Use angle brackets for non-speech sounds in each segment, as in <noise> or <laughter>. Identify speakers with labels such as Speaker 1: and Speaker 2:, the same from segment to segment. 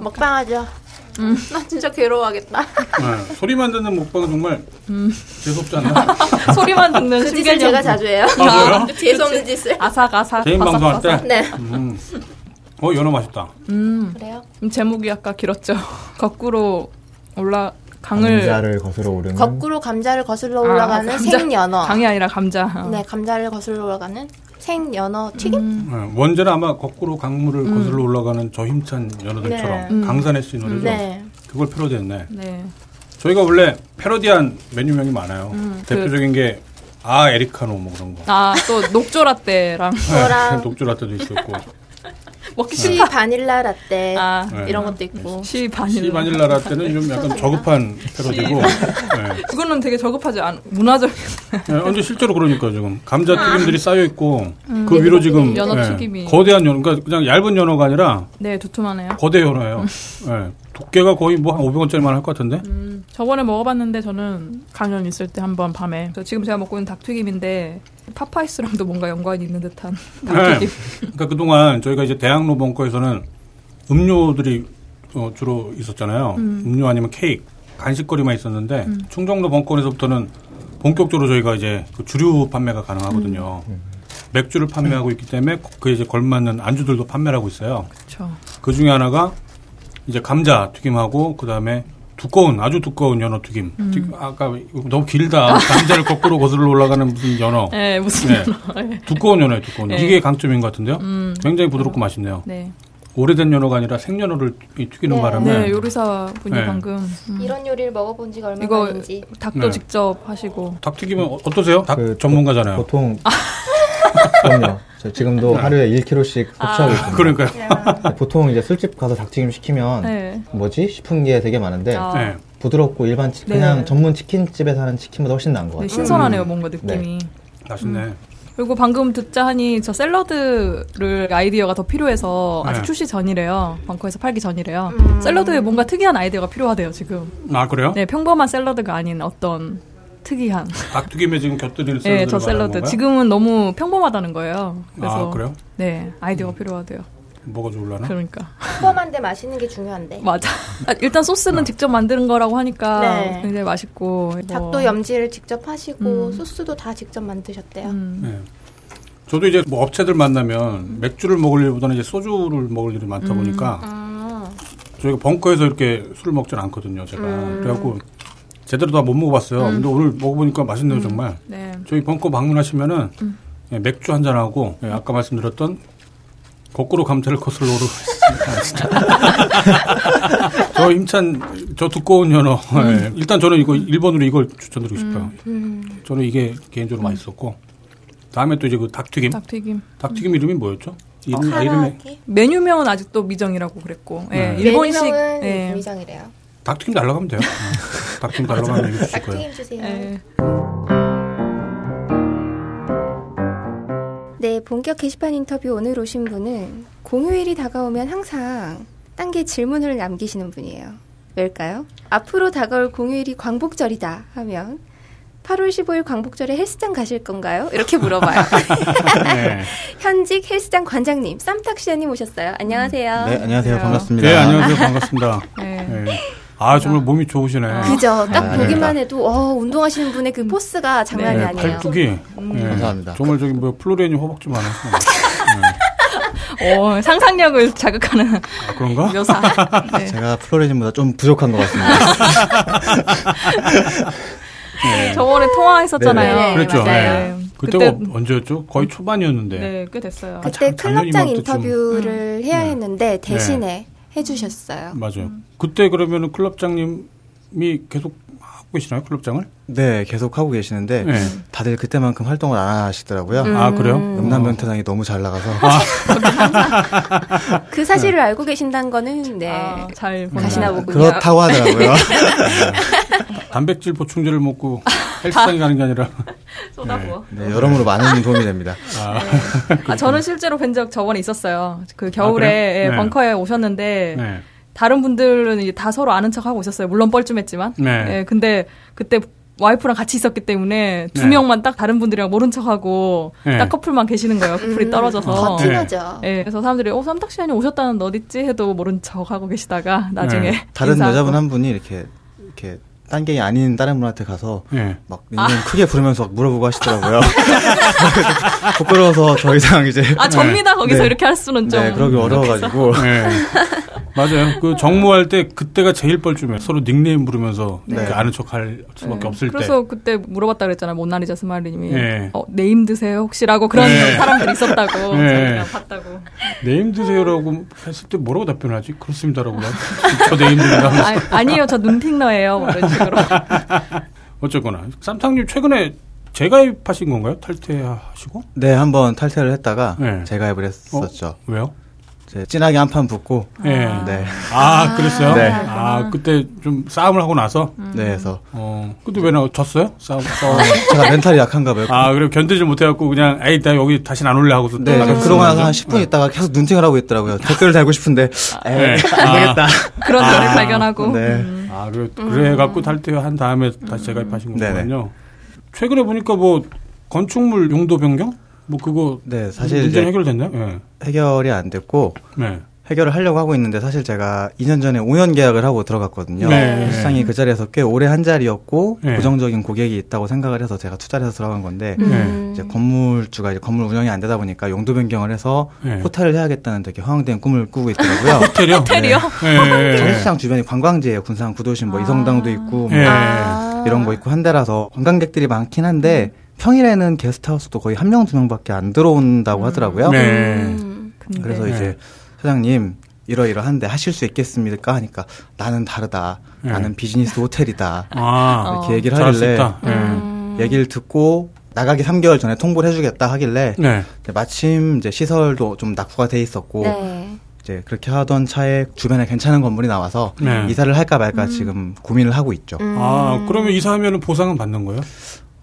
Speaker 1: 먹방하죠.
Speaker 2: 음.
Speaker 1: 나 진짜 괴로워하겠다.
Speaker 2: 아,
Speaker 3: 네, 소리만 듣는 먹방은 정말
Speaker 1: 음.
Speaker 3: 재수없지 않나?
Speaker 2: <laughs> 소리만 듣는
Speaker 1: 그 짓을
Speaker 2: 신개념.
Speaker 1: 제가 자주 해요. 어,
Speaker 3: 아, 그래요?
Speaker 1: 재수없는 짓을.
Speaker 2: 아삭아삭.
Speaker 3: 개인 방송할 때?
Speaker 2: 바삭바삭.
Speaker 1: 네.
Speaker 3: 음. 어, 연어 맛있다.
Speaker 1: 그래요?
Speaker 2: 음, 제목이 아까 길었죠. <laughs> 거꾸로 올라 강을
Speaker 4: 강자를 거슬러 오르는
Speaker 1: 거꾸로 감자를 거슬러
Speaker 2: 아,
Speaker 1: 올라가는
Speaker 2: 감자.
Speaker 1: 생연어.
Speaker 2: 강이 아니라 감자. 어.
Speaker 1: 네, 감자를 거슬러 올라가는 생연어 튀김?
Speaker 2: 음.
Speaker 3: 네, 원제는 아마 거꾸로 강물을 거슬러 올라가는 저 힘찬
Speaker 1: 음. 네.
Speaker 3: 연어들처럼
Speaker 2: 음.
Speaker 3: 강산의 씨 노래죠.
Speaker 1: 네.
Speaker 3: 그걸 패러디했네.
Speaker 2: 네.
Speaker 3: 저희가 원래 패러디한 메뉴명이 많아요.
Speaker 1: 음.
Speaker 3: 대표적인 게 아 에리카노 뭐 그런 거.
Speaker 2: 아 또 녹조 라떼랑 <laughs>
Speaker 1: 그거랑-
Speaker 3: <laughs> 독주 라떼도 있었고
Speaker 2: 먹기
Speaker 1: 시
Speaker 2: 싫다.
Speaker 1: 바닐라 라떼
Speaker 2: 아.
Speaker 3: 네.
Speaker 1: 이런 것도 있고.
Speaker 2: 시
Speaker 3: 시
Speaker 2: 바닐라.
Speaker 3: 바닐라 라떼는 좀 약간 저급한 패러디고 네.
Speaker 2: 그거는 되게 저급하지 않 문화적인 <laughs>
Speaker 3: 네, 근데 실제로 그러니까 지금 감자 튀김들이 쌓여 있고 그 위로 지금
Speaker 2: 아. 음. 연어
Speaker 3: 예,
Speaker 2: 튀김이.
Speaker 3: 거대한 연어 그러니까 그냥 얇은 연어가 아니라
Speaker 2: 네 두툼하네요.
Speaker 3: 거대 연어예요.
Speaker 2: 음.
Speaker 3: 예, 두께가 거의 뭐 한 500원짜리만 할 것 같은데.
Speaker 2: 저번에 먹어봤는데 저는 강연 있을 때 한번 밤에 저 지금 제가 먹고 있는 닭튀김인데 파파이스랑도 뭔가 연관이 있는 듯한
Speaker 3: 네.
Speaker 2: 닭튀김.
Speaker 3: 그러니까 그동안 저희가 이제 대학로 본거에서는 음료들이 어, 주로 있었잖아요. 음. 료 아니면 케이크, 간식거리만 있었는데
Speaker 2: 음.
Speaker 3: 충정로 본권에서부터는 본격적으로 저희가 이제 그 주류 판매가 가능하거든요.
Speaker 2: 음.
Speaker 3: 맥주를 판매하고 있기 때문에 그에 이제 걸맞는 안주들도 판매를 하고 있어요.
Speaker 2: 그렇죠.
Speaker 3: 그 중에 하나가 이제 감자 튀김하고 그 다음에 두꺼운 아주 두꺼운 연어 튀김.
Speaker 2: 음.
Speaker 3: 튀김- 아까 이거 너무 길다. 감자를 거꾸로 거슬러 올라가는 무슨 연어.
Speaker 2: 네 무슨
Speaker 3: 네.
Speaker 2: 연어. 네.
Speaker 3: 두꺼운 연어예요, 두꺼운 연어.
Speaker 2: 네. 음.
Speaker 3: 이게 강점인 것 같은데요. 굉장히 부드럽고 맛있네요.
Speaker 2: 네.
Speaker 3: 오래된 연어가 아니라 생연어를 이 튀기는
Speaker 1: 네.
Speaker 3: 바람에
Speaker 2: 네 요리사 분이
Speaker 3: 네.
Speaker 2: 방금 음,
Speaker 1: 이런 요리를 먹어본 지가 얼마나
Speaker 2: 이거
Speaker 1: 인지.
Speaker 2: 닭도
Speaker 3: 네.
Speaker 2: 직접 하시고
Speaker 3: 닭 튀기면 어- 어떠세요? 닭
Speaker 4: 그
Speaker 3: 전문가잖아요.
Speaker 4: 보통 <laughs> 그럼요. 저 지금도 하루에 1kg씩
Speaker 2: 아.
Speaker 4: 섭취하고 있습니다.
Speaker 3: 네. 아, 그러니까요.
Speaker 2: 뭐.
Speaker 4: 보통 이제 술집 가서 닭튀김 시키면
Speaker 2: 네.
Speaker 4: 뭐지 싶은 게 되게 많은데
Speaker 2: 아.
Speaker 3: 네.
Speaker 4: 부드럽고 일반 치,
Speaker 2: 네.
Speaker 4: 그냥 전문 치킨집에서 하는 치킨보다 훨씬 나은 것
Speaker 2: 네,
Speaker 4: 같아요.
Speaker 3: 음.
Speaker 2: 신선하네요 뭔가 느낌이.
Speaker 3: 맛있네. 음.
Speaker 2: 그리고 방금 듣자 하니 저 샐러드를 아이디어가 더 필요해서 아직
Speaker 3: 네.
Speaker 2: 출시 전이래요. 벙커에서 팔기 전이래요.
Speaker 1: 음.
Speaker 2: 샐러드에 뭔가 특이한 아이디어가 필요하대요 지금.
Speaker 3: 아, 그래요?
Speaker 2: 네, 평범한 샐러드가 아닌 어떤 특이한.
Speaker 3: 닭 튀김에 지금 곁들이는 샐러드.
Speaker 2: 네, 저 샐러드. 지금은 너무 평범하다는 거예요. 그래서
Speaker 3: 아, 그래요? 음. 네.
Speaker 2: 네, 아이디어가 필요하대요.
Speaker 3: 뭐가 좋을라나?
Speaker 2: 그러니까. <laughs>
Speaker 1: 평범한데 맛있는 게 중요한데.
Speaker 2: 맞아. 아, 일단
Speaker 3: 네.
Speaker 2: 소스는 직접 만드는 거라고 하니까
Speaker 1: 네.
Speaker 2: 굉장히 맛있고. 뭐,
Speaker 1: 닭도 염지를 직접 하시고
Speaker 2: 음.
Speaker 1: 소스도 다 직접 만드셨대요.
Speaker 2: 음,
Speaker 3: 네. 저도 이제 뭐 업체들 만나면 맥주를 먹을 일보다는 이제 소주를 먹을 일이 많다
Speaker 2: 음.
Speaker 3: 보니까
Speaker 1: 아,
Speaker 3: 저희가 벙커에서 이렇게 술을 먹진 않거든요, 제가.
Speaker 1: 음.
Speaker 3: 그래갖고 제대로 다 못 먹어봤어요. 근데 오늘 먹어보니까 맛있네요,
Speaker 1: 음.
Speaker 3: 정말.
Speaker 2: 네.
Speaker 3: 저희 벙커 방문하시면은 예, 맥주 한 잔하고 예, 아까 말씀드렸던 거꾸로 감자를 거슬러 오르고 있습니다. <laughs> 진짜. 저 힘찬, 저 두꺼운 연어. 예, 일단 저는 이거 1번으로 이걸 추천드리고 싶어요.
Speaker 1: 음.
Speaker 3: 저는 이게 개인적으로 맛있었고. 다음에 또 이제 그 닭튀김.
Speaker 2: 닭튀김.
Speaker 3: 닭튀김 이름이 뭐였죠? 이름, 아, 이름이.
Speaker 1: 카라기.
Speaker 2: 메뉴명은 아직도 미정이라고 그랬고. 예,
Speaker 3: 네.
Speaker 2: 일본식
Speaker 1: 메뉴명은
Speaker 2: 예.
Speaker 1: 미장이래요.
Speaker 3: 닭튀김 날라가면 돼요. 음, 닭튀김 날라가면
Speaker 1: <laughs>
Speaker 3: 얘기 주실 거예요.
Speaker 1: 닭튀김 주세요.
Speaker 2: 예.
Speaker 5: 네, 본격 게시판 인터뷰 오늘 오신 분은 공휴일이 다가오면 항상 딴게 질문을 남기시는 분이에요. 왜일까요? 앞으로 다가올 공휴일이 광복절이다 하면 8월 15일 광복절에 헬스장 가실 건가요? 이렇게
Speaker 3: <laughs>
Speaker 5: 물어봐요.
Speaker 3: 네.
Speaker 5: 현직 헬스장 관장님, 쌈탁 시아님 오셨어요. 안녕하세요.
Speaker 6: 네, 안녕하세요. 반갑습니다.
Speaker 3: 네, 안녕하세요. 반갑습니다.
Speaker 2: 네.
Speaker 3: 네. 아, 정말 몸이 좋으시네.
Speaker 5: 그죠? 딱
Speaker 6: 아,
Speaker 5: 보기만 해도 어, 운동하시는 분의 그 포스가 장난이
Speaker 3: 음. 네,
Speaker 5: 아니에요.
Speaker 3: 팔뚝이. 네,
Speaker 6: 감사합니다.
Speaker 3: 정말 저기 뭐 플로레님 허벅지만 하시네.
Speaker 2: 오, 어, 상상력을 자극하는
Speaker 3: 아, 그런가?
Speaker 2: 묘사. 네.
Speaker 6: <laughs> 제가 플로레진보다 좀 부족한 것 같습니다.
Speaker 3: <laughs>
Speaker 2: 저번에 통화했었잖아요.
Speaker 5: 네,
Speaker 3: 네. 그랬죠.
Speaker 5: 맞아요.
Speaker 2: 네.
Speaker 3: 그렇죠. 그때가 뭐,
Speaker 2: 그때-
Speaker 3: 언제였죠? 거의 초반이었는데.
Speaker 2: 네, 꽤 됐어요.
Speaker 5: 그때
Speaker 3: 작- 아, 작년이면
Speaker 5: 클럽장
Speaker 3: 또 좀- 음. 네.
Speaker 5: 인터뷰를 해야 했는데 대신에 해주셨어요.
Speaker 3: 맞아요. 그때 그러면 은 클럽장님이 계속 하고 계시나요? 클럽장을?
Speaker 6: 네, 계속 하고 계시는데
Speaker 3: 네.
Speaker 6: 다들 그때만큼 활동을 안 하시더라고요.
Speaker 2: 음.
Speaker 3: 아, 그래요?
Speaker 6: 음. 음남 면태당이 너무 잘 나가서
Speaker 2: 아,
Speaker 5: 그
Speaker 3: 네.
Speaker 5: 사실을 알고 계신다는 거는 네.
Speaker 2: 아, 잘
Speaker 5: 가시나
Speaker 2: 보나요?
Speaker 5: 보군요.
Speaker 6: 그렇다고
Speaker 2: <laughs>
Speaker 6: 하더라고요.
Speaker 3: 단백질 보충제를 먹고 헬스장에 가는 게 아니라.
Speaker 2: 쏟아부어.
Speaker 6: 네, 여러모로 많은 도움이 됩니다.
Speaker 2: 아, 저는 실제로 뵌 적 저번에 있었어요. 그
Speaker 3: 네. 아,
Speaker 2: 겨울에
Speaker 3: 그래요?
Speaker 2: 예,
Speaker 3: 네.
Speaker 2: 벙커에 오셨는데
Speaker 3: 네.
Speaker 2: 다른 분들은 이제 다 서로 아는 척 하고 오셨어요. 물론 뻘쭘했지만.
Speaker 3: 네.
Speaker 2: 예, 근데 그때 와이프랑 같이 있었기 때문에 두
Speaker 3: 네.
Speaker 2: 명만 딱 다른 분들이랑 모른 척하고
Speaker 3: 네.
Speaker 2: 딱 커플만 계시는 거예요.
Speaker 1: 음.
Speaker 2: 커플이
Speaker 6: 아,
Speaker 1: 아.
Speaker 2: 떨어져서.
Speaker 6: 네.
Speaker 3: 커플.
Speaker 5: 티나죠.
Speaker 2: 예, 그래서 사람들이 어 삼탁시간이 오셨다는데 어딨지 해도 모른 척 하고 계시다가 나중에
Speaker 3: 네.
Speaker 6: 다른
Speaker 2: 인사하고.
Speaker 6: 여자분 한 분이 이렇게 이렇게 딴 게 아닌 다른 분한테 가서
Speaker 3: 예.
Speaker 6: 막 닉네임
Speaker 2: 아.
Speaker 6: 크게 부르면서 막
Speaker 2: <laughs>
Speaker 6: 물어보고 하시더라고요. <laughs> 부끄러워서 더 이상 이제
Speaker 2: 아 접니다 거기서
Speaker 6: 네.
Speaker 2: 이렇게 할 수는 좀
Speaker 6: 네 그러기 어려워가지고
Speaker 3: 예. 맞아요. 그 정모할 때 그때가 제일 뻘쭘해. 요 서로 닉네임 부르면서
Speaker 6: 네.
Speaker 3: 이렇게 아는 척 할 수밖에
Speaker 2: 네.
Speaker 3: 없을 때.
Speaker 2: 그래서 그때 물어봤다 그랬잖아요. 모나리자 스마일리님이
Speaker 3: 예.
Speaker 2: 어, 네임 드세요 혹시라고 그런
Speaker 6: 네.
Speaker 3: 예.
Speaker 2: 사람들이 있었다고
Speaker 3: 예.
Speaker 2: 자기가 봤다고.
Speaker 3: 네임 드세요라고 했을 때 뭐라고 답변을 하지? 그렇습니다라고. <laughs> 저 네임 드립니다.
Speaker 2: 아, 니에요저 눈핑러예요. 뭐 이런 식으로.
Speaker 3: 어쨌거나 쌈탕님 최근에 재가입하신 건가요? 탈퇴하시고?
Speaker 6: <laughs> 네 한번 탈퇴를 했다가
Speaker 3: 네.
Speaker 6: 재가입을 했었죠.
Speaker 3: 왜요?
Speaker 6: 이제 진하게 한판 붙고
Speaker 3: 어? 예.
Speaker 6: 네,
Speaker 3: 아 그랬어요?
Speaker 6: 네.
Speaker 3: 아 그때 좀 싸움을 하고 나서.
Speaker 6: <laughs>
Speaker 2: 음.
Speaker 6: 네 그래서 아,
Speaker 3: 어. 근데 왜 나 졌어요? 싸움. 싸움.
Speaker 6: 제가 멘탈이 약한가 봐요.
Speaker 3: 아 그래 견디지 못해갖고 그냥 에이 나 여기 다시 안 올래 하고서
Speaker 6: 네,
Speaker 3: 나갔어요.
Speaker 6: 그동안 한 10분 있다가 계속 눈팅을 하고 있더라고요. 댓글을 달고 싶은데, 에이,
Speaker 3: 네.
Speaker 6: 안
Speaker 3: 아.
Speaker 6: 되겠다.
Speaker 2: 그런 저를 발견하고.
Speaker 6: 네.
Speaker 2: 음.
Speaker 3: 아, 그래, 그래갖고 탈퇴한 다음에 다시 재가입하신
Speaker 6: 네네.
Speaker 3: 거군요. 최근에 보니까 뭐 건축물 용도 변경? 뭐 그거
Speaker 6: 네, 사실
Speaker 3: 문제
Speaker 6: 이제
Speaker 3: 해결됐나요? 예.
Speaker 6: 해결이 안 됐고,
Speaker 3: 네.
Speaker 6: 해결을 하려고 하고 있는데, 사실 제가 2년 전에 5년 계약을 하고 들어갔거든요.
Speaker 3: 네.
Speaker 6: 시장이 그 자리에서 꽤 오래 한 자리였고,
Speaker 3: 네.
Speaker 6: 고정적인 고객이 있다고 생각을 해서 제가 투자를 해서 들어간 건데,
Speaker 3: 네.
Speaker 6: 이제 건물주가 이제 건물 운영이 안 되다 보니까 용도 변경을 해서
Speaker 3: 네.
Speaker 6: 호텔을 해야겠다는 되게 허황된 꿈을 꾸고
Speaker 3: <laughs>
Speaker 6: 있더라고요.
Speaker 3: 호텔이요?
Speaker 2: 호텔이요?
Speaker 3: 예,
Speaker 6: <laughs>
Speaker 3: 예, 예.
Speaker 6: 장시장 주변이 관광지예요. 군산 구도심 뭐 이성당도 있고, 뭐
Speaker 3: 예.
Speaker 1: 아.
Speaker 6: 이런 거 있고 한데라서 관광객들이 많긴 한데 평일에는 게스트하우스도 거의 한 명 두 명밖에 안 들어온다고 하더라고요.
Speaker 3: 네.
Speaker 2: 근데
Speaker 6: 그래서
Speaker 3: 네.
Speaker 6: 이제 사장님 이러이러한데 하실 수 있겠습니까? 하니까 나는 다르다.
Speaker 3: 네.
Speaker 6: 나는 비즈니스 호텔이다.
Speaker 3: 아,
Speaker 2: 어.
Speaker 6: 이렇게 얘기를
Speaker 3: 잘할 수
Speaker 6: 하길래
Speaker 3: 있다. 예.
Speaker 2: 음.
Speaker 6: 얘기를 듣고 나가기 3개월 전에 통보를 해주겠다 하길래
Speaker 3: 네.
Speaker 6: 이제 마침 이제 시설도 좀 낙후가 돼 있었고
Speaker 5: 네.
Speaker 6: 이제 그렇게 하던 차에 주변에 괜찮은 건물이 나와서
Speaker 3: 네.
Speaker 6: 이사를 할까
Speaker 2: 음.
Speaker 6: 말까 지금 고민을 하고 있죠.
Speaker 1: 음.
Speaker 5: 음.
Speaker 3: 아, 그러면 이사하면 보상은 받는 거예요?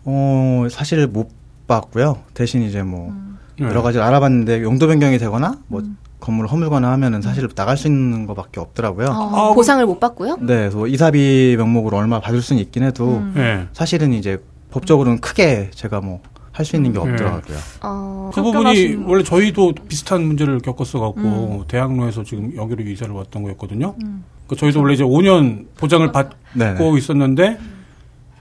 Speaker 6: 어, 사실 못 봤고요. 대신 이제 뭐
Speaker 2: 음.
Speaker 3: 네.
Speaker 6: 여러 가지를 알아봤는데 용도 변경이 되거나 뭐 건물을 허물거나 하면은 사실 나갈 수 있는 것밖에 없더라고요.
Speaker 5: 어, 보상을 못 받고요?
Speaker 6: 네, 그래서 이사비 명목으로 얼마 받을 수는 있긴 해도
Speaker 3: 예.
Speaker 6: 사실은 이제 법적으로는 크게 제가 뭐 할 수 있는 게
Speaker 3: 음.
Speaker 6: 없더라고요.
Speaker 5: 어,
Speaker 3: 그 부분이
Speaker 2: 쫓겨나신-
Speaker 3: 원래 저희도 비슷한 문제를 겪었어갖고 대학로에서 지금 여기로 이사를 왔던 거였거든요. 그 저희도 원래 이제 5년 보장을 받고
Speaker 6: 네.
Speaker 3: 있었는데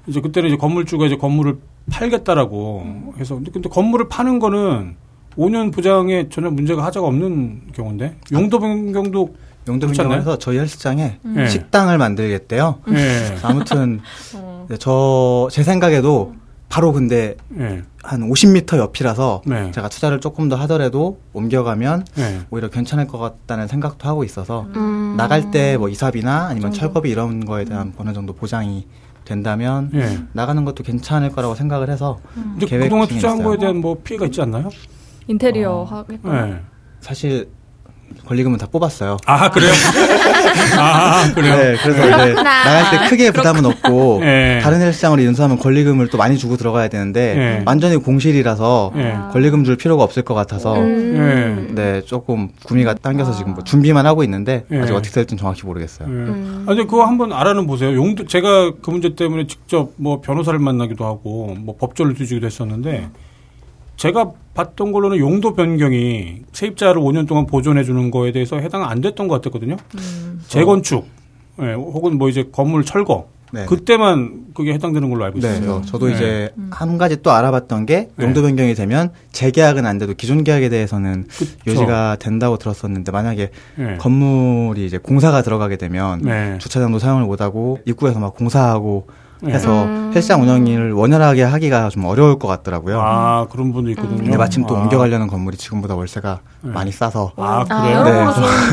Speaker 3: 이제 그때는 이제 건물주가 이제 건물을 팔겠다라고 해서 근데, 근데 건물을 파는 거는 5년 보장에 전혀 문제가 하자가 없는 경우인데 용도 변경도
Speaker 6: 용도
Speaker 3: 그렇지 않나요?
Speaker 6: 변경해서 저희 헬스장에
Speaker 3: 예.
Speaker 6: 식당을 만들겠대요.
Speaker 3: 예.
Speaker 6: 아무튼
Speaker 2: 어.
Speaker 6: 저 제 생각에도 바로 근데
Speaker 3: 예.
Speaker 6: 한 50m 옆이라서
Speaker 3: 네.
Speaker 6: 제가 투자를 조금 더 하더라도 옮겨가면
Speaker 3: 예.
Speaker 6: 오히려 괜찮을 것 같다는 생각도 하고 있어서
Speaker 5: 음.
Speaker 6: 나갈 때 뭐 이사비나 아니면 철거비 이런 거에 대한 어느 정도 보장이 된다면
Speaker 3: 예.
Speaker 6: 나가는 것도 괜찮을 거라고 생각을 해서
Speaker 3: 근데
Speaker 6: 계획
Speaker 3: 그동안
Speaker 6: 중에
Speaker 3: 투자한
Speaker 6: 있어요.
Speaker 3: 거에 대한 뭐 피해가 있지 않나요?
Speaker 2: 인테리어 하겠구나.
Speaker 3: 예.
Speaker 6: 사실 권리금은 다 뽑았어요.
Speaker 3: 아 그래요? 아 그래요?
Speaker 6: 네, 그래서 이제 나갈 때 크게 부담은 없고
Speaker 3: <laughs> 예.
Speaker 6: 다른 헬스장으로 인수하면 권리금을 또 많이 주고 들어가야 되는데
Speaker 3: 예.
Speaker 6: 완전히 공실이라서
Speaker 3: 예.
Speaker 6: 권리금 줄 필요가 없을 것 같아서
Speaker 5: 음.
Speaker 3: 예.
Speaker 6: 네 조금 구미가 당겨서 지금 뭐 준비만 하고 있는데
Speaker 3: 예.
Speaker 6: 아직 어떻게 될지는 정확히 모르겠어요.
Speaker 3: 예. 아니 그거 한번 알아는 보세요. 용도 제가 그 문제 때문에 직접 뭐 변호사를 만나기도 하고 뭐 법조를 뒤지기도 했었는데 제가 봤던 걸로는 용도 변경이 세입자를 5년 동안 보존해 주는 거에 대해서 해당 안 됐던 것 같았거든요. 재건축 예, 혹은 뭐 이제 건물 철거
Speaker 6: 네.
Speaker 3: 그때만 그게 해당되는 걸로 알고
Speaker 6: 네,
Speaker 3: 있어요.
Speaker 6: 저- 저도
Speaker 3: 네.
Speaker 6: 이제 한 가지 또 알아봤던 게
Speaker 3: 네.
Speaker 6: 용도 변경이 되면 재계약은 안 돼도 기존 계약에 대해서는 유지가 된다고 들었었는데 만약에
Speaker 3: 예.
Speaker 6: 건물이 이제 공사가 들어가게 되면
Speaker 3: 네.
Speaker 6: 주차장도 사용을 못하고 입구에서 막 공사하고
Speaker 3: 네.
Speaker 6: 해서 헬스장 운영을 원활하게 하기가 좀 어려울 것 같더라고요.
Speaker 3: 아 그런 분도 있거든요.
Speaker 6: 근데 마침 또
Speaker 3: 아.
Speaker 6: 옮겨가려는 건물이 지금보다 월세가 많이 싸서
Speaker 3: 아
Speaker 6: 아,
Speaker 3: 그래요?
Speaker 6: 네.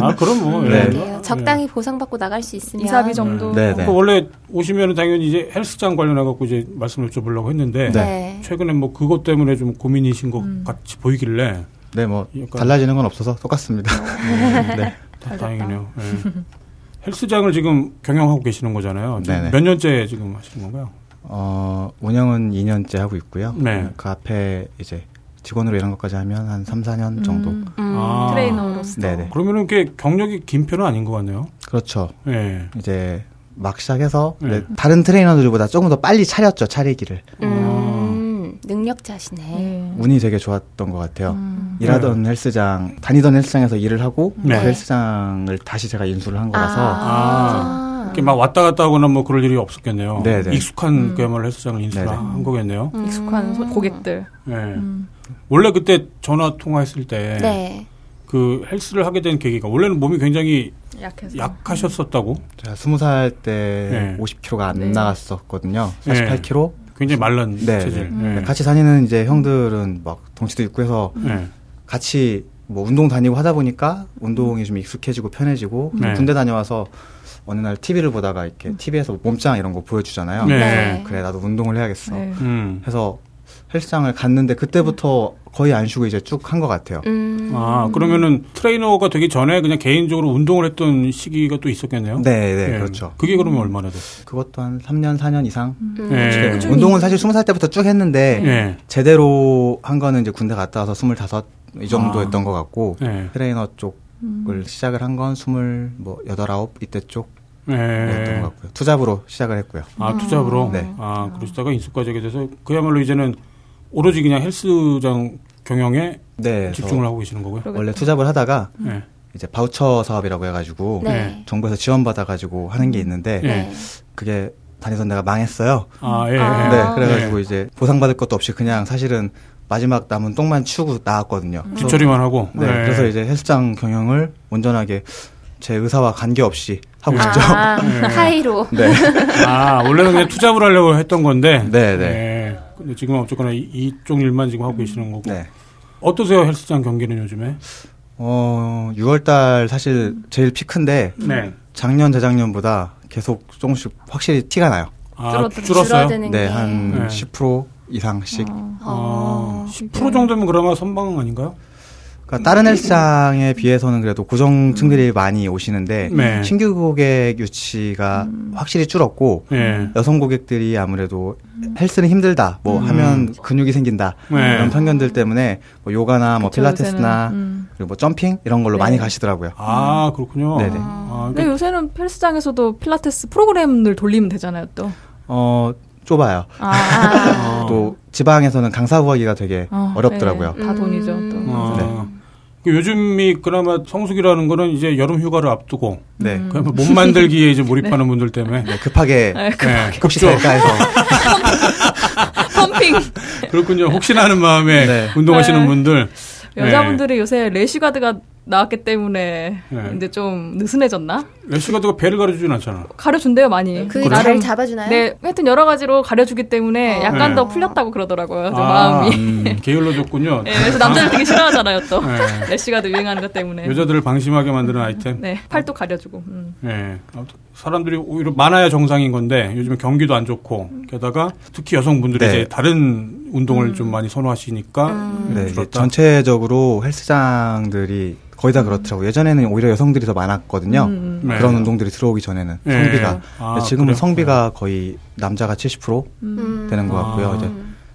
Speaker 3: 아 그럼
Speaker 1: 네.
Speaker 3: 뭐 예.
Speaker 5: 그러게요. 적당히 보상받고 나갈 수 있으면
Speaker 2: 이사비 정도.
Speaker 6: 네, 네.
Speaker 3: 그 원래 오시면 은 당연히 이제 헬스장 관련해 갖고 이제 말씀 여쭤보려고 했는데
Speaker 5: 네.
Speaker 3: 최근에 뭐 그것 때문에 좀 고민이신 것 같이 보이길래
Speaker 6: 네, 뭐
Speaker 3: 약간-
Speaker 6: 달라지는 건 없어서 똑같습니다. <laughs> 네.
Speaker 3: 다 다행이네요. 예. 헬스장을 지금 경영하고 계시는 거잖아요. 지금
Speaker 6: 네네.
Speaker 3: 몇 년째 지금 하시는 건가요?
Speaker 6: 어, 운영은 2년째 하고 있고요.
Speaker 3: 네.
Speaker 6: 그 앞에 이제 직원으로 이런 것까지 하면 한 3, 4년 정도.
Speaker 2: 음,
Speaker 3: 아.
Speaker 2: 트레이너로서.
Speaker 6: 네네.
Speaker 3: 그러면은 꽤 경력이 긴 편은 아닌 것 같네요.
Speaker 6: 그렇죠.
Speaker 3: 예.
Speaker 6: 이제 막 시작해서
Speaker 3: 네.
Speaker 6: 이제 다른 트레이너들보다 조금 더 빨리 차렸죠 차리기를
Speaker 5: 음, 능력자시네.
Speaker 6: 운이 되게 좋았던 것 같아요.
Speaker 2: 음.
Speaker 6: 일하던 헬스장 다니던 헬스장에서 일을 하고
Speaker 3: 네.
Speaker 6: 그 헬스장을 다시 제가 인수를 한 거라서
Speaker 3: 아. 이렇게 막 왔다 갔다 하거나 뭐 그럴 일이 없었겠네요.
Speaker 6: 네, 네.
Speaker 3: 익숙한 그야말로 헬스장을 인수를
Speaker 6: 네, 네.
Speaker 3: 한 거겠네요.
Speaker 1: 음.
Speaker 2: 익숙한 소- 고객들.
Speaker 3: 예.
Speaker 2: 음.
Speaker 3: 원래 그때 전화 통화했을 때
Speaker 5: 네.
Speaker 3: 그 헬스를 하게 된 계기가 원래는 몸이 굉장히
Speaker 2: 약해서.
Speaker 3: 약하셨었다고
Speaker 6: 제가 스무 살 때
Speaker 3: 네.
Speaker 6: 50kg가 안
Speaker 2: 네.
Speaker 6: 나갔었거든요.
Speaker 3: 네.
Speaker 6: 48kg.
Speaker 3: 굉장히 말른
Speaker 6: 네,
Speaker 3: 체질.
Speaker 2: 네.
Speaker 3: 예.
Speaker 6: 같이 다니는 이제 형들은 막 덩치도 있고 해서
Speaker 3: 예.
Speaker 6: 같이 뭐 운동 다니고 하다 보니까 운동이 좀 익숙해지고 편해지고
Speaker 3: 네.
Speaker 6: 군대 다녀와서 어느 날 TV를 보다가 이렇게 TV에서 몸짱 이런 거 보여주잖아요.
Speaker 3: 네.
Speaker 5: 네.
Speaker 6: 그래 나도 운동을 해야겠어.
Speaker 2: 네.
Speaker 3: 음.
Speaker 6: 해서 헬스장을 갔는데 그때부터 거의 안 쉬고 이제 쭉 한 것 같아요.
Speaker 5: 음.
Speaker 3: 아 그러면은 트레이너가 되기 전에 그냥 개인적으로 운동을 했던 시기가 또 있었겠네요.
Speaker 6: 네, 네,
Speaker 3: 예.
Speaker 6: 그렇죠.
Speaker 3: 그게 그러면 얼마나 됐어요?
Speaker 6: 그것도 한 3년, 4년 이상.
Speaker 5: 음.
Speaker 3: 예.
Speaker 6: 네.
Speaker 2: 꾸준히.
Speaker 6: 운동은 사실 20살 때부터 쭉 했는데
Speaker 3: 예.
Speaker 6: 제대로 한 거는 이제 군대 갔다 와서 25이 정도
Speaker 3: 아.
Speaker 6: 했던 것 같고
Speaker 3: 예.
Speaker 6: 트레이너 쪽을
Speaker 2: 음.
Speaker 6: 시작을 한 건 20, 뭐 8, 9 이때 쪽
Speaker 3: 예.
Speaker 6: 였던 것 같고요. 투잡으로 시작을 했고요.
Speaker 3: 아 투잡으로.
Speaker 6: 네.
Speaker 3: 아 그러시다가 인수과정에 대해서 그야말로 이제는 오로지 그냥 헬스장 경영에
Speaker 6: 네.
Speaker 3: 집중을 하고 계시는 거고요.
Speaker 6: 원래 투잡을 하다가
Speaker 3: 예.
Speaker 6: 이제 바우처 사업이라고 해가지고
Speaker 5: 네.
Speaker 6: 정부에서 지원받아가지고 하는 게 있는데
Speaker 3: 네.
Speaker 5: 네.
Speaker 6: 그게 다니던 데가 망했어요.
Speaker 3: 아 예.
Speaker 5: 아.
Speaker 3: 예.
Speaker 6: 네. 그래가지고 이제 보상받을 것도 없이 그냥 사실은 마지막 남은 똥만 치우고 나왔거든요. 그래서
Speaker 3: 음. 뒷처리만 하고.
Speaker 6: 네,
Speaker 3: 예.
Speaker 6: 그래서 이제 헬스장 경영을 온전하게 제 의사와 관계없이 하고 있죠. <laughs>
Speaker 5: 아, 타이로.
Speaker 6: 네.
Speaker 3: 아, 원래는 그냥 투잡을 하려고 했던 건데.
Speaker 6: 네, 네.
Speaker 3: 예. 근데 지금 어쨌거나 이- 이쪽 일만 지금 하고 계시는 거고.
Speaker 6: 네.
Speaker 3: 어떠세요, 헬스장 경기는 요즘에?
Speaker 6: 어, 6월달 사실 제일 피크인데
Speaker 3: 네.
Speaker 6: 작년 재작년보다 계속 조금씩 확실히 티가 나요.
Speaker 3: 아,
Speaker 2: 줄어드-
Speaker 3: 줄었어요?
Speaker 5: 줄어드는
Speaker 6: 네,
Speaker 5: 게.
Speaker 6: 한
Speaker 3: 네.
Speaker 6: 10%
Speaker 2: 어,
Speaker 6: 이상씩.
Speaker 1: 어,
Speaker 5: 어.
Speaker 3: 아, 10% 정도면 그나마 선방 아닌가요?
Speaker 6: 그러니까 다른 헬스장에 비해서는 그래도 고정층들이 많이 오시는데
Speaker 3: 네.
Speaker 6: 신규 고객 유치가
Speaker 2: 음.
Speaker 6: 확실히 줄었고
Speaker 3: 예.
Speaker 6: 여성 고객들이 아무래도 헬스는 힘들다, 뭐
Speaker 2: 음.
Speaker 6: 하면 근육이 생긴다
Speaker 3: 네.
Speaker 6: 이런 편견들 때문에 뭐 요가나 뭐
Speaker 2: 그쵸,
Speaker 6: 필라테스나
Speaker 2: 요새는, 음.
Speaker 6: 그리고 뭐 점핑 이런 걸로
Speaker 2: 네.
Speaker 6: 많이 가시더라고요.
Speaker 3: 아, 그렇군요.
Speaker 6: 네네.
Speaker 3: 아,
Speaker 2: 근데 음. 요새는 헬스장에서도 필라테스 프로그램을 돌리면 되잖아요, 또.
Speaker 6: 어 좁아요.
Speaker 2: 아,
Speaker 3: 아,
Speaker 6: 또 지방에서는 강사 구하기가 되게
Speaker 2: 어,
Speaker 6: 어렵더라고요. 어.
Speaker 2: 네, 다 돈이죠, 또.
Speaker 3: 아.
Speaker 6: 네.
Speaker 3: 그 요즘이 그나마 성수기라는 거는 이제 여름 휴가를 앞두고
Speaker 6: 네.
Speaker 2: 음.
Speaker 3: 그야말로 몸 만들기에 이제 몰입하는 분들 때문에
Speaker 6: 네, 급하게
Speaker 2: 네,
Speaker 3: 네,
Speaker 6: 급식
Speaker 3: 급조.
Speaker 6: 살까해서
Speaker 2: <laughs>
Speaker 3: <laughs>
Speaker 2: 펌핑!
Speaker 3: 그렇군요. 혹시나 하는 마음에
Speaker 6: 네.
Speaker 3: 운동하시는
Speaker 2: 네.
Speaker 3: 분들
Speaker 2: 여자분들이 요새 레시가드가 나왔기 때문에
Speaker 3: 네.
Speaker 2: 이제 좀 느슨해졌나?
Speaker 3: 레시가드가 배를 가려주진 않잖아.
Speaker 2: 가려준대요, 많이.
Speaker 5: 그
Speaker 3: 그래요?
Speaker 5: 잘 잡아주나요?
Speaker 2: 네, 하여튼 여러 가지로 가려주기 때문에
Speaker 5: 어.
Speaker 2: 약간
Speaker 3: 네.
Speaker 2: 더 풀렸다고 그러더라고요, 좀
Speaker 3: 아,
Speaker 2: 마음이.
Speaker 3: 음, 게을러졌군요.
Speaker 2: 네, 그래서 남자들 되게 싫어하잖아요, 또.
Speaker 3: 네.
Speaker 2: 레시가드 유행하는 것 때문에.
Speaker 3: 여자들을 방심하게 만드는 아이템.
Speaker 2: 네, 팔도 가려주고. 음.
Speaker 3: 예. 아무튼 사람들이 오히려 많아야 정상인 건데 요즘에 경기도 안 좋고
Speaker 2: 음.
Speaker 3: 게다가 특히 여성분들이
Speaker 6: 네.
Speaker 3: 이제 다른 운동을
Speaker 2: 음.
Speaker 3: 좀 많이 선호하시니까
Speaker 6: 네,
Speaker 3: 네,
Speaker 6: 이게
Speaker 3: 줄었다.
Speaker 6: 전체적으로 헬스장들이 거의 다 그렇더라고요. 예전에는 오히려 여성들이 더 많았거든요.
Speaker 2: 음,
Speaker 3: 음.
Speaker 6: 그런
Speaker 3: 네.
Speaker 6: 운동들이 들어오기 전에는
Speaker 3: 예.
Speaker 6: 성비가
Speaker 3: 아,
Speaker 6: 근데 지금은
Speaker 3: 그래요? 네.
Speaker 6: 성비가 거의 남자가 70%
Speaker 5: 음.
Speaker 6: 되는 것 같고요.
Speaker 3: 아.
Speaker 6: 이제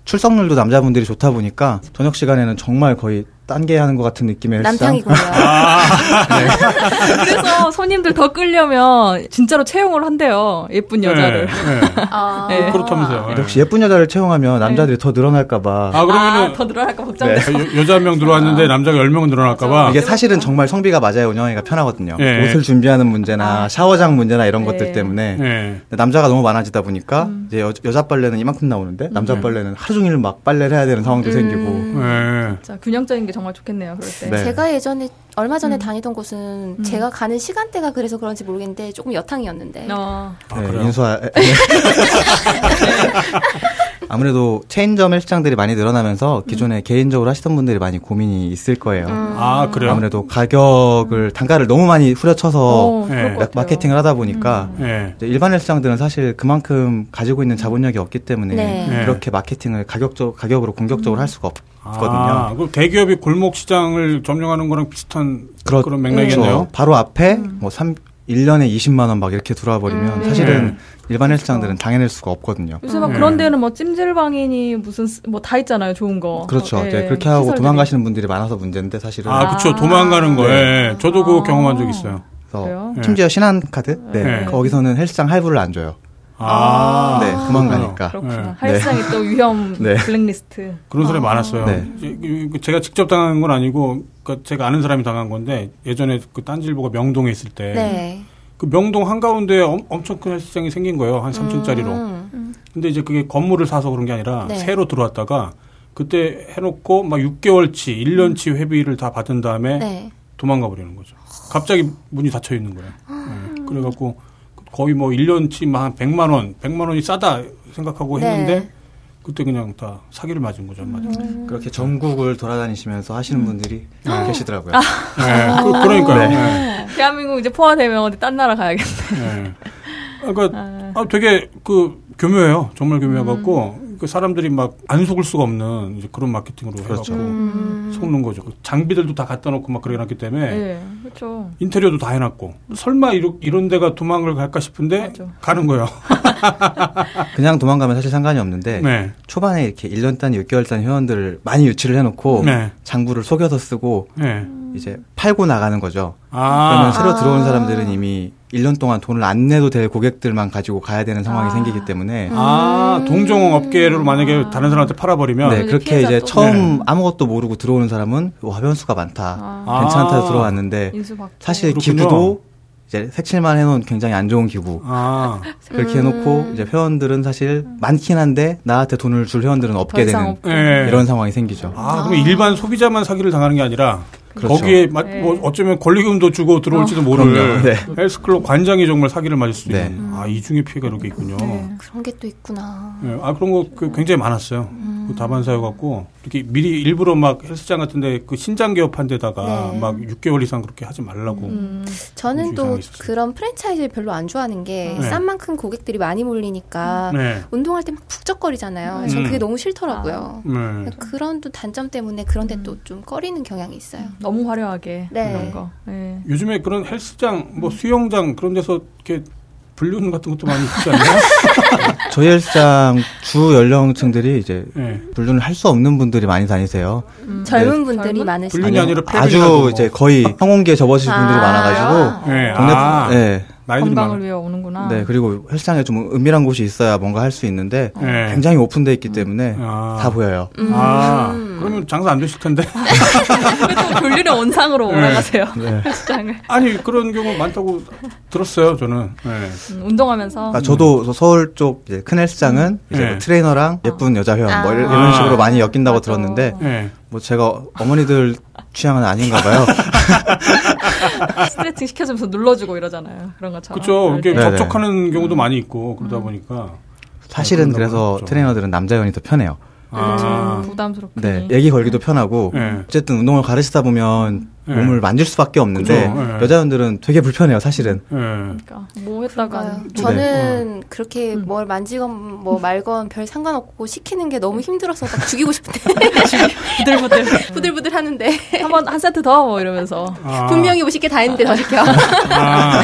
Speaker 6: 출석률도 남자분들이 좋다 보니까 저녁 시간에는 정말 거의 딴게 하는 것 같은 느낌의 헬스장.
Speaker 5: 남탕이군요.
Speaker 2: 그래서 손님들 더 끌려면 진짜로 채용을 한대요, 예쁜 네, 여자를.
Speaker 3: 예, 예.
Speaker 5: 아.
Speaker 2: 네.
Speaker 3: 그렇다면서요. 예.
Speaker 6: 역시 예쁜 여자를 채용하면 남자들이 더 늘어날까봐
Speaker 3: 아 그러면은 네.
Speaker 2: 아, 더 아. 늘어날까 걱정돼.
Speaker 3: 여- 여자 한 명 들어왔는데 남자가 열 명은
Speaker 2: 아,
Speaker 3: 늘어날까봐.
Speaker 6: 이게 사실은 정말 성비가 맞아야 운영하기가 편하거든요.
Speaker 3: 아. 예.
Speaker 6: 옷을 준비하는 문제나 샤워장 문제나 이런
Speaker 2: 네.
Speaker 6: 것들 때문에
Speaker 3: 예.
Speaker 6: 근데 남자가 너무 많아지다 보니까
Speaker 2: 음.
Speaker 6: 이제 여, 여자 빨래는 이만큼 나오는데 남자
Speaker 2: 네.
Speaker 6: 빨래는 하루 종일 막 빨래를 해야 되는
Speaker 2: 음.
Speaker 6: 상황도 생기고
Speaker 3: 예.
Speaker 2: 자, 균형적인 게 정말 좋겠네요, 그럴 때.
Speaker 6: 네.
Speaker 5: 제가 예전에 얼마
Speaker 3: 음.
Speaker 5: 전에 다니던 곳은 제가 가는 시간대가 그래서 그런지 모르겠는데 조금 여탕이었는데
Speaker 2: 어,
Speaker 3: 아,
Speaker 6: 네,
Speaker 3: 그래요?
Speaker 6: 인수하 네. <laughs> 아무래도 체인점 헬스장들이 많이
Speaker 2: 음.
Speaker 6: 늘어나면서 기존에 개인적으로 하시던 분들이 많이 고민이 있을 거예요.
Speaker 3: 아 그래요?
Speaker 6: 아무래도 가격을 단가를 너무 많이 후려쳐서
Speaker 2: 음. 어, 그럴
Speaker 3: 예.
Speaker 2: 것 같아요.
Speaker 6: 네,
Speaker 2: 음.
Speaker 6: 마케팅을 하다 보니까
Speaker 3: 예.
Speaker 6: 이제 일반 헬스장들은 사실 그만큼 가지고 있는 자본력이 없기 때문에
Speaker 5: 네.
Speaker 3: 네.
Speaker 6: 그렇게 마케팅을 가격적 가격으로 공격적으로
Speaker 2: 음.
Speaker 6: 할 수가 없거든요.
Speaker 3: 아, 그럼 대기업이 골목 시장을 점령하는 거랑 비슷한
Speaker 6: 그렇- 그렇죠.
Speaker 3: 그런 맥락이겠네요.
Speaker 6: 바로 앞에 뭐 3, 1년에 20만 원 막 이렇게 들어와 버리면
Speaker 2: 음. 어,
Speaker 6: 사실은
Speaker 3: 네.
Speaker 6: 일반 헬스장들은 당해낼 수가 없거든요.
Speaker 2: 요새 막
Speaker 3: 음.
Speaker 2: 그런 데는 뭐 찜질방이니 무슨 뭐 다 있잖아요, 좋은 거.
Speaker 6: 그렇죠.
Speaker 2: 어, 예.
Speaker 6: 네, 그렇게 하고
Speaker 2: 시설들이.
Speaker 3: 그
Speaker 6: 도망가시는 분들이 많아서 문제인데 사실은
Speaker 3: 아, 그쵸. 도망가는 거.
Speaker 6: 네.
Speaker 3: 예. 저도 그거 경험한 적 있어요.
Speaker 6: 그래서
Speaker 2: 그래요?
Speaker 6: 심지어 신한카드 네.
Speaker 3: 네.
Speaker 6: 거기서는 헬스장 할부를 안 줘요.
Speaker 3: 아,
Speaker 6: 네, 도망가니까.
Speaker 2: 그렇구나.
Speaker 3: 네.
Speaker 2: 할상이 또 위험
Speaker 6: 네.
Speaker 2: 블랙리스트.
Speaker 3: 그런 소리 많았어요.
Speaker 6: 네.
Speaker 3: 이- 이- 이- 제가 직접 당한 건 아니고, 그러니까 제가 아는 사람이 당한 건데, 예전에 그 딴지일보가 명동에 있을 때,
Speaker 5: 네.
Speaker 3: 그 명동 한가운데 엄, 엄청 큰 헬스장이 생긴 거예요. 한 3층짜리로.
Speaker 1: 음.
Speaker 3: 근데 이제 그게 건물을 사서 그런 게 아니라
Speaker 1: 네.
Speaker 3: 새로 들어왔다가 그때 해놓고 막 6개월치, 1년치 회비를 다 받은 다음에
Speaker 1: 네.
Speaker 3: 도망가 버리는 거죠. 갑자기 문이 닫혀 있는 거예요. 예. 그래갖고 거의 뭐 1년치 막한 100만 원, 100만 원이 싸다 생각하고
Speaker 1: 네.
Speaker 3: 했는데 그때 그냥 다 사기를 맞은 거죠. 맞아.
Speaker 2: 음.
Speaker 6: 그렇게 전국을 돌아다니시면서 하시는 분들이 계시더라고요.
Speaker 2: 아.
Speaker 3: 예. 그- 그러니까요. 예.
Speaker 2: 대한민국 이제 포화되면 어디 딴 나라 가야겠네.
Speaker 3: 예. 그러니까 아, 되게 그 교묘해요. 정말 교묘해갖고 그 사람들이 막 안 속을 수가 없는 이제 그런 마케팅으로
Speaker 6: 그렇죠.
Speaker 3: 해갖고
Speaker 1: 음.
Speaker 3: 속는 거죠. 그 장비들도 다 갖다 놓고 막 그래놨기 때문에
Speaker 2: 예, 그렇죠.
Speaker 3: 인테리어도 다 해놨고 설마 이러, 이런 데가 도망을 갈까 싶은데
Speaker 2: 맞아.
Speaker 3: 가는 거예요.
Speaker 6: 그냥 도망가면 사실 상관이 없는데
Speaker 3: 네.
Speaker 6: 초반에 이렇게 1년 단, 6개월 단 회원들을 많이 유치를 해놓고
Speaker 3: 네.
Speaker 6: 장부를 속여서 쓰고
Speaker 3: 네.
Speaker 2: 음.
Speaker 6: 이제 팔고 나가는 거죠. 그러면
Speaker 3: 아.
Speaker 6: 새로 들어온 사람들은 이미 1년 동안 돈을 안 내도 될 고객들만 가지고 가야 되는 상황이 생기기 때문에
Speaker 3: 아, 동종 업계를 만약에 다른 사람한테 팔아버리면
Speaker 6: 네,
Speaker 2: 이제
Speaker 6: 그렇게
Speaker 2: 피해자
Speaker 6: 이제
Speaker 2: 또-
Speaker 6: 처음 아무것도 모르고 들어오는 사람은 와 변수가 많다.
Speaker 2: 아.
Speaker 6: 괜찮다
Speaker 3: 아.
Speaker 6: 해서 들어왔는데
Speaker 2: 인수 받고.
Speaker 6: 사실
Speaker 3: 그렇군요.
Speaker 6: 기부도 이제 색칠만 해놓은 굉장히 안 좋은 기부
Speaker 3: 아,
Speaker 6: 그렇게 해놓고 이제 회원들은 사실 많긴 한데 나한테 돈을 줄 회원들은 없게
Speaker 2: 더 이상
Speaker 6: 되는 네.
Speaker 2: 없고.
Speaker 3: 예.
Speaker 6: 이런 상황이 생기죠.
Speaker 3: 아, 그럼 일반 소비자만 사기를 당하는 게 아니라
Speaker 6: 그렇죠.
Speaker 3: 거기에 마-
Speaker 2: 네.
Speaker 3: 뭐 어쩌면 권리금도 주고 들어올지도 모를
Speaker 6: 그럼요. 네.
Speaker 3: 헬스클럽 관장이 정말 사기를 맞을 수도
Speaker 6: 네.
Speaker 3: 있는. 아, 이 중에 피해가 이렇게 있군요.
Speaker 2: 네.
Speaker 1: 그런 게 또 있구나.
Speaker 3: 예, 아 그런 거그 굉장히 많았어요. 그 다반사여 갖고 이렇게 미리 일부러 막 헬스장 같은데 그 신장 개업한 데다가
Speaker 1: 네.
Speaker 3: 막 6개월 이상 그렇게 하지 말라고.
Speaker 2: 음.
Speaker 1: 저는
Speaker 3: 그런
Speaker 1: 또
Speaker 3: 이상이 있었어요.
Speaker 1: 그런 프랜차이즈를 별로 안 좋아하는 게 싼
Speaker 3: 네.
Speaker 1: 만큼 고객들이 많이 몰리니까
Speaker 3: 네.
Speaker 1: 운동할 때 막 푹적거리잖아요.
Speaker 2: 음.
Speaker 1: 전 그게 너무 싫더라고요. 그러니까
Speaker 3: 네.
Speaker 1: 그런 또 단점 때문에
Speaker 2: 음.
Speaker 1: 그런데 또 좀 꺼리는 경향이 있어요.
Speaker 3: 음.
Speaker 2: 너무 화려하게
Speaker 1: 네.
Speaker 2: 이런 거. 예.
Speaker 3: 요즘에 그런 헬스장, 뭐 수영장 그런 데서 이렇게 불륜 같은 것도 많이 있지 않나요?
Speaker 6: <laughs> 저희 헬스장 주 연령층들이 이제
Speaker 3: 네.
Speaker 6: 불륜을 할 수 없는 분들이 많이 다니세요.
Speaker 1: 젊은 분들이
Speaker 2: 네. 젊은?
Speaker 1: 많으시죠.
Speaker 3: 불륜이
Speaker 6: 아니요.
Speaker 3: 아니라
Speaker 6: 아주
Speaker 3: 패딩이라고.
Speaker 6: 이제 거의 성공기에 접어드신 분들이
Speaker 1: 아.
Speaker 6: 많아가지고
Speaker 3: 네.
Speaker 6: 동네
Speaker 3: 아,
Speaker 6: 네,
Speaker 3: 나이들이
Speaker 2: 건강을
Speaker 3: 많아.
Speaker 2: 위해 오는구나.
Speaker 6: 네 그리고 헬스장에 좀 은밀한 곳이 있어야 뭔가 할 수 있는데
Speaker 3: 네.
Speaker 6: 굉장히 오픈돼 있기 때문에
Speaker 3: 아.
Speaker 6: 다 보여요.
Speaker 3: 아, 그러면 장사 안 되실 텐데.
Speaker 2: 또 분류의 원상으로
Speaker 3: 네.
Speaker 2: 올라가세요.
Speaker 6: 네.
Speaker 2: <laughs> 시장을
Speaker 3: 아니 그런 경우 많다고 들었어요, 저는. 네.
Speaker 2: 음, 운동하면서.
Speaker 6: 그러니까 저도 저 서울 쪽 이제 큰 헬스장은 이제 뭐
Speaker 3: 네.
Speaker 6: 트레이너랑 예쁜 여자 회원 뭐 이런,
Speaker 3: 아.
Speaker 6: 이런 식으로 많이 엮인다고
Speaker 2: 맞아.
Speaker 6: 들었는데
Speaker 3: 네.
Speaker 6: 뭐 제가 어머니들 취향은 아닌가
Speaker 3: <laughs>
Speaker 6: 봐요.
Speaker 2: 스트레칭 시켜주면서 눌러주고 이러잖아요. 그런 것처럼.
Speaker 3: 그렇죠. 이렇게
Speaker 6: 네, 네.
Speaker 3: 접촉하는 경우도 많이 있고 그러다 보니까
Speaker 6: 사실은
Speaker 3: 그런가
Speaker 6: 그래서
Speaker 3: 보죠.
Speaker 6: 트레이너들은 남자 회원이 더 편해요.
Speaker 3: 아,
Speaker 2: 음, 부담스럽게.
Speaker 6: 네, 얘기 걸기도 편하고
Speaker 3: 네.
Speaker 6: 어쨌든 운동을 가르치다 보면
Speaker 3: 네.
Speaker 6: 몸을 만질 수밖에 없는데
Speaker 3: 그죠. 네.
Speaker 6: 여자 회원들은 되게 불편해요, 사실은.
Speaker 3: 예.
Speaker 2: 그러니까 뭐 했다가
Speaker 1: 음. 저는 그렇게
Speaker 2: 음.
Speaker 1: 뭘 만지건 뭐 말건 별 상관없고 시키는 게 너무 힘들어서 막 죽이고
Speaker 2: <laughs>
Speaker 1: 싶은데
Speaker 2: 부들부들 <laughs>
Speaker 1: 부들부들 하는데
Speaker 2: 한번 한 세트 더 뭐 이러면서
Speaker 3: 아.
Speaker 1: 분명히 50개 다 했는데 더
Speaker 3: <laughs>
Speaker 1: 시켜.
Speaker 3: 아,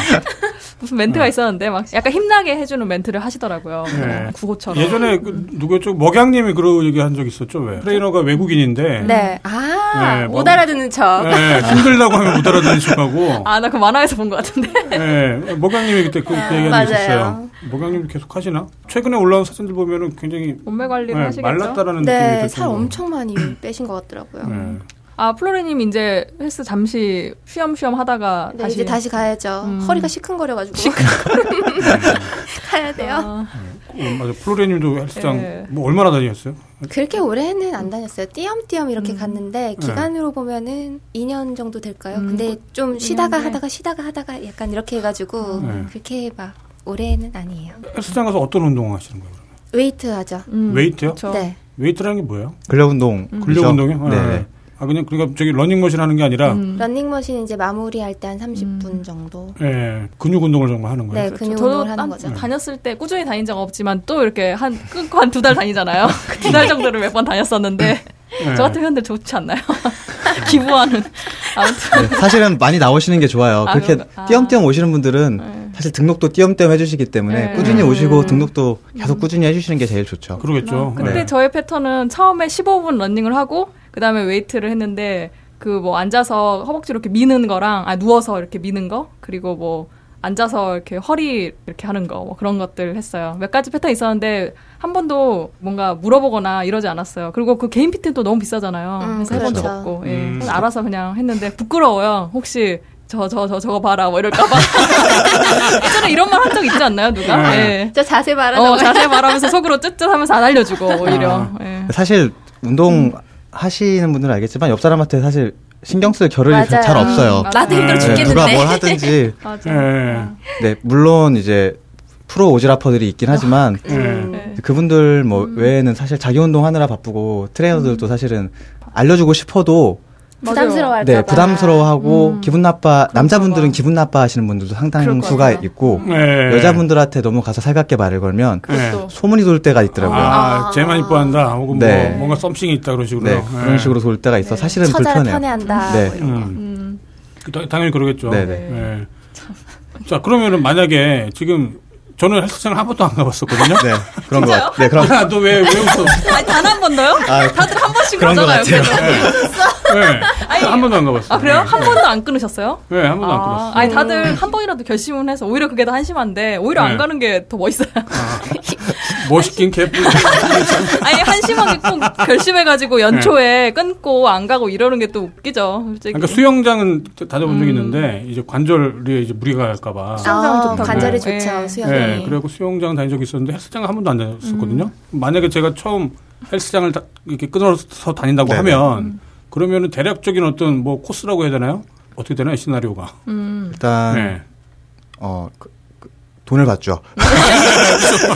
Speaker 2: 무슨 멘트가 있었는데 막 약간 힘나게 해주는 멘트를 하시더라고요.
Speaker 3: 네.
Speaker 2: 구호처럼.
Speaker 3: 예전에 그 누구였죠? 먹양님이 그런 얘기 한 적 있었죠. 왜? 트레이너가 외국인인데
Speaker 1: 네. 아,
Speaker 3: 네,
Speaker 1: 못
Speaker 3: 뭐-
Speaker 1: 알아듣는 척.
Speaker 3: 예, 힘들다고 하면 못 알아듣는 척하고
Speaker 2: 아 나 그 만화에서 본 것 같은데.
Speaker 3: 예, 먹양님이 그때 그, 그 얘기
Speaker 1: 맞아요.
Speaker 3: 한 적 있었어요. 먹양님도 계속 하시나? 최근에 올라온 사진들 보면은 굉장히
Speaker 2: 몸매 관리를
Speaker 3: 예,
Speaker 2: 하시겠죠.
Speaker 3: 말랐다라는 느낌이 음.
Speaker 1: 네,
Speaker 3: 들
Speaker 1: 살
Speaker 3: 정도로.
Speaker 1: 엄청 많이 빼신 것 같더라고요.
Speaker 3: 예.
Speaker 2: 아 플로리님 이제 헬스 잠시 쉬엄쉬엄 하다가
Speaker 1: 네,
Speaker 2: 다시
Speaker 1: 이제 다시 가야죠.
Speaker 2: 음.
Speaker 1: 허리가 시큰거려가지고. <laughs>
Speaker 3: 네.
Speaker 1: 가야 돼요.
Speaker 2: 아,
Speaker 3: 어, 맞아. 플로레님도 헬스장
Speaker 2: 예.
Speaker 3: 뭐 얼마나 다녔어요?
Speaker 1: 그렇게 오래는 안 다녔어요. 띄엄띄엄 이렇게
Speaker 6: 음.
Speaker 1: 갔는데
Speaker 6: 네.
Speaker 1: 기간으로 보면은 2년 정도 될까요?
Speaker 2: 음,
Speaker 1: 근데 좀 쉬다가
Speaker 2: 네.
Speaker 1: 하다가 쉬다가 하다가 약간 이렇게 해가지고
Speaker 3: 네.
Speaker 1: 그렇게 막 오래는 아니에요.
Speaker 3: 헬스장 가서 어떤 운동을 하시는 거예요? 그러면?
Speaker 1: 웨이트 하죠.
Speaker 2: 음,
Speaker 3: 웨이트요?
Speaker 2: 그쵸.
Speaker 1: 네.
Speaker 3: 웨이트라는 게 뭐예요?
Speaker 6: 근력 운동.
Speaker 3: 근력 운동이요?
Speaker 6: 네.
Speaker 3: 예. 아 그냥 그러니까 저기 러닝머신 하는 게 아니라
Speaker 2: 음.
Speaker 1: 런닝머신 이제 마무리할 때 한 30분 정도.
Speaker 3: 예, 근육 운동을 정말
Speaker 6: 음.
Speaker 3: 하는 거예요.
Speaker 1: 네,
Speaker 2: 그렇죠.
Speaker 1: 근육
Speaker 2: 저도
Speaker 1: 운동을 하는
Speaker 2: 딴-
Speaker 1: 거죠.
Speaker 2: 다녔을 때 꾸준히 다닌 적 없지만 또 이렇게 한 끊고 한 두 달
Speaker 1: <laughs>
Speaker 2: 다니잖아요. 두 달 정도를 몇 번 다녔었는데
Speaker 3: 예.
Speaker 2: 저 같은 회원들 좋지 않나요? <laughs> 기부하는 아무튼
Speaker 6: 네, 사실은 많이 나오시는 게 좋아요.
Speaker 2: 아,
Speaker 6: 그렇게
Speaker 2: 그런가? 아.
Speaker 6: 띄엄띄엄 오시는 분들은
Speaker 2: 네.
Speaker 6: 사실 등록도 띄엄띄엄 해주시기 때문에
Speaker 2: 네.
Speaker 6: 꾸준히 오시고 등록도 계속 꾸준히 해주시는 게 제일 좋죠.
Speaker 3: 음. 그러겠죠.
Speaker 2: 음, 아, 근데
Speaker 3: 예.
Speaker 2: 저의 패턴은 처음에 15분 러닝을 하고 그다음에 웨이트를 했는데 그 뭐 앉아서 허벅지로 이렇게 미는 거랑 아 누워서 이렇게 미는 거 그리고 뭐 앉아서 이렇게 허리 이렇게 하는 거뭐 그런 것들 했어요. 몇 가지 패턴 있었는데 한 번도 뭔가 물어보거나 이러지 않았어요. 그리고 그 개인 피트는 또 너무 비싸잖아요.
Speaker 1: 음,
Speaker 2: 그래서 해본 적
Speaker 1: 그렇죠.
Speaker 2: 없고 예.
Speaker 3: 음.
Speaker 2: 그래서 알아서 그냥 했는데 부끄러워요. 혹시 저 저 저 저거 봐라 뭐 이럴까봐 <laughs> 예전에 이런 말 한 적 있지 않나요 누가?
Speaker 3: 네.
Speaker 1: <laughs>
Speaker 2: 예.
Speaker 5: 저 자세
Speaker 2: <laughs>
Speaker 5: 말하는
Speaker 2: 어, 자세히 말하면서 속으로 쯧쯧하면서 안 알려주고 오히려. 예.
Speaker 6: 사실 운동 하시는 분들은 알겠지만 옆 사람한테 사실 신경 쓸 겨를이
Speaker 5: 맞아요.
Speaker 6: 잘 없어요.
Speaker 2: 맞아요.
Speaker 1: 음. 나도 힘들어
Speaker 3: 네,
Speaker 6: 네,
Speaker 1: 죽겠는데.
Speaker 6: 누가
Speaker 1: <laughs>
Speaker 6: 뭘 하든지
Speaker 2: 맞아.
Speaker 3: 예.
Speaker 6: 네 물론 이제 프로 오지라퍼들이 있긴 하지만
Speaker 3: 예.
Speaker 2: 예.
Speaker 6: 그분들 뭐 외에는 사실 자기 운동하느라 바쁘고 트레이너들도 사실은 알려주고 싶어도
Speaker 5: 부담스러워할까
Speaker 6: 네
Speaker 5: 봐.
Speaker 6: 부담스러워하고
Speaker 1: 음.
Speaker 6: 기분
Speaker 1: 그렇죠.
Speaker 6: 나빠 남자분들은
Speaker 2: 봐.
Speaker 6: 기분 나빠하시는 분들도 상당히
Speaker 2: 그럴
Speaker 6: 수가
Speaker 2: 거예요.
Speaker 6: 있고
Speaker 3: 예.
Speaker 6: 여자분들한테 너무 가서 살갑게 말을 걸면
Speaker 2: 그것도.
Speaker 6: 소문이 돌 때가 있더라고요.
Speaker 3: 아, 쟤만 이뻐한다. 혹은
Speaker 6: 네.
Speaker 3: 뭐, 뭔가 썸씽이 있다. 그런 예. 식으로.
Speaker 6: 네 그런 식으로 돌 때가 있어 사실은
Speaker 1: 처자를
Speaker 6: 불편해요.
Speaker 1: 편애한다.
Speaker 6: 네.
Speaker 1: 뭐 이런 거.
Speaker 2: 음.
Speaker 3: 그, 다- 당연히 그러겠죠.
Speaker 6: 네네.
Speaker 3: 예. 자, 그러면은 만약에 지금 저는 헬스장을 한 번도 안 가봤었거든요.
Speaker 6: 네 그런 거 같-
Speaker 1: <laughs>
Speaker 6: 네
Speaker 3: <laughs>
Speaker 6: 그런
Speaker 3: 아, 너 왜, 왜 웃어?
Speaker 2: 아니 단 한 번도요?
Speaker 6: 아,
Speaker 2: 다들 한 번씩
Speaker 6: 그런 것
Speaker 2: 가잖아요.
Speaker 6: 같아요.
Speaker 2: 그죠?
Speaker 3: 네. 한 번도 안 가봤어요.
Speaker 2: 아 그래요?
Speaker 3: 네.
Speaker 2: 한 번도 안 끊으셨어요?
Speaker 3: 네, 한 번도 안
Speaker 2: 아,
Speaker 3: 가봤어요.
Speaker 2: 아니 다들 한 번이라도 결심은 해서 오히려 그게 더 한심한데 오히려
Speaker 3: 네.
Speaker 2: 안 가는 게 더 멋있어요.
Speaker 6: 아.
Speaker 3: 멋있긴 개뿔.
Speaker 2: <laughs> 아니 한심하게 꼭 결심해가지고
Speaker 6: 네.
Speaker 2: 연초에 끊고 안 가고 이러는 게 또 웃기죠. 솔직히.
Speaker 3: 그러니까 수영장은 다녀본
Speaker 2: 음.
Speaker 3: 적이 있는데 이제 관절에 이제 무리가 갈까봐.
Speaker 2: 수영장은 좋다고.
Speaker 1: 관절에
Speaker 2: 네.
Speaker 1: 좋죠.
Speaker 2: 네. 음.
Speaker 1: 수영이.
Speaker 3: 네, 그래갖고 수영장 다닌 적이 있었는데 헬스장을 한 번도 안 다녔었거든요. 만약에 제가 처음 헬스장을 다- 이렇게 끊어서 다닌다고
Speaker 6: 네네.
Speaker 2: 음.
Speaker 3: 하면 그러면은 대략적인 어떤 뭐 코스라고 해야 되나요? 어떻게 되나요 시나리오가?
Speaker 2: 음.
Speaker 6: 일단
Speaker 3: 네.
Speaker 6: 어 그- 그 돈을
Speaker 3: <laughs>
Speaker 6: 받죠.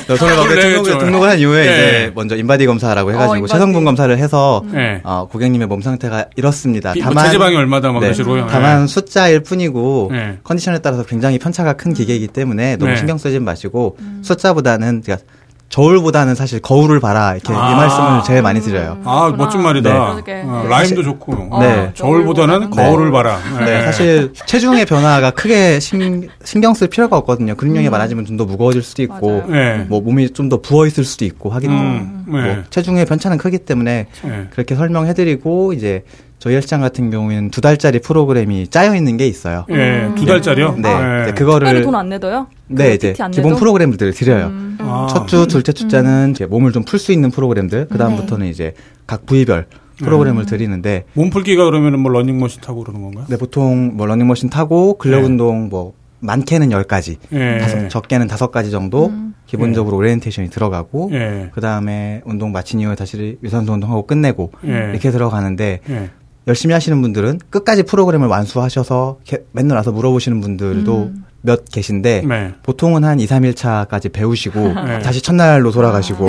Speaker 6: 네, 돈을 받고
Speaker 3: 돈을 내겠죠.
Speaker 6: 등록을, 등록을 한 이후에
Speaker 3: 네.
Speaker 6: 이제 먼저 인바디 검사라고 해가지고
Speaker 2: 어, 인바디.
Speaker 6: 체성분 검사를 해서
Speaker 3: 네.
Speaker 6: 어, 고객님의 몸 상태가 이렇습니다.
Speaker 3: 비- 뭐 체지방이 얼마다 막
Speaker 6: 네,
Speaker 3: 그런 식으로요.
Speaker 6: 다만 숫자일 뿐이고
Speaker 3: 네.
Speaker 6: 컨디션에 따라서 굉장히 편차가 큰 기계이기 때문에 너무
Speaker 3: 네.
Speaker 6: 신경 쓰지 마시고
Speaker 2: 음.
Speaker 6: 숫자보다는 그러니까 저울보다는 사실 거울을 봐라 이렇게
Speaker 3: 아.
Speaker 6: 이 말씀을 제일 많이 드려요.
Speaker 3: 아
Speaker 2: 그렇구나.
Speaker 3: 멋진 말이다.
Speaker 2: 그러게.
Speaker 3: 어,
Speaker 2: 네.
Speaker 3: 라임도 좋고.
Speaker 6: 음, 네.
Speaker 3: 저울보다는
Speaker 2: 네.
Speaker 3: 거울을 봐라. 네.
Speaker 6: 네, 사실 체중의 변화가 크게 신, 신경 쓸 필요가 없거든요. 근육량이 많아지면 좀 더 무거워질 수도 있고,
Speaker 2: 음. 맞아요.
Speaker 3: 네.
Speaker 6: 뭐 몸이 좀 더 부어 있을 수도 있고 하긴
Speaker 3: 음,
Speaker 6: 뭐
Speaker 3: 네.
Speaker 6: 체중의 편차는 크기 때문에
Speaker 3: 네.
Speaker 6: 그렇게 설명해드리고 이제 저희 헬스장 같은 경우에는 두 달짜리 프로그램이 짜여 있는 게 있어요.
Speaker 3: 예,
Speaker 2: 음.
Speaker 3: 두 달짜리요? 아,
Speaker 6: 네, 이제
Speaker 2: 특별히
Speaker 6: 그거를
Speaker 2: 돈안 내도요?
Speaker 6: 네
Speaker 2: 그
Speaker 6: 이제
Speaker 2: PT 안 음.
Speaker 6: 기본
Speaker 2: 내도?
Speaker 6: 프로그램들을 드려요.
Speaker 3: 아,
Speaker 6: 첫 주, 둘째 주자는 이제 몸을 좀 풀 수 있는 프로그램들, 그 다음부터는
Speaker 2: 네.
Speaker 6: 이제 각 부위별
Speaker 3: 음.
Speaker 6: 프로그램을 드리는데
Speaker 3: 몸풀기가 그러면은 뭐 러닝머신 타고 그러는 건가요?
Speaker 6: 네, 보통 뭐 러닝머신 타고 근력
Speaker 3: 네.
Speaker 6: 운동 뭐 많게는 10가지,
Speaker 3: 예.
Speaker 6: 다섯, 적게는 5가지 정도 기본적으로 오리엔테이션이 들어가고
Speaker 3: 예.
Speaker 6: 그다음에 운동 마친 이후에 다시 유산소 운동하고 끝내고
Speaker 3: 예.
Speaker 6: 이렇게 들어가는데
Speaker 3: 예.
Speaker 6: 열심히 하시는 분들은 끝까지 프로그램을 완수하셔서 게- 맨날 와서 물어보시는 분들도 몇 계신데
Speaker 3: 네.
Speaker 6: 보통은 한 2, 3일 차까지 배우시고
Speaker 3: 네.
Speaker 6: 다시 첫날로 돌아가시고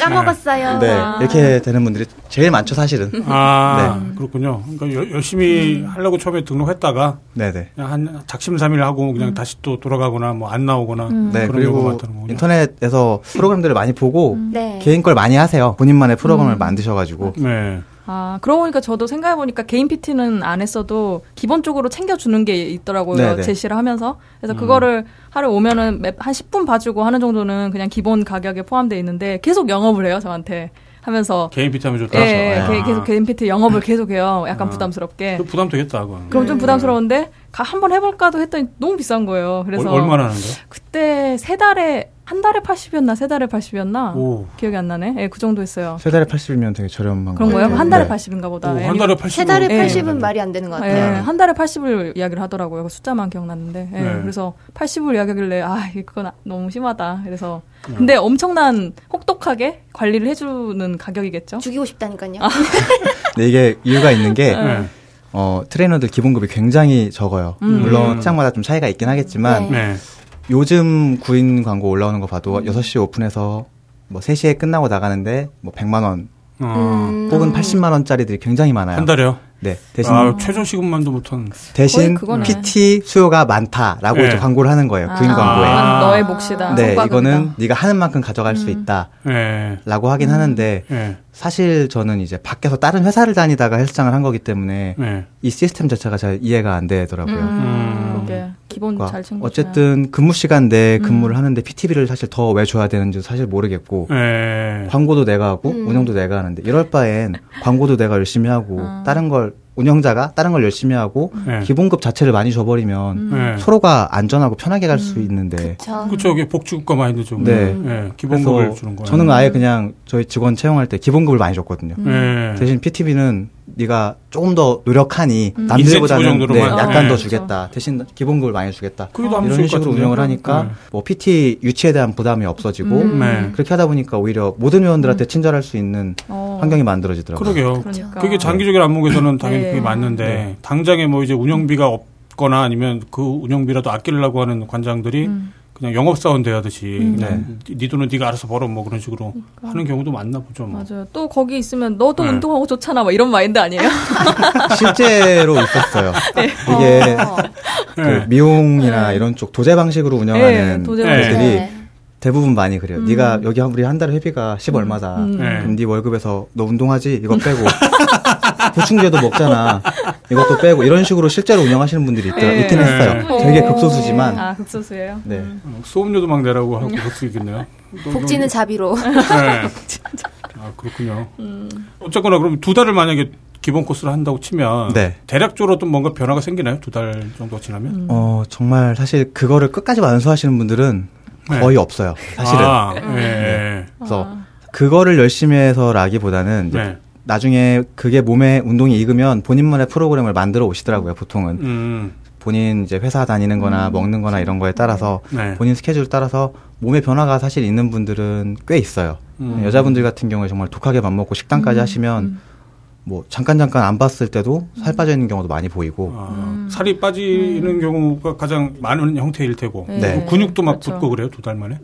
Speaker 1: 까먹었어요.
Speaker 6: 네, 이렇게 되는 분들이 제일
Speaker 3: <laughs>
Speaker 6: 많죠, 사실은.
Speaker 3: 아,
Speaker 6: 네.
Speaker 3: 그렇군요. 그러니까 열- 열심히 하려고 처음에 등록했다가
Speaker 6: 네, 네.
Speaker 3: 그냥 한 작심삼일 하고
Speaker 2: 음.
Speaker 3: 그냥 다시 또 돌아가거나 뭐 안 나오거나
Speaker 6: 네,
Speaker 3: 그런 경우가
Speaker 6: 그리고
Speaker 3: 많다는 거군요.
Speaker 6: 인터넷에서 프로그램들을 많이 보고
Speaker 2: 음.
Speaker 1: 네.
Speaker 6: 개인 걸 많이 하세요. 본인만의 프로그램을 만드셔가지고.
Speaker 3: 네.
Speaker 2: 아, 그러고 보니까 저도 생각해보니까 개인 PT는 안 했어도 기본적으로 챙겨주는 게 있더라고요.
Speaker 6: 네네.
Speaker 2: 제시를 하면서.
Speaker 3: 음.
Speaker 2: 그래서 그거를 하루 오면은 맵- 한 10분 봐주고 하는 정도는 그냥 기본 가격에 포함되어 있는데 계속 영업을 해요, 저한테. 하면서.
Speaker 3: 개인 PT 하면 좋다.
Speaker 2: 예, 예,
Speaker 3: 아.
Speaker 2: 개- 계속 개인 PT 영업을 계속 해요. 약간
Speaker 3: 아. 네.
Speaker 2: 부담스럽게.
Speaker 3: 그거 부담 되겠다, 그건.
Speaker 2: 그럼 좀
Speaker 6: 네.
Speaker 2: 부담스러운데 가- 한번 해볼까도 했더니 너무 비싼 거예요. 그래서
Speaker 3: 얼, 얼마나 하는데?
Speaker 2: 그때 세 달에 한 달에 80이었나 세 달에 80이었나
Speaker 3: 오.
Speaker 2: 기억이 안 나네. 예, 그 정도 했어요.
Speaker 6: 세 달에 80이면 되게 저렴한
Speaker 2: 그런 거예요?
Speaker 6: 네.
Speaker 2: 한 달에
Speaker 6: 네.
Speaker 2: 80인가 보다.
Speaker 3: 오, 네.
Speaker 2: 예,
Speaker 3: 한 달에 80.
Speaker 5: 세 달에
Speaker 2: 예.
Speaker 5: 80은 말이 안 되는 것
Speaker 1: 네.
Speaker 2: 예,
Speaker 5: 같아요.
Speaker 2: 한 달에 80을 이야기를 하더라고요. 그 숫자만 기억났는데. 예,
Speaker 3: 네.
Speaker 2: 그래서 80을 이야기하길래, 아, 그건 아- 너무 심하다. 그래서. 근데 엄청난 혹독하게 관리를 해주는 가격이겠죠?
Speaker 5: 죽이고 싶다니까요.
Speaker 6: 근데 이게 이유가
Speaker 2: <laughs>
Speaker 6: 있는 게,
Speaker 3: 네.
Speaker 6: 어, 트레이너들 기본급이 굉장히 적어요.
Speaker 2: 음.
Speaker 3: 음.
Speaker 6: 물론 특장마다 좀 차이가 있긴
Speaker 1: 네.
Speaker 6: 하겠지만,
Speaker 3: 네.
Speaker 6: 요즘 구인 광고 올라오는 거
Speaker 2: 음.
Speaker 6: 봐도 6시에 오픈해서 뭐 3시에 끝나고 나가는데 뭐 100만원
Speaker 3: 어,
Speaker 5: 음,
Speaker 2: 음.
Speaker 6: 혹은 80만원짜리들이 굉장히 많아요.
Speaker 3: 한 달에요?
Speaker 6: 네. 음. 대신,
Speaker 3: 아, 최저 시급만도 못한.
Speaker 2: 거의
Speaker 6: 대신
Speaker 2: 그거네.
Speaker 6: PT 수요가 많다라고
Speaker 3: 네.
Speaker 6: 이제 광고를 하는 거예요. 구인
Speaker 2: 아,
Speaker 6: 광고에.
Speaker 2: 이건 너의 몫이다.
Speaker 6: 네,
Speaker 2: 손바닥이다. 음,
Speaker 6: 이거는 네가 하는 만큼 가져갈 수 있다라고
Speaker 3: 예.
Speaker 6: 하긴 하는데
Speaker 3: 예.
Speaker 6: 사실 저는 이제 밖에서 다른 회사를 다니다가 헬스장을 한 거기 때문에
Speaker 2: 음.
Speaker 3: 예.
Speaker 6: 이 시스템 자체가 잘 이해가 안 되더라고요.
Speaker 3: 음.
Speaker 2: 그게 기본
Speaker 6: 그러니까
Speaker 2: 잘 음. 챙겨.
Speaker 6: 어쨌든 근무 시간 내에 근무를 하는데 PT비를 사실 더 왜 줘야 되는지 사실
Speaker 2: 음.
Speaker 6: 모르겠고
Speaker 3: 예.
Speaker 2: 네. 아.
Speaker 6: 광고도 내가 하고 운영도 내가 하는데 이럴 바엔 광고도 내가 열심히 하고 다른 걸 운영자가 다른 걸 열심히 하고
Speaker 3: 네.
Speaker 6: 기본급 자체를 많이 줘버리면
Speaker 2: 음.
Speaker 3: 네.
Speaker 6: 서로가 안전하고 편하게 갈 수 있는데
Speaker 1: 그렇죠.
Speaker 3: 그렇죠. 이게 복지국가 마인드죠.
Speaker 6: 네.
Speaker 3: 예, 기본급을
Speaker 6: 그래서
Speaker 3: 주는 거예요.
Speaker 6: 저는 아예 그냥 저희 직원 채용할 때 기본급을 많이 줬거든요.
Speaker 3: 예.
Speaker 6: 대신 PTB는 네가 조금 더 노력하니
Speaker 3: 인센티브
Speaker 6: 남들보다는 네,
Speaker 3: 정도로만.
Speaker 6: 약간
Speaker 3: 네.
Speaker 6: 더 주겠다. 대신 기본급을 많이 주겠다.
Speaker 3: 그게 더
Speaker 6: 이런
Speaker 3: 합리적일 것
Speaker 6: 식으로
Speaker 3: 같은데요?
Speaker 6: 운영을 하니까 뭐 PT 유치에 대한 부담이 없어지고
Speaker 2: 음.
Speaker 3: 네.
Speaker 6: 그렇게 하다 보니까 오히려 모든 회원들한테 친절할 수 있는
Speaker 2: 어,
Speaker 6: 환경이 만들어지더라고요.
Speaker 3: 그러게요.
Speaker 2: 그러니까.
Speaker 3: 그렇죠. 그게 장기적인 안목에서는 당연히
Speaker 2: 네.
Speaker 3: 그게 맞는데
Speaker 6: 네.
Speaker 3: 당장에 뭐 이제 운영비가 없거나 아니면 그 운영비라도 아끼려고 하는 관장들이
Speaker 2: 음.
Speaker 3: 그냥 영업사원 대하듯이
Speaker 2: 음.
Speaker 3: 그냥 네. 돈은 네가 알아서 벌어 뭐 그런 식으로 하는 경우도 많나 보죠. 뭐.
Speaker 2: 맞아요. 또 거기 있으면 너도
Speaker 3: 네.
Speaker 2: 운동하고 좋잖아. 막 이런 마인드
Speaker 6: <laughs>
Speaker 2: 아니에요?
Speaker 6: <laughs> 실제로 있었어요. 이게
Speaker 1: 어.
Speaker 5: 어.
Speaker 6: 그
Speaker 3: 네.
Speaker 6: 미용이나 이런 쪽 도제 방식으로 운영하는
Speaker 2: 네, 도제
Speaker 3: 방식.
Speaker 6: 분들이
Speaker 1: 네.
Speaker 6: 대부분 많이 그래요.
Speaker 2: 음.
Speaker 6: 네가 여기 한- 우리 한 달에 회비가 10 얼마다.
Speaker 2: 음.
Speaker 3: 네.
Speaker 6: 그럼 네 월급에서 너 운동하지 이거
Speaker 2: <laughs>
Speaker 6: 빼고 보충제도 먹잖아. 이것도 빼고 이런 식으로 실제로 운영하시는 분들이 있더라.
Speaker 2: 네.
Speaker 6: 있긴 했어요.
Speaker 2: 네.
Speaker 6: 되게
Speaker 2: 오.
Speaker 6: 극소수지만.
Speaker 2: 아, 극소수예요.
Speaker 6: 네.
Speaker 3: 어, 수업료도 막 내라고 하고 그럴 수 있겠네요. 또
Speaker 1: 복지는 자비로.
Speaker 3: 음. <laughs> 네. 아 그렇군요. 어쨌거나 그럼 두 달을 만약에 기본 코스를 한다고 치면
Speaker 6: 네.
Speaker 3: 대략적으로 또 뭔가 변화가 생기나요? 두 달 정도 지나면?
Speaker 6: 어 정말 사실 그거를 끝까지 완수하시는 분들은
Speaker 3: 네.
Speaker 6: 거의 없어요. 사실은. 네.
Speaker 3: 아, 예.
Speaker 6: 그래서
Speaker 2: 아.
Speaker 6: 그거를 열심히 해서라기보다는 이제
Speaker 3: 네.
Speaker 6: 나중에 그게 몸에 운동이 익으면 본인만의 프로그램을 만들어 오시더라고요. 보통은
Speaker 3: 음.
Speaker 6: 본인 이제 회사 다니는거나 먹는거나 이런 거에 따라서
Speaker 3: 네.
Speaker 6: 본인 스케줄 따라서 몸의 변화가 사실 있는 분들은 꽤 있어요.
Speaker 3: 음.
Speaker 6: 여자분들 같은 경우에 정말 독하게 밥 먹고
Speaker 2: 음.
Speaker 6: 식단까지 하시면 뭐 잠깐 잠깐 안 봤을 때도 살 빠져 있는 경우도 많이 보이고
Speaker 3: 아, 살이 빠지는 경우가 가장 많은 형태일 테고
Speaker 6: 네.
Speaker 3: 뭐 근육도 막
Speaker 2: 그렇죠.
Speaker 3: 붙고 그래요 두 달 만에.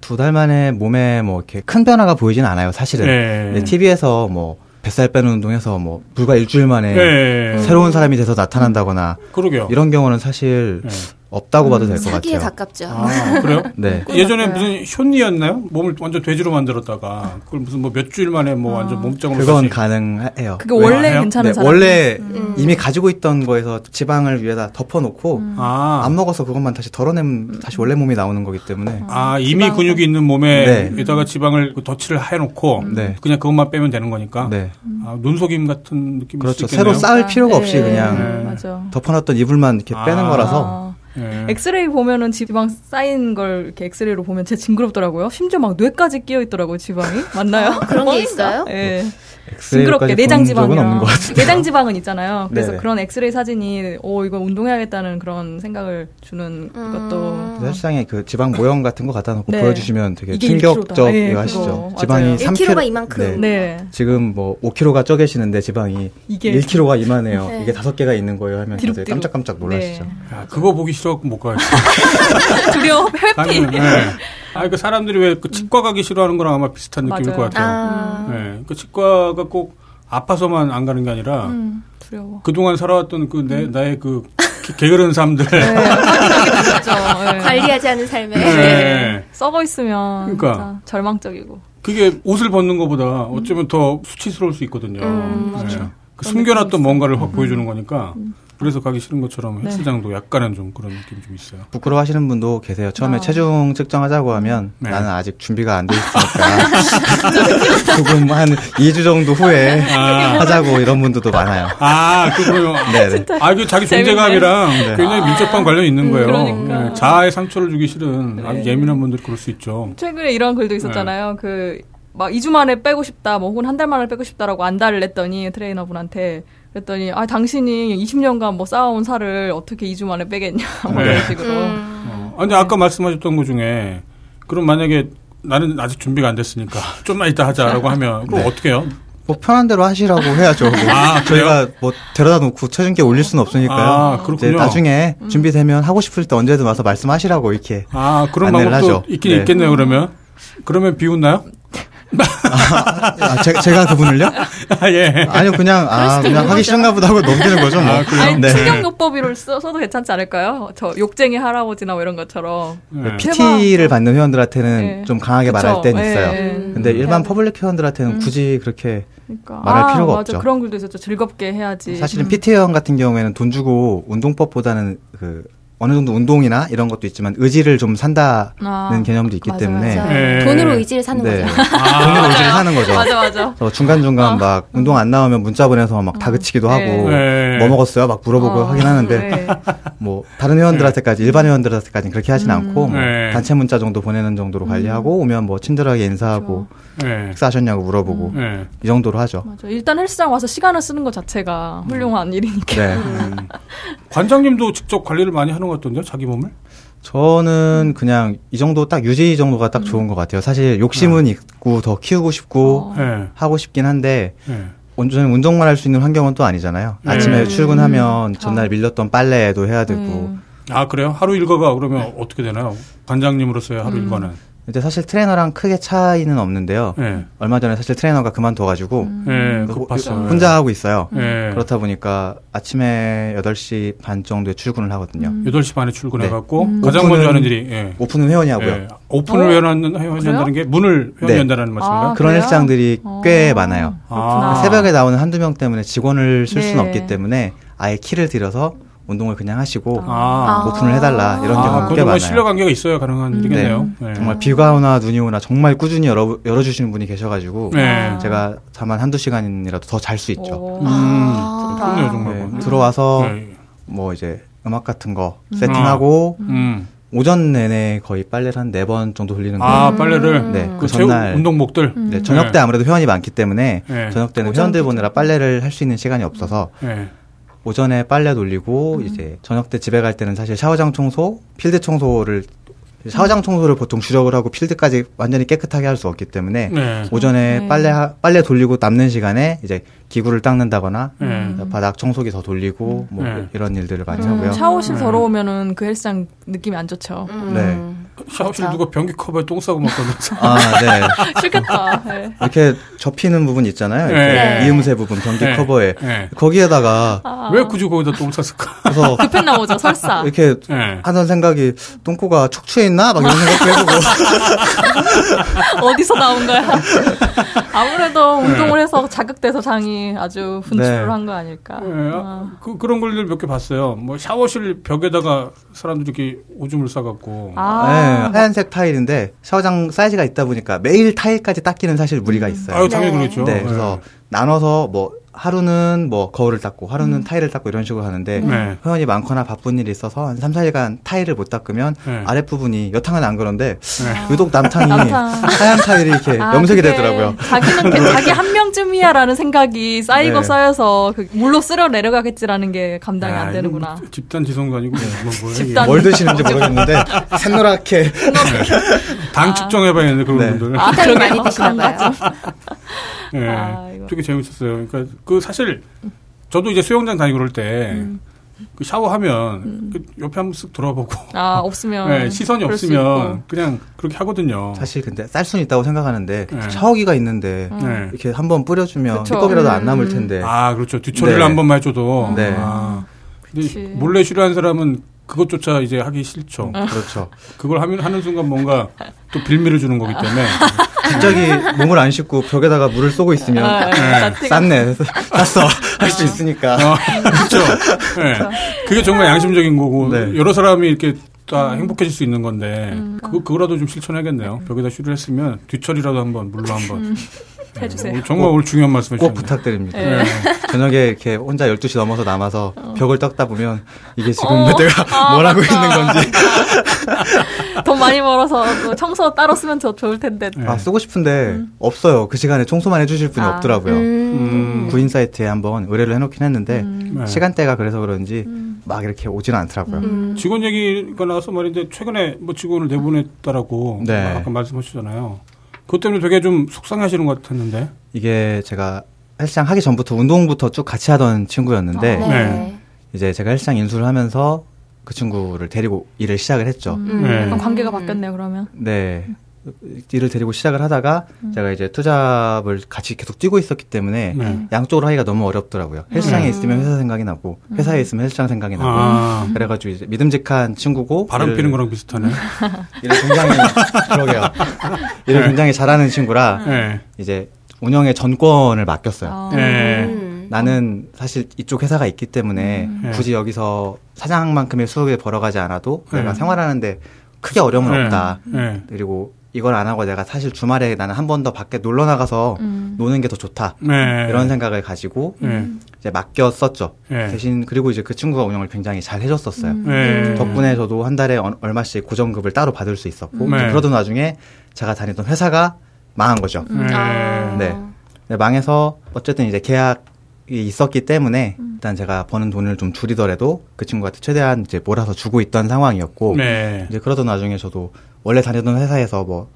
Speaker 6: 두 달 만에 몸에 뭐 이렇게 큰 변화가 보이진 않아요. 사실은
Speaker 3: 네.
Speaker 6: TV에서 뭐 뱃살 빼는 운동해서 뭐 불과 일주일 만에
Speaker 3: 예.
Speaker 6: 새로운 사람이 돼서 나타난다거나
Speaker 3: 그러게요.
Speaker 6: 음. 이런 경우는 사실
Speaker 3: 예.
Speaker 6: 없다고 봐도
Speaker 5: <laughs>
Speaker 6: 될 것
Speaker 1: 음, 사기에
Speaker 6: 같아요.
Speaker 1: 가깝죠.
Speaker 3: 아 그래요?
Speaker 6: 네.
Speaker 3: 예전에 무슨 쇼니였나요? 몸을 완전 돼지로 만들었다가 그걸 무슨 뭐 몇 주일 만에 뭐 완전 몸짱으로
Speaker 6: 그건
Speaker 3: 다시-
Speaker 6: 가능해요.
Speaker 2: 그게
Speaker 3: 왜
Speaker 2: 원래
Speaker 3: 안 해요?
Speaker 2: 괜찮은
Speaker 6: 네,
Speaker 2: 사람.
Speaker 6: 원래
Speaker 1: 음.
Speaker 6: 이미 가지고 있던 거에서 지방을 위에다 덮어놓고
Speaker 2: 음.
Speaker 3: 아,
Speaker 6: 안 먹어서 그것만 다시 덜어내면 다시 원래 몸이 나오는 거기 때문에
Speaker 3: 아 이미 근육이 있는 몸에
Speaker 6: 네.
Speaker 3: 에다가 지방을 그 덧칠을 해놓고
Speaker 6: 네.
Speaker 3: 그냥 그것만 빼면 되는 거니까
Speaker 6: 네
Speaker 3: 아, 눈속임 같은 느낌일
Speaker 6: 그렇죠
Speaker 3: 수 있겠네요.
Speaker 6: 새로 쌓을 필요가 없이
Speaker 2: 네.
Speaker 6: 그냥
Speaker 3: 네.
Speaker 2: 맞아.
Speaker 6: 덮어놨던 이불만 이렇게
Speaker 3: 아.
Speaker 6: 빼는 거라서 네.
Speaker 2: 아.
Speaker 3: 예.
Speaker 2: 엑스레이 보면은 지방 쌓인 걸 이렇게 엑스레이로 보면 제 징그럽더라고요. 심지어 막 뇌까지 끼어 있더라고요, 지방이.
Speaker 6: <laughs> 아,
Speaker 2: 맞나요?
Speaker 1: 그런
Speaker 2: <laughs>
Speaker 1: 게 있어요?
Speaker 2: 예.
Speaker 6: 엑스레이까지
Speaker 2: 징그럽게 내장
Speaker 6: 본 적은 없는
Speaker 2: 지방이랑
Speaker 6: 것 같아요.
Speaker 2: 내장 지방은 있잖아요. 그래서
Speaker 6: 네네.
Speaker 2: 그런 엑스레이 사진이 오 이거 운동해야겠다는 그런 생각을 주는
Speaker 6: 음.
Speaker 2: 것도
Speaker 6: 헬스장에 그 지방 모형 같은 거 갖다 놓고
Speaker 2: 아. 네.
Speaker 6: 보여주시면 되게
Speaker 2: 이게 1kg 다. 예,
Speaker 6: 충격적이에요
Speaker 2: 그거.
Speaker 6: 하시죠.
Speaker 2: 맞아요.
Speaker 6: 지방이 3
Speaker 1: 1kg 가 이만큼.
Speaker 6: 네.
Speaker 2: 네.
Speaker 6: 지금 뭐 5kg가 쪄 계시는데 지방이
Speaker 2: 이게-
Speaker 6: 1kg가
Speaker 2: <laughs>
Speaker 6: 이만해요.
Speaker 1: 네.
Speaker 6: 이게 다섯 개가 있는 거예요 하면
Speaker 2: 뒤룩뒤룩.
Speaker 6: 다들 깜짝깜짝 놀라시죠.
Speaker 2: 네.
Speaker 3: 야, 그거 보기 싫어갖고 못 가요.
Speaker 2: <laughs>
Speaker 6: <laughs>
Speaker 2: 두려워
Speaker 3: 아니,
Speaker 2: 회피.
Speaker 3: 아니, 그 사람들이 왜 그 치과 가기 싫어하는 거랑 아마 비슷한 느낌일
Speaker 2: 맞아요.
Speaker 3: 것 같아요.
Speaker 1: 아.
Speaker 3: 예, 그 치과가 꼭 아파서만 안 가는 게 아니라
Speaker 2: 음, 두려워.
Speaker 3: 그동안 살아왔던 그 내, 나의 그 게- 게으른 삶들.
Speaker 2: 네. 그렇죠. 예.
Speaker 1: 관리하지 않은 삶에.
Speaker 3: 예.
Speaker 2: 썩어 있으면
Speaker 3: 그러니까.
Speaker 2: 진짜 절망적이고.
Speaker 3: 그게 옷을 벗는 것보다 어쩌면 더 수치스러울 수 있거든요.
Speaker 1: 음,
Speaker 3: 예. 그
Speaker 2: 그런
Speaker 3: 숨겨놨던
Speaker 2: 느낌이 음.
Speaker 3: 뭔가를 확 보여주는 거니까 그래서 가기 싫은 것처럼
Speaker 2: 네.
Speaker 3: 헬스장도 약간은 좀 그런 느낌이 좀 있어요.
Speaker 6: 부끄러워하시는 분도 계세요. 처음에
Speaker 2: 아.
Speaker 6: 체중 측정하자고 하면
Speaker 3: 네.
Speaker 6: 나는 아직 준비가 안 돼 있으니까 <laughs> 조금 한 2주 정도 후에
Speaker 3: 아.
Speaker 6: 하자고 이런 분들도 많아요.
Speaker 3: 아, 그거요.
Speaker 6: 네네.
Speaker 3: 아, 그 자기 존재감이랑 굉장히 밀접한 관련이 있는 거예요.
Speaker 2: 아, 그러니까. 네.
Speaker 3: 예, 자아의 상처를 주기 싫은 아주 예민한 분들이 그럴 수 있죠.
Speaker 2: 최근에 이런 글도
Speaker 3: 네.
Speaker 2: 있었잖아요. 그 막 2주 만에 빼고 싶다, 뭐 혹은 한 달 만에 빼고 싶다라고 안달을 냈더니 트레이너분한테 그랬더니 아 당신이 20년간 뭐 쌓아온 살을 어떻게 2주 만에 빼겠냐 <laughs> 뭐
Speaker 3: 네.
Speaker 2: 이런 식으로
Speaker 6: 음.
Speaker 3: 어, 근데 아까 말씀하셨던 것 중에 그럼 만약에 나는 아직 준비가 안 됐으니까 <laughs> 좀만 이따 하자라고 하면 그럼 어떻게 해요?
Speaker 6: 뭐 편한 대로 하시라고 해야죠. 뭐
Speaker 3: 아, 그래요?
Speaker 6: 저희가 뭐 데려다 놓고 체중계 올릴 수는
Speaker 3: 아,
Speaker 6: 없으니까요. 이제
Speaker 3: 그렇군요.
Speaker 6: 나중에
Speaker 2: 음.
Speaker 6: 준비되면 하고 싶을 때 언제든 와서 말씀하시라고 이렇게
Speaker 3: 아, 그런
Speaker 6: 안내를
Speaker 3: 방법도
Speaker 6: 하죠.
Speaker 3: 있긴
Speaker 6: 네.
Speaker 3: 있겠네요, 그러면. 그러면 비웃나요? <laughs>
Speaker 6: 아, 제, 제가 그분을요?
Speaker 3: 아, 예.
Speaker 6: 아니요 그냥 아 그냥 하기 싫은가 보다 하고 넘기는 거죠. 뭐.
Speaker 3: 아, 그래요?
Speaker 2: 아니
Speaker 6: 네.
Speaker 2: 충격요법으로 써- 써도 괜찮지 않을까요? 저 욕쟁이 할아버지나 뭐 이런 것처럼
Speaker 6: 네,
Speaker 3: 예.
Speaker 6: PT를 받는 회원들한테는
Speaker 2: 네.
Speaker 6: 좀 강하게 말할
Speaker 2: 그쵸?
Speaker 6: 때는 있어요.
Speaker 2: 예, 예.
Speaker 6: 근데
Speaker 3: 음.
Speaker 6: 일반
Speaker 2: 해야 돼.
Speaker 6: 퍼블릭 회원들한테는 굳이 그렇게
Speaker 2: 그러니까.
Speaker 6: 말할
Speaker 2: 아,
Speaker 6: 필요가
Speaker 2: 맞아.
Speaker 6: 없죠.
Speaker 2: 그런 네. 글도 있었죠. 즐겁게 해야지. 음.
Speaker 6: 사실은 PT 회원 같은 경우에는 돈 주고 운동법보다는 그 어느 정도 운동이나 이런 것도 있지만 의지를 좀 산다는
Speaker 2: 아,
Speaker 6: 개념도 있기
Speaker 2: 맞아요,
Speaker 6: 때문에
Speaker 1: 맞아요.
Speaker 3: 네. 아.
Speaker 1: 돈으로 의지를 사는
Speaker 6: 네.
Speaker 1: 거죠.
Speaker 6: 돈으로 의지를 사는 거죠.
Speaker 2: 맞아 맞아.
Speaker 6: 그래서 중간중간 막 운동 안 나오면 문자 보내서 막 다그치기도 하고
Speaker 3: 네.
Speaker 6: 뭐 먹었어요? 막 물어보고
Speaker 2: 어,
Speaker 6: 하긴 하는데
Speaker 2: 네.
Speaker 6: 뭐 다른 회원들한테까지 일반 회원들한테까지는 그렇게 하진 않고 뭐
Speaker 3: 네.
Speaker 6: 단체 문자 정도 보내는 정도로 관리하고 오면 뭐 친절하게 인사하고
Speaker 3: 네.
Speaker 6: 식사하셨냐고 물어보고
Speaker 3: 네.
Speaker 6: 이 정도로 하죠.
Speaker 2: 맞아. 일단 헬스장 와서 시간을 쓰는 것 자체가 훌륭한 일이니까.
Speaker 3: <laughs>
Speaker 6: 네.
Speaker 3: 음. 관장님도 직접 관리를 많이 하는 것 같던데요, 자기 몸을?
Speaker 6: 저는 그냥 이 정도 딱 유지 정도가
Speaker 2: 음.
Speaker 6: 딱 좋은 것 같아요. 사실 욕심은 있고 더 키우고 싶고
Speaker 2: 네. 어.
Speaker 3: 네.
Speaker 6: 하고 싶긴 한데
Speaker 3: 네.
Speaker 6: 온전히 운동만 할 수 있는 환경은 또 아니잖아요.
Speaker 3: 네.
Speaker 6: 아침에
Speaker 3: 음.
Speaker 6: 출근하면
Speaker 2: 다.
Speaker 6: 전날 밀렸던 빨래도 해야 되고
Speaker 2: 음.
Speaker 3: 아 그래요? 하루 일과가 그러면 어떻게 되나요? 관장님으로서의 하루
Speaker 2: 음.
Speaker 3: 일과는?
Speaker 6: 근데 사실 트레이너랑 크게 차이는 없는데요.
Speaker 3: 예.
Speaker 6: 얼마 전에 사실 트레이너가 그만둬가지고
Speaker 2: 음.
Speaker 3: 예.
Speaker 6: 음. 그-
Speaker 3: 급봤어요.
Speaker 6: 혼자 하고 있어요.
Speaker 3: 예.
Speaker 6: 그렇다 보니까 아침에 8시 반 정도에 출근을 하거든요.
Speaker 2: 음.
Speaker 3: 8시 반에 출근해갖고
Speaker 2: 네.
Speaker 3: 가장 먼저
Speaker 6: 음. 오픈은-
Speaker 3: 하는 일이 예.
Speaker 6: 오픈은 회원이 하고요.
Speaker 3: 예. 오픈을
Speaker 2: 어?
Speaker 3: 회원한, 회원한다는
Speaker 2: 그래요?
Speaker 3: 게 문을 회원이
Speaker 6: 네.
Speaker 3: 연다는 말씀인가요?
Speaker 2: 아,
Speaker 6: 그런
Speaker 2: 그래요? 어.
Speaker 6: 헬스장들이 꽤 많아요.
Speaker 2: 그렇구나.
Speaker 3: 아.
Speaker 6: 새벽에 나오는 한두 명 때문에 직원을 쓸 수는
Speaker 2: 네.
Speaker 6: 없기 때문에 아예 키를 들여서 운동을 그냥 하시고
Speaker 3: 아.
Speaker 6: 오픈을 해달라 이런
Speaker 3: 아,
Speaker 6: 경우가
Speaker 3: 그건
Speaker 6: 꽤
Speaker 3: 정말
Speaker 6: 많아요. 음.
Speaker 3: 신뢰관계가 있어야 가능한 일이겠네요. 예.
Speaker 6: 정말 비가 오나 눈이 오나 정말 꾸준히 열어, 열어주시는 분이 계셔가지고
Speaker 2: 아.
Speaker 3: 예.
Speaker 6: 제가 다만 한두 시간이라도 더 잘 수 있죠.
Speaker 2: 오.
Speaker 3: 음, 좋네요, 정말.
Speaker 6: 네,
Speaker 3: 그건.
Speaker 6: 들어와서
Speaker 3: 예.
Speaker 6: 뭐 이제 음악 같은 거 세팅하고
Speaker 3: 음.
Speaker 6: 오전 내내 거의 빨래를 한 네 번 정도 돌리는 거예요.
Speaker 3: 아, 빨래를.
Speaker 6: 네,
Speaker 3: 그
Speaker 6: 그
Speaker 3: 체육
Speaker 6: 전날
Speaker 3: 운동복들.
Speaker 6: 네, 저녁 때 아무래도 회원이 많기 때문에
Speaker 3: 네.
Speaker 6: 저녁 때는
Speaker 2: 오전
Speaker 6: 회원들
Speaker 2: 기준.
Speaker 6: 보느라 빨래를 할 수 있는 시간이 없어서
Speaker 3: 예.
Speaker 6: 오전에 빨래 돌리고
Speaker 3: 음.
Speaker 6: 이제 저녁 때 집에 갈 때는 사실 샤워장 청소, 필드 청소를 샤워장 청소를 보통 주력을 하고 필드까지 완전히 깨끗하게 할 수 없기 때문에
Speaker 3: 네.
Speaker 6: 오전에
Speaker 2: 네.
Speaker 6: 빨래 하- 빨래 돌리고 남는 시간에 이제 기구를 닦는다거나 네,
Speaker 3: 예.
Speaker 6: 바닥 청소기 더 돌리고 뭐
Speaker 3: 네.
Speaker 6: 이런 일들을 많이
Speaker 2: 음,
Speaker 6: 하고요.
Speaker 2: 샤워실 더러우면은 그 헬스장 느낌이 안 좋죠.
Speaker 1: 음.
Speaker 6: 네.
Speaker 5: 음.
Speaker 3: 샤워실 누가 변기 커버에 똥 싸고 막 그러면서.
Speaker 6: 아, 네.
Speaker 2: <laughs> 싫겠다. 네.
Speaker 6: 이렇게 접히는 부분 있잖아요. 이렇게
Speaker 3: 네.
Speaker 6: 이음새 부분, 변기
Speaker 3: 네. 아.
Speaker 6: 커버에
Speaker 3: 네.
Speaker 6: 거기에다가
Speaker 2: 아.
Speaker 3: 왜 굳이 거기다 똥
Speaker 2: <laughs>
Speaker 3: 쌌을까? <laughs>
Speaker 6: 그래서
Speaker 2: 급했 나오죠
Speaker 6: <laughs>
Speaker 2: 설사.
Speaker 6: 이렇게
Speaker 3: 예.
Speaker 6: 하던 생각이 똥꼬가 척추에 있나 막 이런 생각도 해보고
Speaker 2: 어디서 나온 거야? <laughs> 아무래도 운동을 해서 자극돼서 장이 아주 분출을
Speaker 6: 네.
Speaker 2: 한 거 아닐까.
Speaker 3: 예, 아, 그, 그런 걸들 몇 개 봤어요. 뭐 샤워실 벽에다가 사람들이 이렇게 오줌을 싸갖고.
Speaker 2: 아,
Speaker 6: 네, 하얀색 타일인데 샤워장 사이즈가 있다 보니까 매일 타일까지 닦기는 사실 무리가 있어요.
Speaker 3: 아유, 당연히
Speaker 1: 네.
Speaker 3: 그렇죠.
Speaker 6: 네, 그래서 나눠서 뭐 하루는 뭐 거울을 닦고 하루는 타일을 닦고 이런 식으로 하는데
Speaker 3: 음. 네.
Speaker 6: 회원이 많거나 바쁜 일이 있어서 한 3, 4일간 타일을 못 닦으면
Speaker 3: 네.
Speaker 6: 아랫부분이 여탕은 안 그런데
Speaker 3: 네.
Speaker 6: 유독 남탕이
Speaker 2: 남탕.
Speaker 6: 하얀 타일이 이렇게
Speaker 2: 아,
Speaker 6: 네. 염색이
Speaker 2: 그게
Speaker 6: 되더라고요.
Speaker 2: 자기는 그-
Speaker 6: <laughs>
Speaker 2: 자기 한 명쯤이야라는 생각이 쌓이고
Speaker 6: 네.
Speaker 2: 쌓여서 그 물로 쓸어 내려가겠지라는 게 감당이 안
Speaker 3: 아,
Speaker 2: 되는구나.
Speaker 3: 이거 집단 지성도 아니고 뭐 뭐야 이게.
Speaker 2: 집단.
Speaker 6: 뭘 드시는지 모르겠는데
Speaker 2: <laughs>
Speaker 6: 새노랗게
Speaker 3: 당 측정해봐야겠네 그런
Speaker 6: 네.
Speaker 3: 분들.
Speaker 2: 아,
Speaker 1: 비타민
Speaker 2: 그러게요.
Speaker 1: 많이 드시나
Speaker 2: 감각
Speaker 1: 봐요.
Speaker 3: 예.
Speaker 2: 아, 이거.
Speaker 3: 되게 재밌었어요. 그러니까 그 사실 저도 이제 수영장 다니고 그럴 때.
Speaker 2: 음.
Speaker 3: 그 샤워하면 그 옆에 한번 쓱 돌아보고
Speaker 2: <laughs> 아 없으면
Speaker 3: 예, 시선이
Speaker 2: 음. 그럴 수
Speaker 3: 없으면 그냥 그렇게 하거든요.
Speaker 6: 사실 근데 쌀 수는 있다고 생각하는데
Speaker 3: 어. 네.
Speaker 6: 샤워기가 있는데
Speaker 3: 네.
Speaker 6: 이렇게 한번 뿌려주면
Speaker 2: 그쵸. 음.
Speaker 6: 뚜껑이라도 안 남을 텐데
Speaker 3: 아 그렇죠 뒤처리를
Speaker 6: 네.
Speaker 3: 한 번만 해줘도
Speaker 6: 네.
Speaker 3: 아. 근데
Speaker 2: 그치.
Speaker 3: 몰래 쉬려한 사람은 그것조차 이제 하기 싫죠.
Speaker 6: 그렇죠.
Speaker 3: 그걸 하면 하는 순간 뭔가 또 빌미를 주는 거기 <laughs> 때문에
Speaker 6: 갑자기 몸을 안 씻고 벽에다가 물을 쏘고 있으면
Speaker 2: 아, 아,
Speaker 6: 네. <laughs> 쌌네 쌌어 할 수 있으니까
Speaker 3: 어, 그렇죠. 예. 그게 정말 양심적인 거고
Speaker 6: 네.
Speaker 3: 여러 사람이 이렇게 다 행복해질 수 있는 건데 그 그거라도 좀 실천해야겠네요. 벽에다 쉬를 했으면 뒤처리라도 한번 물로 한번 <laughs>
Speaker 2: 있고. 해주세요.
Speaker 3: 오늘 정말 오늘 중요한 말씀을
Speaker 6: 꼭
Speaker 3: 주셨네요.
Speaker 6: 부탁드립니다.
Speaker 3: 예.
Speaker 6: 저녁에 이렇게 혼자 12시 넘어서 남아서 벽을 떴다 보면 이게 지금 <laughs> 내가 뭘 하고 있는 건지
Speaker 2: 돈 많이 벌어서 또 청소 따로 쓰면 더 좋을 텐데.
Speaker 3: 예.
Speaker 6: 아 쓰고 싶은데 없어요. 그 시간에 청소만 해주실 분이
Speaker 2: 아.
Speaker 6: 없더라고요.
Speaker 3: 음.
Speaker 6: 구인 사이트에 한번 의뢰를 해놓긴 했는데
Speaker 2: 음.
Speaker 3: 네.
Speaker 6: 시간대가 그래서 그런지 막 이렇게 오지는 않더라고요.
Speaker 2: 음.
Speaker 3: 직원 얘기가 나와서 말인데 최근에 뭐 직원을 내보냈다라고
Speaker 6: 네.
Speaker 3: 아까 말씀하셨잖아요. 그것 때문에 되게 좀 속상해하시는 것 같았는데.
Speaker 6: 이게 제가 헬스장 하기 전부터 운동부터 쭉 같이 하던 친구였는데
Speaker 1: 네.
Speaker 3: 네.
Speaker 6: 이제 제가 헬스장 인수를 하면서 그 친구를 데리고 일을 시작을 했죠.
Speaker 2: 음,
Speaker 3: 네.
Speaker 2: 약간 관계가 바뀌었네요 그러면.
Speaker 6: 네. 일을 데리고 시작을 하다가 제가 이제 투잡을 같이 계속 뛰고 있었기 때문에
Speaker 3: 네.
Speaker 6: 양쪽으로 하기가 너무 어렵더라고요. 헬스장에
Speaker 3: 음.
Speaker 6: 있으면 회사 생각이 나고 회사에 있으면 헬스장 생각이 나고
Speaker 3: 아.
Speaker 6: 그래가지고 이제 믿음직한 친구고
Speaker 3: 바람
Speaker 6: 일을-
Speaker 3: 피는 거랑 비슷하네.
Speaker 6: 일을
Speaker 3: <laughs>
Speaker 6: 굉장히 그러게요. 일을
Speaker 3: 네.
Speaker 6: 굉장히 잘하는 친구라
Speaker 3: 예.
Speaker 6: 이제 운영의 전권을 맡겼어요.
Speaker 2: 아,
Speaker 3: 예.
Speaker 1: 음.
Speaker 6: 나는 사실 이쪽 회사가 있기 때문에
Speaker 3: 네.
Speaker 6: 굳이 여기서 사장만큼의 수익을 벌어가지 않아도 내가
Speaker 3: 네.
Speaker 6: 생활하는데 크게 어려움은 없다.
Speaker 3: 네.
Speaker 6: 그리고 이걸 안 하고 내가 사실 주말에 나는 한 번 더 밖에 놀러 나가서
Speaker 2: 음.
Speaker 6: 노는 게 더 좋다.
Speaker 3: 네.
Speaker 6: 이런 생각을 음. 가지고
Speaker 3: 네.
Speaker 6: 이제 맡겼었죠.
Speaker 3: 네.
Speaker 6: 대신 그리고 이제 그 친구가 운영을 굉장히 잘 해줬었어요.
Speaker 2: 음.
Speaker 3: 네.
Speaker 6: 덕분에 저도 한 달에 얼- 얼마씩 고정급을 따로 받을 수 있었고
Speaker 3: 네.
Speaker 6: 그러던 나중에 제가 다니던 회사가 망한 거죠.
Speaker 3: 네.
Speaker 2: 아.
Speaker 6: 네. 네, 망해서 어쨌든 이제 계약이 있었기 때문에 일단 제가 버는 돈을 좀 줄이더라도 그 친구한테 최대한 이제 몰아서 주고 있던 상황이었고
Speaker 3: 네.
Speaker 6: 이제 그러던 나중에 저도 원래 다니던 회사에서 뭐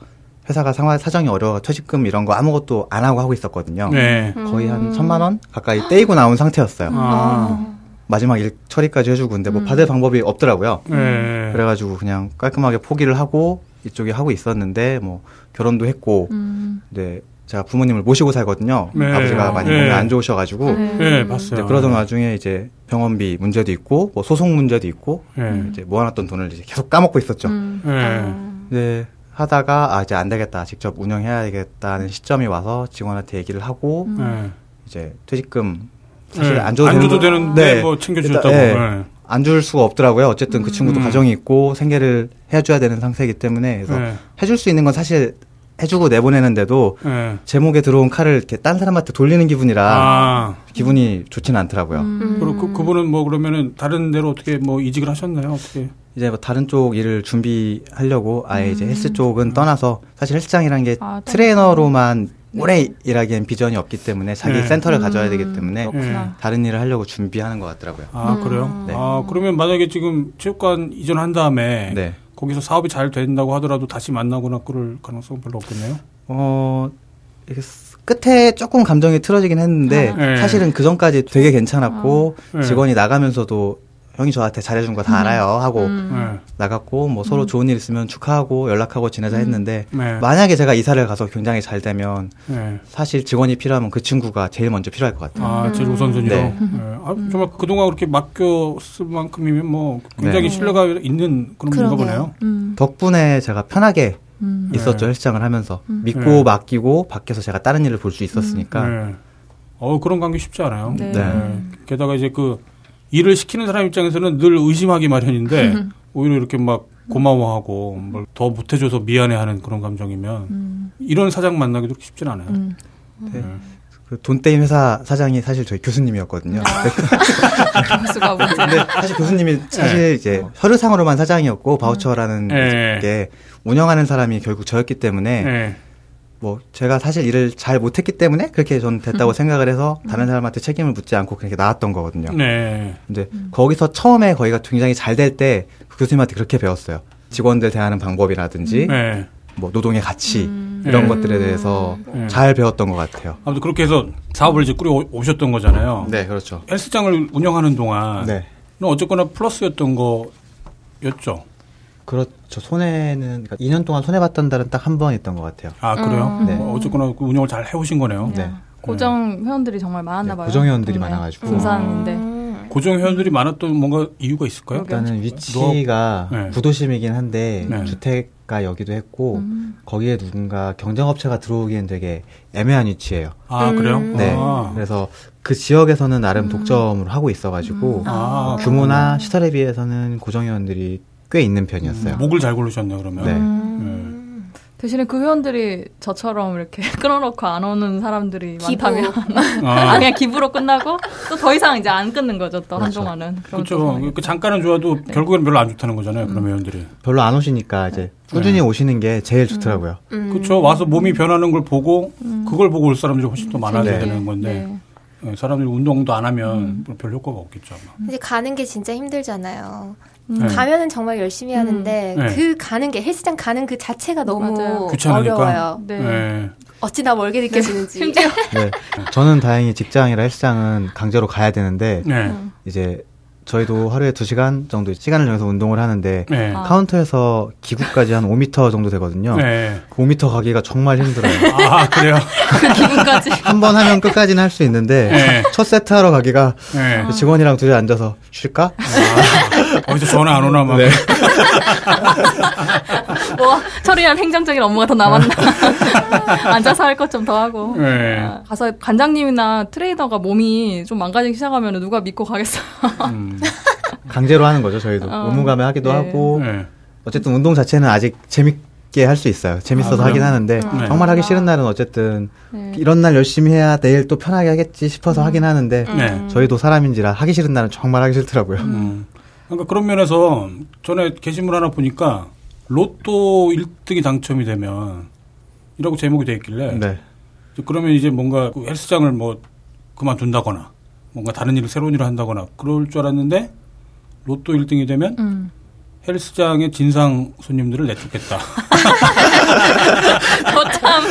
Speaker 6: 회사가 상황 사정이 어려워 퇴직금 이런 거 아무것도 안 하고 하고 있었거든요.
Speaker 3: 네.
Speaker 6: 거의 한 천만 원 가까이 떼이고 나온 상태였어요.
Speaker 3: 아.
Speaker 6: 마지막 일 처리까지 해주고 근데 뭐 받을 방법이 없더라고요.
Speaker 3: 네.
Speaker 6: 그래가지고 그냥 깔끔하게 포기를 하고 이쪽에 하고 있었는데 뭐 결혼도 했고
Speaker 2: 음.
Speaker 6: 네 제가 부모님을 모시고 살거든요.
Speaker 3: 네.
Speaker 6: 아버지가 많이
Speaker 3: 네.
Speaker 6: 몸이 안 좋으셔가지고
Speaker 3: 네, 봤어요.
Speaker 6: 이제 그러던 와중에 이제 병원비 문제도 있고 뭐 소송 문제도 있고 음,
Speaker 3: 네.
Speaker 6: 이제 모아놨던 돈을 이제 계속 까먹고 있었죠.
Speaker 2: 음.
Speaker 3: 네.
Speaker 6: 네 하다가 아 이제 안 되겠다 직접 운영해야겠다는 시점이 와서 직원한테 얘기를 하고
Speaker 3: 네.
Speaker 6: 이제 퇴직금 사실
Speaker 3: 네.
Speaker 6: 안 줘도
Speaker 3: 안 줘도
Speaker 6: 되는- 네.
Speaker 3: 되는데 뭐 챙겨주셨다고.
Speaker 6: 일단,
Speaker 3: 네.
Speaker 6: 네. 안줄 수가 없더라고요. 어쨌든 그 친구도
Speaker 3: 음.
Speaker 6: 가정이 있고 생계를 해줘야 되는 상태이기 때문에 그래서
Speaker 3: 네.
Speaker 6: 해줄 수 있는 건 사실 해주고 내보내는데도
Speaker 3: 네.
Speaker 6: 제목에 들어온 칼을 이렇게 딴 사람한테 돌리는 기분이라
Speaker 3: 아.
Speaker 6: 기분이 좋지는 않더라고요.
Speaker 2: 음.
Speaker 3: 그리고 그, 그분은 뭐 그러면은 다른 데로 어떻게 뭐 이직을 하셨나요? 어떻게?
Speaker 6: 이제 뭐 다른 쪽 일을 준비하려고 아예
Speaker 3: 음.
Speaker 6: 이제 헬스 쪽은 떠나서 사실 헬스장이라는 게
Speaker 2: 아, 또-
Speaker 6: 트레이너로만 오래 일하기엔 비전이 없기 때문에 자기
Speaker 3: 네.
Speaker 6: 센터를 가져야 되기
Speaker 2: 음.
Speaker 6: 때문에
Speaker 3: 그렇구나.
Speaker 6: 다른 일을 하려고 준비하는 것 같더라고요.
Speaker 3: 아, 그래요?
Speaker 6: 네.
Speaker 3: 아, 그러면 만약에 지금 체육관 이전한 다음에
Speaker 6: 네.
Speaker 3: 거기서 사업이 잘 된다고 하더라도 다시 만나거나 그럴 가능성은 별로 없겠네요.
Speaker 6: 어, 이렇게 쓰- 끝에 조금 감정이 틀어지긴 했는데
Speaker 3: 아. 네.
Speaker 6: 사실은 그 전까지 되게 괜찮았고
Speaker 3: 아. 음. 네.
Speaker 6: 직원이 나가면서도 형이 저한테 잘해준 거 다 알아요 하고
Speaker 2: 음.
Speaker 3: 네.
Speaker 6: 나갔고 뭐 서로 좋은 일 있으면 축하하고 연락하고 지내자 했는데
Speaker 3: 음. 네.
Speaker 6: 만약에 제가 이사를 가서 굉장히 잘 되면
Speaker 3: 네.
Speaker 6: 사실 직원이 필요하면 그 친구가 제일 먼저 필요할 것 같아요.
Speaker 3: 아, 제일 우선순위로.
Speaker 6: 네.
Speaker 3: 네. 아, 정말 그동안 그렇게 맡겼을 만큼이면 뭐 굉장히
Speaker 6: 네.
Speaker 3: 신뢰가 있는 그런 분인가 보네요.
Speaker 2: 음.
Speaker 6: 덕분에 제가 편하게
Speaker 2: 음.
Speaker 6: 있었죠 헬스장을 하면서
Speaker 3: 네.
Speaker 6: 믿고 맡기고 밖에서 제가 다른 일을 볼 수 있었으니까
Speaker 3: 네. 어, 그런 관계 쉽지 않아요.
Speaker 2: 네.
Speaker 6: 네.
Speaker 3: 게다가 이제 그 일을 시키는 사람 입장에서는 늘 의심하기 마련인데 오히려 이렇게 막 고마워하고 뭘 더 못해줘서 미안해하는 그런 감정이면 이런 사장 만나기도 쉽지 않아요.
Speaker 2: 음.
Speaker 6: 네. 그 돈떼임 회사 사장이 사실 저희 교수님이었거든요.
Speaker 3: 아.
Speaker 6: 네.
Speaker 2: 수가 문제.
Speaker 6: 근데 사실 교수님이 사실 이제 혈의상으로만 사장이었고 바우처라는
Speaker 3: 어. 네.
Speaker 6: 게 운영하는 사람이 결국 저였기 때문에
Speaker 3: 네.
Speaker 6: 뭐 제가 사실 일을 잘 못했기 때문에 그렇게 저는
Speaker 3: 음.
Speaker 6: 됐다고 생각을 해서 다른 사람한테 책임을 묻지 않고 그렇게 나왔던 거거든요.
Speaker 3: 네.
Speaker 6: 근데 거기서 처음에 거기가 굉장히 잘 될 때 그 교수님한테 그렇게 배웠어요. 직원들 대하는 방법이라든지
Speaker 3: 네.
Speaker 6: 뭐 노동의 가치 이런
Speaker 3: 네.
Speaker 6: 것들에 대해서
Speaker 3: 네.
Speaker 6: 잘 배웠던 것 같아요.
Speaker 3: 아무튼 그렇게 해서 사업을 이제 꾸려 오셨던 거잖아요.
Speaker 6: 네, 그렇죠.
Speaker 3: 헬스장을 운영하는 동안
Speaker 6: 네.
Speaker 3: 어쨌거나 플러스였던 거였죠.
Speaker 4: 그렇죠. 손해는 그러니까 2년 동안 손해 봤던 달은 딱 한 번 있던 것 같아요.
Speaker 3: 아 그래요?
Speaker 6: 네.
Speaker 3: 어, 쨌거나 운영을 잘 해오신 거네요.
Speaker 4: 네.
Speaker 2: 고정 회원들이 정말 많았나
Speaker 4: 네,
Speaker 2: 봐요. 음.
Speaker 4: 고정 회원들이
Speaker 2: 동네에.
Speaker 4: 많아가지고.
Speaker 2: 분산인데.
Speaker 3: 음. 고정 회원들이 많았던 뭔가 이유가 있을까요?
Speaker 4: 일단은 위치가
Speaker 3: 뭐, 네.
Speaker 4: 구도심이긴 한데
Speaker 3: 네.
Speaker 4: 주택가 여기도 했고
Speaker 2: 음.
Speaker 4: 거기에 누군가 경쟁업체가 들어오기엔 되게 애매한 위치예요.
Speaker 3: 아 그래요?
Speaker 6: 음.
Speaker 4: 네.
Speaker 3: 아. 음.
Speaker 4: 그래서 그 지역에서는 나름 독점으로 하고 있어가지고
Speaker 3: 아,
Speaker 4: 규모나 시설에 비해서는 고정회원들이 꽤 있는 편이었어요.
Speaker 3: 목을 잘 고르셨네요 그러면.
Speaker 4: 네.
Speaker 3: 네.
Speaker 2: 대신에 그 회원들이 저처럼 이렇게 <laughs> 끊어놓고 안 오는 사람들이
Speaker 5: 기부.
Speaker 2: 많다면
Speaker 3: 아,
Speaker 2: <laughs> 아 그냥 기부로 끝나고 또 더 이상 이제 안 끊는 거죠 또 한동안은 그럼 또
Speaker 3: 그렇죠.
Speaker 2: 그만하겠다.
Speaker 3: 그 잠깐은 좋아도 결국엔 별로 안 좋다는 거잖아요. 그런 회원들이.
Speaker 4: 별로 안 오시니까
Speaker 3: 네.
Speaker 4: 이제 꾸준히 오시는 게
Speaker 3: 음.
Speaker 4: 제일
Speaker 3: <laughs>
Speaker 4: 좋더라고요.
Speaker 5: 음.
Speaker 3: 그렇죠. 와서 몸이 변하는 걸 보고 그걸 보고 올 사람들이 훨씬 더 많아져야
Speaker 4: 네.
Speaker 3: 되는 건데
Speaker 2: 네.
Speaker 3: 예, 사람들이 운동도 안
Speaker 5: 음.
Speaker 3: 하면 별 효과가 없겠죠. 아마.
Speaker 5: 이제 가는 게 진짜 힘들잖아요.
Speaker 3: 네.
Speaker 5: 가면은 정말 열심히 하는데
Speaker 3: 네.
Speaker 5: 그 가는 게 헬스장 가는 그 자체가 너무
Speaker 2: 맞아요.
Speaker 3: 귀찮으니까.
Speaker 5: 어려워요.
Speaker 2: 네.
Speaker 3: 예.
Speaker 5: 어찌나 멀게 느껴지는지.
Speaker 2: 심지어
Speaker 4: 네. 저는 다행히 직장이라 헬스장은 강제로 가야 되는데
Speaker 3: 네.
Speaker 5: 음.
Speaker 4: 이제 저희도 하루에 두시간 정도 시간을 정해서 운동을 하는데
Speaker 3: 네.
Speaker 5: 아.
Speaker 4: 카운터에서 기구까지 한 5m 정도 되거든요.
Speaker 3: 네.
Speaker 4: 5m 가기가 정말 힘들어요.
Speaker 3: 아 그래요.
Speaker 2: 그
Speaker 3: <laughs>
Speaker 2: 기분까지
Speaker 4: 한 번 하면 끝까지는 할 수 있는데
Speaker 3: 네.
Speaker 4: 첫 세트 하러 가기가
Speaker 3: 네.
Speaker 5: 아.
Speaker 4: 직원이랑 둘이 앉아서 쉴까?
Speaker 3: 아, 어디서 전화 안 오나 막.
Speaker 4: 네.
Speaker 2: 뭐 첫 피지컬이랑 행정적인 업무가
Speaker 3: <laughs>
Speaker 2: 더 남았나. 앉아서 할 것 좀 더 하고.
Speaker 3: 네.
Speaker 2: 아, 가서 관장님이나 트레이더가 몸이 좀 망가지기 시작하면 누가 믿고 가겠어요. <laughs>
Speaker 3: 음,
Speaker 6: 강제로 하는 거죠 저희도
Speaker 2: 어.
Speaker 6: 의무감에 하기도
Speaker 2: 네.
Speaker 6: 하고
Speaker 3: 네.
Speaker 6: 어쨌든 운동 자체는 아직 재밌게 할 수 있어요 재밌어서
Speaker 3: 아,
Speaker 6: 하긴
Speaker 3: 그래요?
Speaker 6: 하는데
Speaker 3: 네.
Speaker 6: 정말 하기 싫은 날은 어쨌든
Speaker 2: 네. 음.
Speaker 6: 이런 날 열심히 해야 내일 또 편하게 하겠지 싶어서 하긴 하는데
Speaker 3: 네.
Speaker 6: 저희도 사람인지라 하기 싫은 날은 정말 하기 싫더라고요
Speaker 3: 음. 그러니까 그런 면에서 전에 게시물 하나 보니까 로또 1등이 당첨이 되면 이라고 제목이 돼 있길래
Speaker 6: 네.
Speaker 3: 이제 그러면 이제 뭔가 그 헬스장을 뭐 그만둔다거나 뭔가 다른 일을 새로운 일을 한다거나 그럴 줄 알았는데 로또 1등이 되면
Speaker 2: 음.
Speaker 3: 헬스장의 진상 손님들을 내쫓겠다. <laughs>
Speaker 2: 저참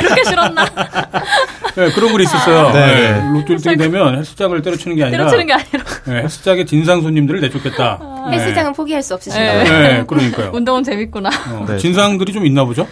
Speaker 2: 그렇게 싫었나?
Speaker 3: 네, 그런 글이 있었어요.
Speaker 6: 네.
Speaker 3: 네, 로또 1등이 되면 헬스장을 때려치는 게 아니라
Speaker 2: 때려치는 게 아니라 아,
Speaker 3: 네, 헬스장의 진상 손님들을 내쫓겠다. 네.
Speaker 5: 헬스장은 포기할 수 없으신
Speaker 2: 네.
Speaker 5: 거예요.
Speaker 3: 네, 그러니까요.
Speaker 2: 운동은 재밌구나.
Speaker 3: 어,
Speaker 6: 네.
Speaker 3: 진상들이 좀 있나 보죠?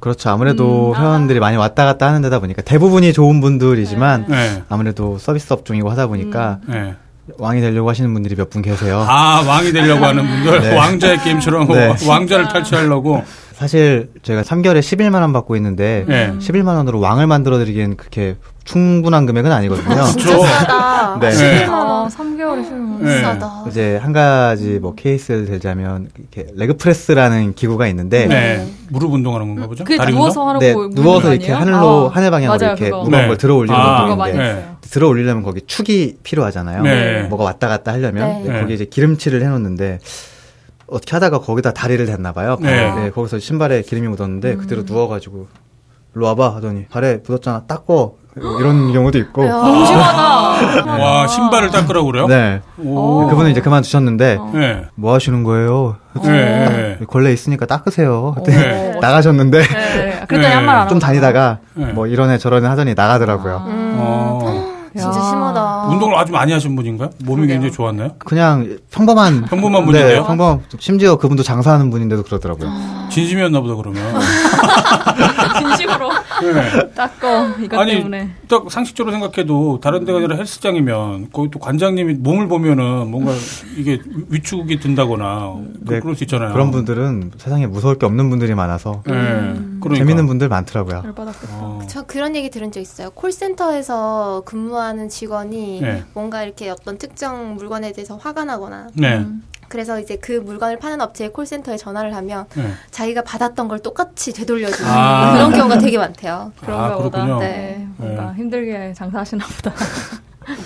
Speaker 6: 그렇죠
Speaker 2: 음.
Speaker 6: 아무래도 회원들이 많이 왔다 갔다 하는 데다 보니까 대부분이 좋은 분들이지만
Speaker 3: 네.
Speaker 6: 아무래도 서비스 업종이고 하다
Speaker 2: 음.
Speaker 6: 보니까
Speaker 3: 네.
Speaker 6: 왕이 되려고 하시는 분들이 몇 분 계세요
Speaker 3: 아, 왕이 되려고 하는 분들.
Speaker 6: 네.
Speaker 3: 왕자의 게임처럼
Speaker 6: 네.
Speaker 3: 왕자를 탈취하려고.
Speaker 6: 사실 저희가 3개월에 11만 원 받고 있는데
Speaker 3: 네.
Speaker 6: 11만 원으로 왕을 만들어 드리기엔 그렇게 충분한 금액은 아니거든요.
Speaker 3: 그렇죠.
Speaker 5: 싸다.
Speaker 6: 네.
Speaker 3: 네.
Speaker 5: 10만 원.
Speaker 2: 어, 3개월이 싫어.
Speaker 3: 네.
Speaker 5: 싸다.
Speaker 6: 이제 한 가지 뭐 케이스를 들자면 이렇게 레그프레스라는 기구가 있는데
Speaker 3: 네. 무릎 운동하는 건가 보죠?
Speaker 2: 그게
Speaker 3: 다리
Speaker 2: 누워서
Speaker 3: 운동?
Speaker 2: 하라고
Speaker 6: 네,
Speaker 2: 물어본
Speaker 6: 누워서
Speaker 2: 거
Speaker 6: 이렇게
Speaker 2: 아니에요?
Speaker 6: 하늘로
Speaker 2: 아,
Speaker 6: 하늘 방향으로
Speaker 2: 맞아요,
Speaker 6: 이렇게
Speaker 2: 그거.
Speaker 6: 무거운
Speaker 3: 네.
Speaker 6: 걸 들어 올리는
Speaker 3: 아,
Speaker 2: 그거 많이
Speaker 6: 운동인데
Speaker 2: 했어요.
Speaker 6: 들어 올리려면 거기 축이 필요하잖아요.
Speaker 3: 네.
Speaker 6: 뭐가 왔다 갔다 하려면
Speaker 3: 네.
Speaker 6: 네, 거기 이제 기름칠을 해놓는데 어떻게 하다가 거기다 다리를 댔나 봐요.
Speaker 3: 네.
Speaker 6: 네, 거기서 신발에 기름이 묻었는데 그대로 누워가지고 일로 와봐 하더니 발에 묻었잖아 닦어 이런 경우도 있고.
Speaker 5: 야.
Speaker 6: <laughs>
Speaker 2: 심하다.
Speaker 3: 와, 신발을 닦으라고 그래요?
Speaker 6: 네.
Speaker 2: 어?
Speaker 3: 오.
Speaker 6: 그분은 이제 그만두셨는데
Speaker 3: 네.
Speaker 6: 뭐 하시는 거예요?
Speaker 3: 네. 네.
Speaker 6: 걸레 있으니까 닦으세요.
Speaker 2: 오.
Speaker 6: 네. 나가셨는데
Speaker 2: 네. 어, 그랬더니
Speaker 3: 네.
Speaker 2: 한말 안.
Speaker 6: 좀 다니다가
Speaker 3: 네.
Speaker 6: 뭐 이런 애 저런 애 하더니 나가더라고요.
Speaker 2: 음.
Speaker 3: 어.
Speaker 5: 진짜
Speaker 2: 야.
Speaker 5: 심하다.
Speaker 3: 운동을 아주 많이 하신 분인가요? 몸이 굉장히 좋았나요?
Speaker 6: 그냥 평범한
Speaker 3: 평범한
Speaker 6: 네,
Speaker 3: 분인데요?
Speaker 6: 평범 심지어 그분도 장사하는 분인데도 그러더라고요.
Speaker 3: 아. 진심이었나 보다,
Speaker 2: <laughs>
Speaker 3: 그러면.
Speaker 6: <laughs>
Speaker 2: 진심으로
Speaker 3: 네.
Speaker 2: 닦어 이것
Speaker 3: 아니,
Speaker 2: 때문에.
Speaker 3: 딱 상식적으로 생각해도 다른 데가 아니라 헬스장이면 거기 또 관장님이 몸을 보면은 뭔가 이게 위축이 든다거나
Speaker 6: 네,
Speaker 3: 그, 럴수 있잖아요.
Speaker 6: 그런 분들은 세상에 무서울 게 없는 분들이 많아서
Speaker 3: 네.
Speaker 2: 음.
Speaker 3: 그러니까.
Speaker 6: 재밌는 분들 많더라고요.
Speaker 2: 열받았겠다.
Speaker 3: 어.
Speaker 5: 저 그런 얘기 들은 적 있어요. 콜센터에서 근무하는 직원이
Speaker 3: 네.
Speaker 5: 뭔가 이렇게 어떤 특정 물건에 대해서 화가 나거나
Speaker 3: 네.
Speaker 5: 그래서 이제 그 물건을 파는 업체의 콜센터에 전화를 하면
Speaker 3: 네.
Speaker 2: 음.
Speaker 5: 자기가 받았던 걸 똑같이 되돌려주는
Speaker 3: 아.
Speaker 5: 그런 경우가 되게 많대요.
Speaker 2: 그런가
Speaker 3: 그렇군요.
Speaker 2: 보다. 네. 뭔가
Speaker 3: 네.
Speaker 2: 힘들게 장사하시나 보다.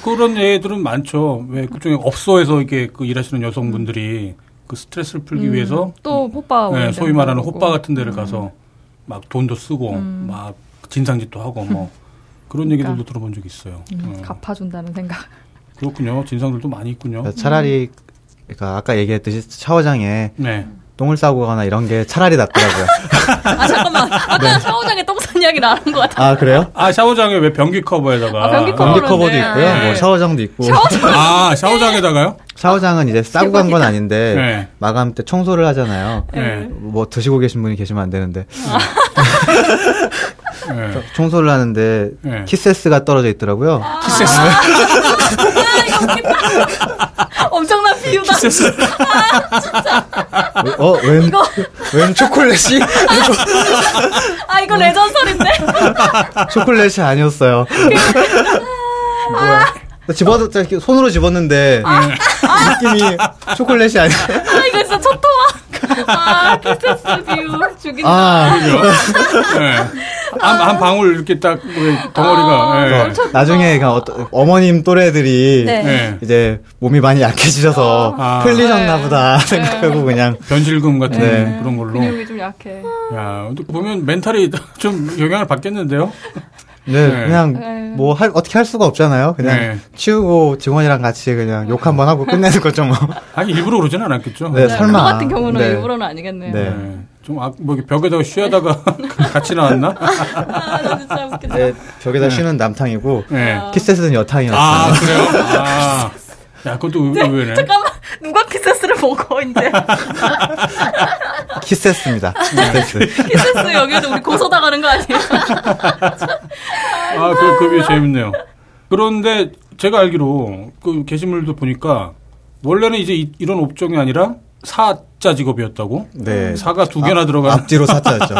Speaker 3: 그런 예들은 많죠. 왜 그중에 업소에서 이게 그 일하시는 여성분들이 그 스트레스를 풀기
Speaker 2: 음,
Speaker 3: 위해서
Speaker 2: 또 호빠
Speaker 3: 네,
Speaker 2: 오는데
Speaker 3: 소위 말하는
Speaker 2: 그러고. 음.
Speaker 3: 호빠 같은 데를 가서 막 돈도 쓰고 막 진상짓도 하고 뭐 그런 얘기들도 들어본 적이 있어요.
Speaker 2: 음,
Speaker 3: 어.
Speaker 2: 갚아준다는 생각.
Speaker 3: 그렇군요. 진상들도 많이 있군요.
Speaker 6: 네. 차라리 그러니까 아까 얘기했듯이 샤워장에
Speaker 3: 네.
Speaker 6: 똥을 싸고거나 이런 게 차라리 낫더라고요.
Speaker 3: <laughs>
Speaker 2: 아 잠깐만.
Speaker 3: 네.
Speaker 2: 아까 샤워장에 똥싼 이야기 나온 것 같아.
Speaker 6: 아 그래요?
Speaker 3: 아 샤워장에 왜 변기 커버에다가
Speaker 2: 아, 변기 커버.
Speaker 6: 변기
Speaker 2: 그러는데.
Speaker 6: 커버도 있고요.
Speaker 2: 네.
Speaker 6: 뭐 샤워장도 있고.
Speaker 3: <laughs> 아
Speaker 2: <laughs>
Speaker 3: 샤워장에다가요?
Speaker 6: 샤워장은 이제 싸고 간 건 아닌데
Speaker 3: 네.
Speaker 6: 마감 때 청소를 하잖아요.
Speaker 3: 네.
Speaker 6: 뭐 드시고 계신 분이 계시면 안 되는데
Speaker 3: 네.
Speaker 6: 청소를 하는데
Speaker 3: 네.
Speaker 6: 키세스가 떨어져 있더라고요.
Speaker 3: 키세스.
Speaker 2: 아, 엄청난 비유다.
Speaker 3: 키세스.
Speaker 6: 어, 웬, 웬 초콜릿이?
Speaker 2: 아 이거 레전설인데.
Speaker 6: 초콜릿이 아니었어요. 뭐야. 나 집어서 이렇게 손으로 집었는데 느낌이 초콜릿이 아니.
Speaker 2: 아 이거 진짜 초토화. 아 키세스 비유 죽인다.
Speaker 6: 아,
Speaker 3: 네. 한, 한 방울 이렇게 딱 우리 덩어리가.
Speaker 2: 아,
Speaker 3: 네.
Speaker 2: 엄청-
Speaker 6: 나중에 그냥 어떤- 어머님 또래들이
Speaker 2: 네.
Speaker 3: 네.
Speaker 6: 이제 몸이 많이 약해지셔서
Speaker 3: 아.
Speaker 6: 풀리셨나 보다 생각하고 그냥
Speaker 3: 변실금 같은
Speaker 6: 네.
Speaker 3: 그런 걸로.
Speaker 2: 근육이 좀 약해.
Speaker 3: 야, 근데 보면 멘탈이 <laughs> 좀 영향을 받겠는데요?
Speaker 6: 네,
Speaker 3: 네.
Speaker 6: 그냥
Speaker 2: 네.
Speaker 6: 뭐 할, 어떻게 할 수가 없잖아요. 그냥
Speaker 3: 네.
Speaker 6: 치우고 직원이랑 같이 그냥 욕 한번 하고 끝내는 <laughs> 거죠 뭐.
Speaker 3: 아니, 일부러 그러진 않았겠죠?
Speaker 6: 네, 설마.
Speaker 2: 그 같은 경우는
Speaker 6: 네.
Speaker 2: 일부러는 아니겠네요.
Speaker 6: 네.
Speaker 3: 네. 좀, 아, 뭐, 이렇게 벽에다가 쉬하다가 <laughs> 같이 나왔나?
Speaker 2: 아나 진짜 웃기다.
Speaker 6: 네, 벽에다 쉬는 남탕이고
Speaker 3: 네.
Speaker 6: 키스는 여탕이었어요.
Speaker 3: 아, 그래요? 아. 야, 그것도 의- 의외네.
Speaker 2: 잠깐만 누가 키세스를 먹어 이제
Speaker 3: <laughs>
Speaker 6: 키세스입니다. 키세스.
Speaker 2: 키세스 여기도 우리 고소 당하는 거 아니에요?
Speaker 3: 아, 그, 그게 재밌네요. 그런데 제가 알기로 그 게시물도 보니까 원래는 이제 이, 런 업종이 아니라 사자 직업이었다고?
Speaker 6: 네. 아.
Speaker 3: 사가 두 개나
Speaker 6: 앞-
Speaker 3: 들어가.
Speaker 6: 앞뒤로 사자였죠.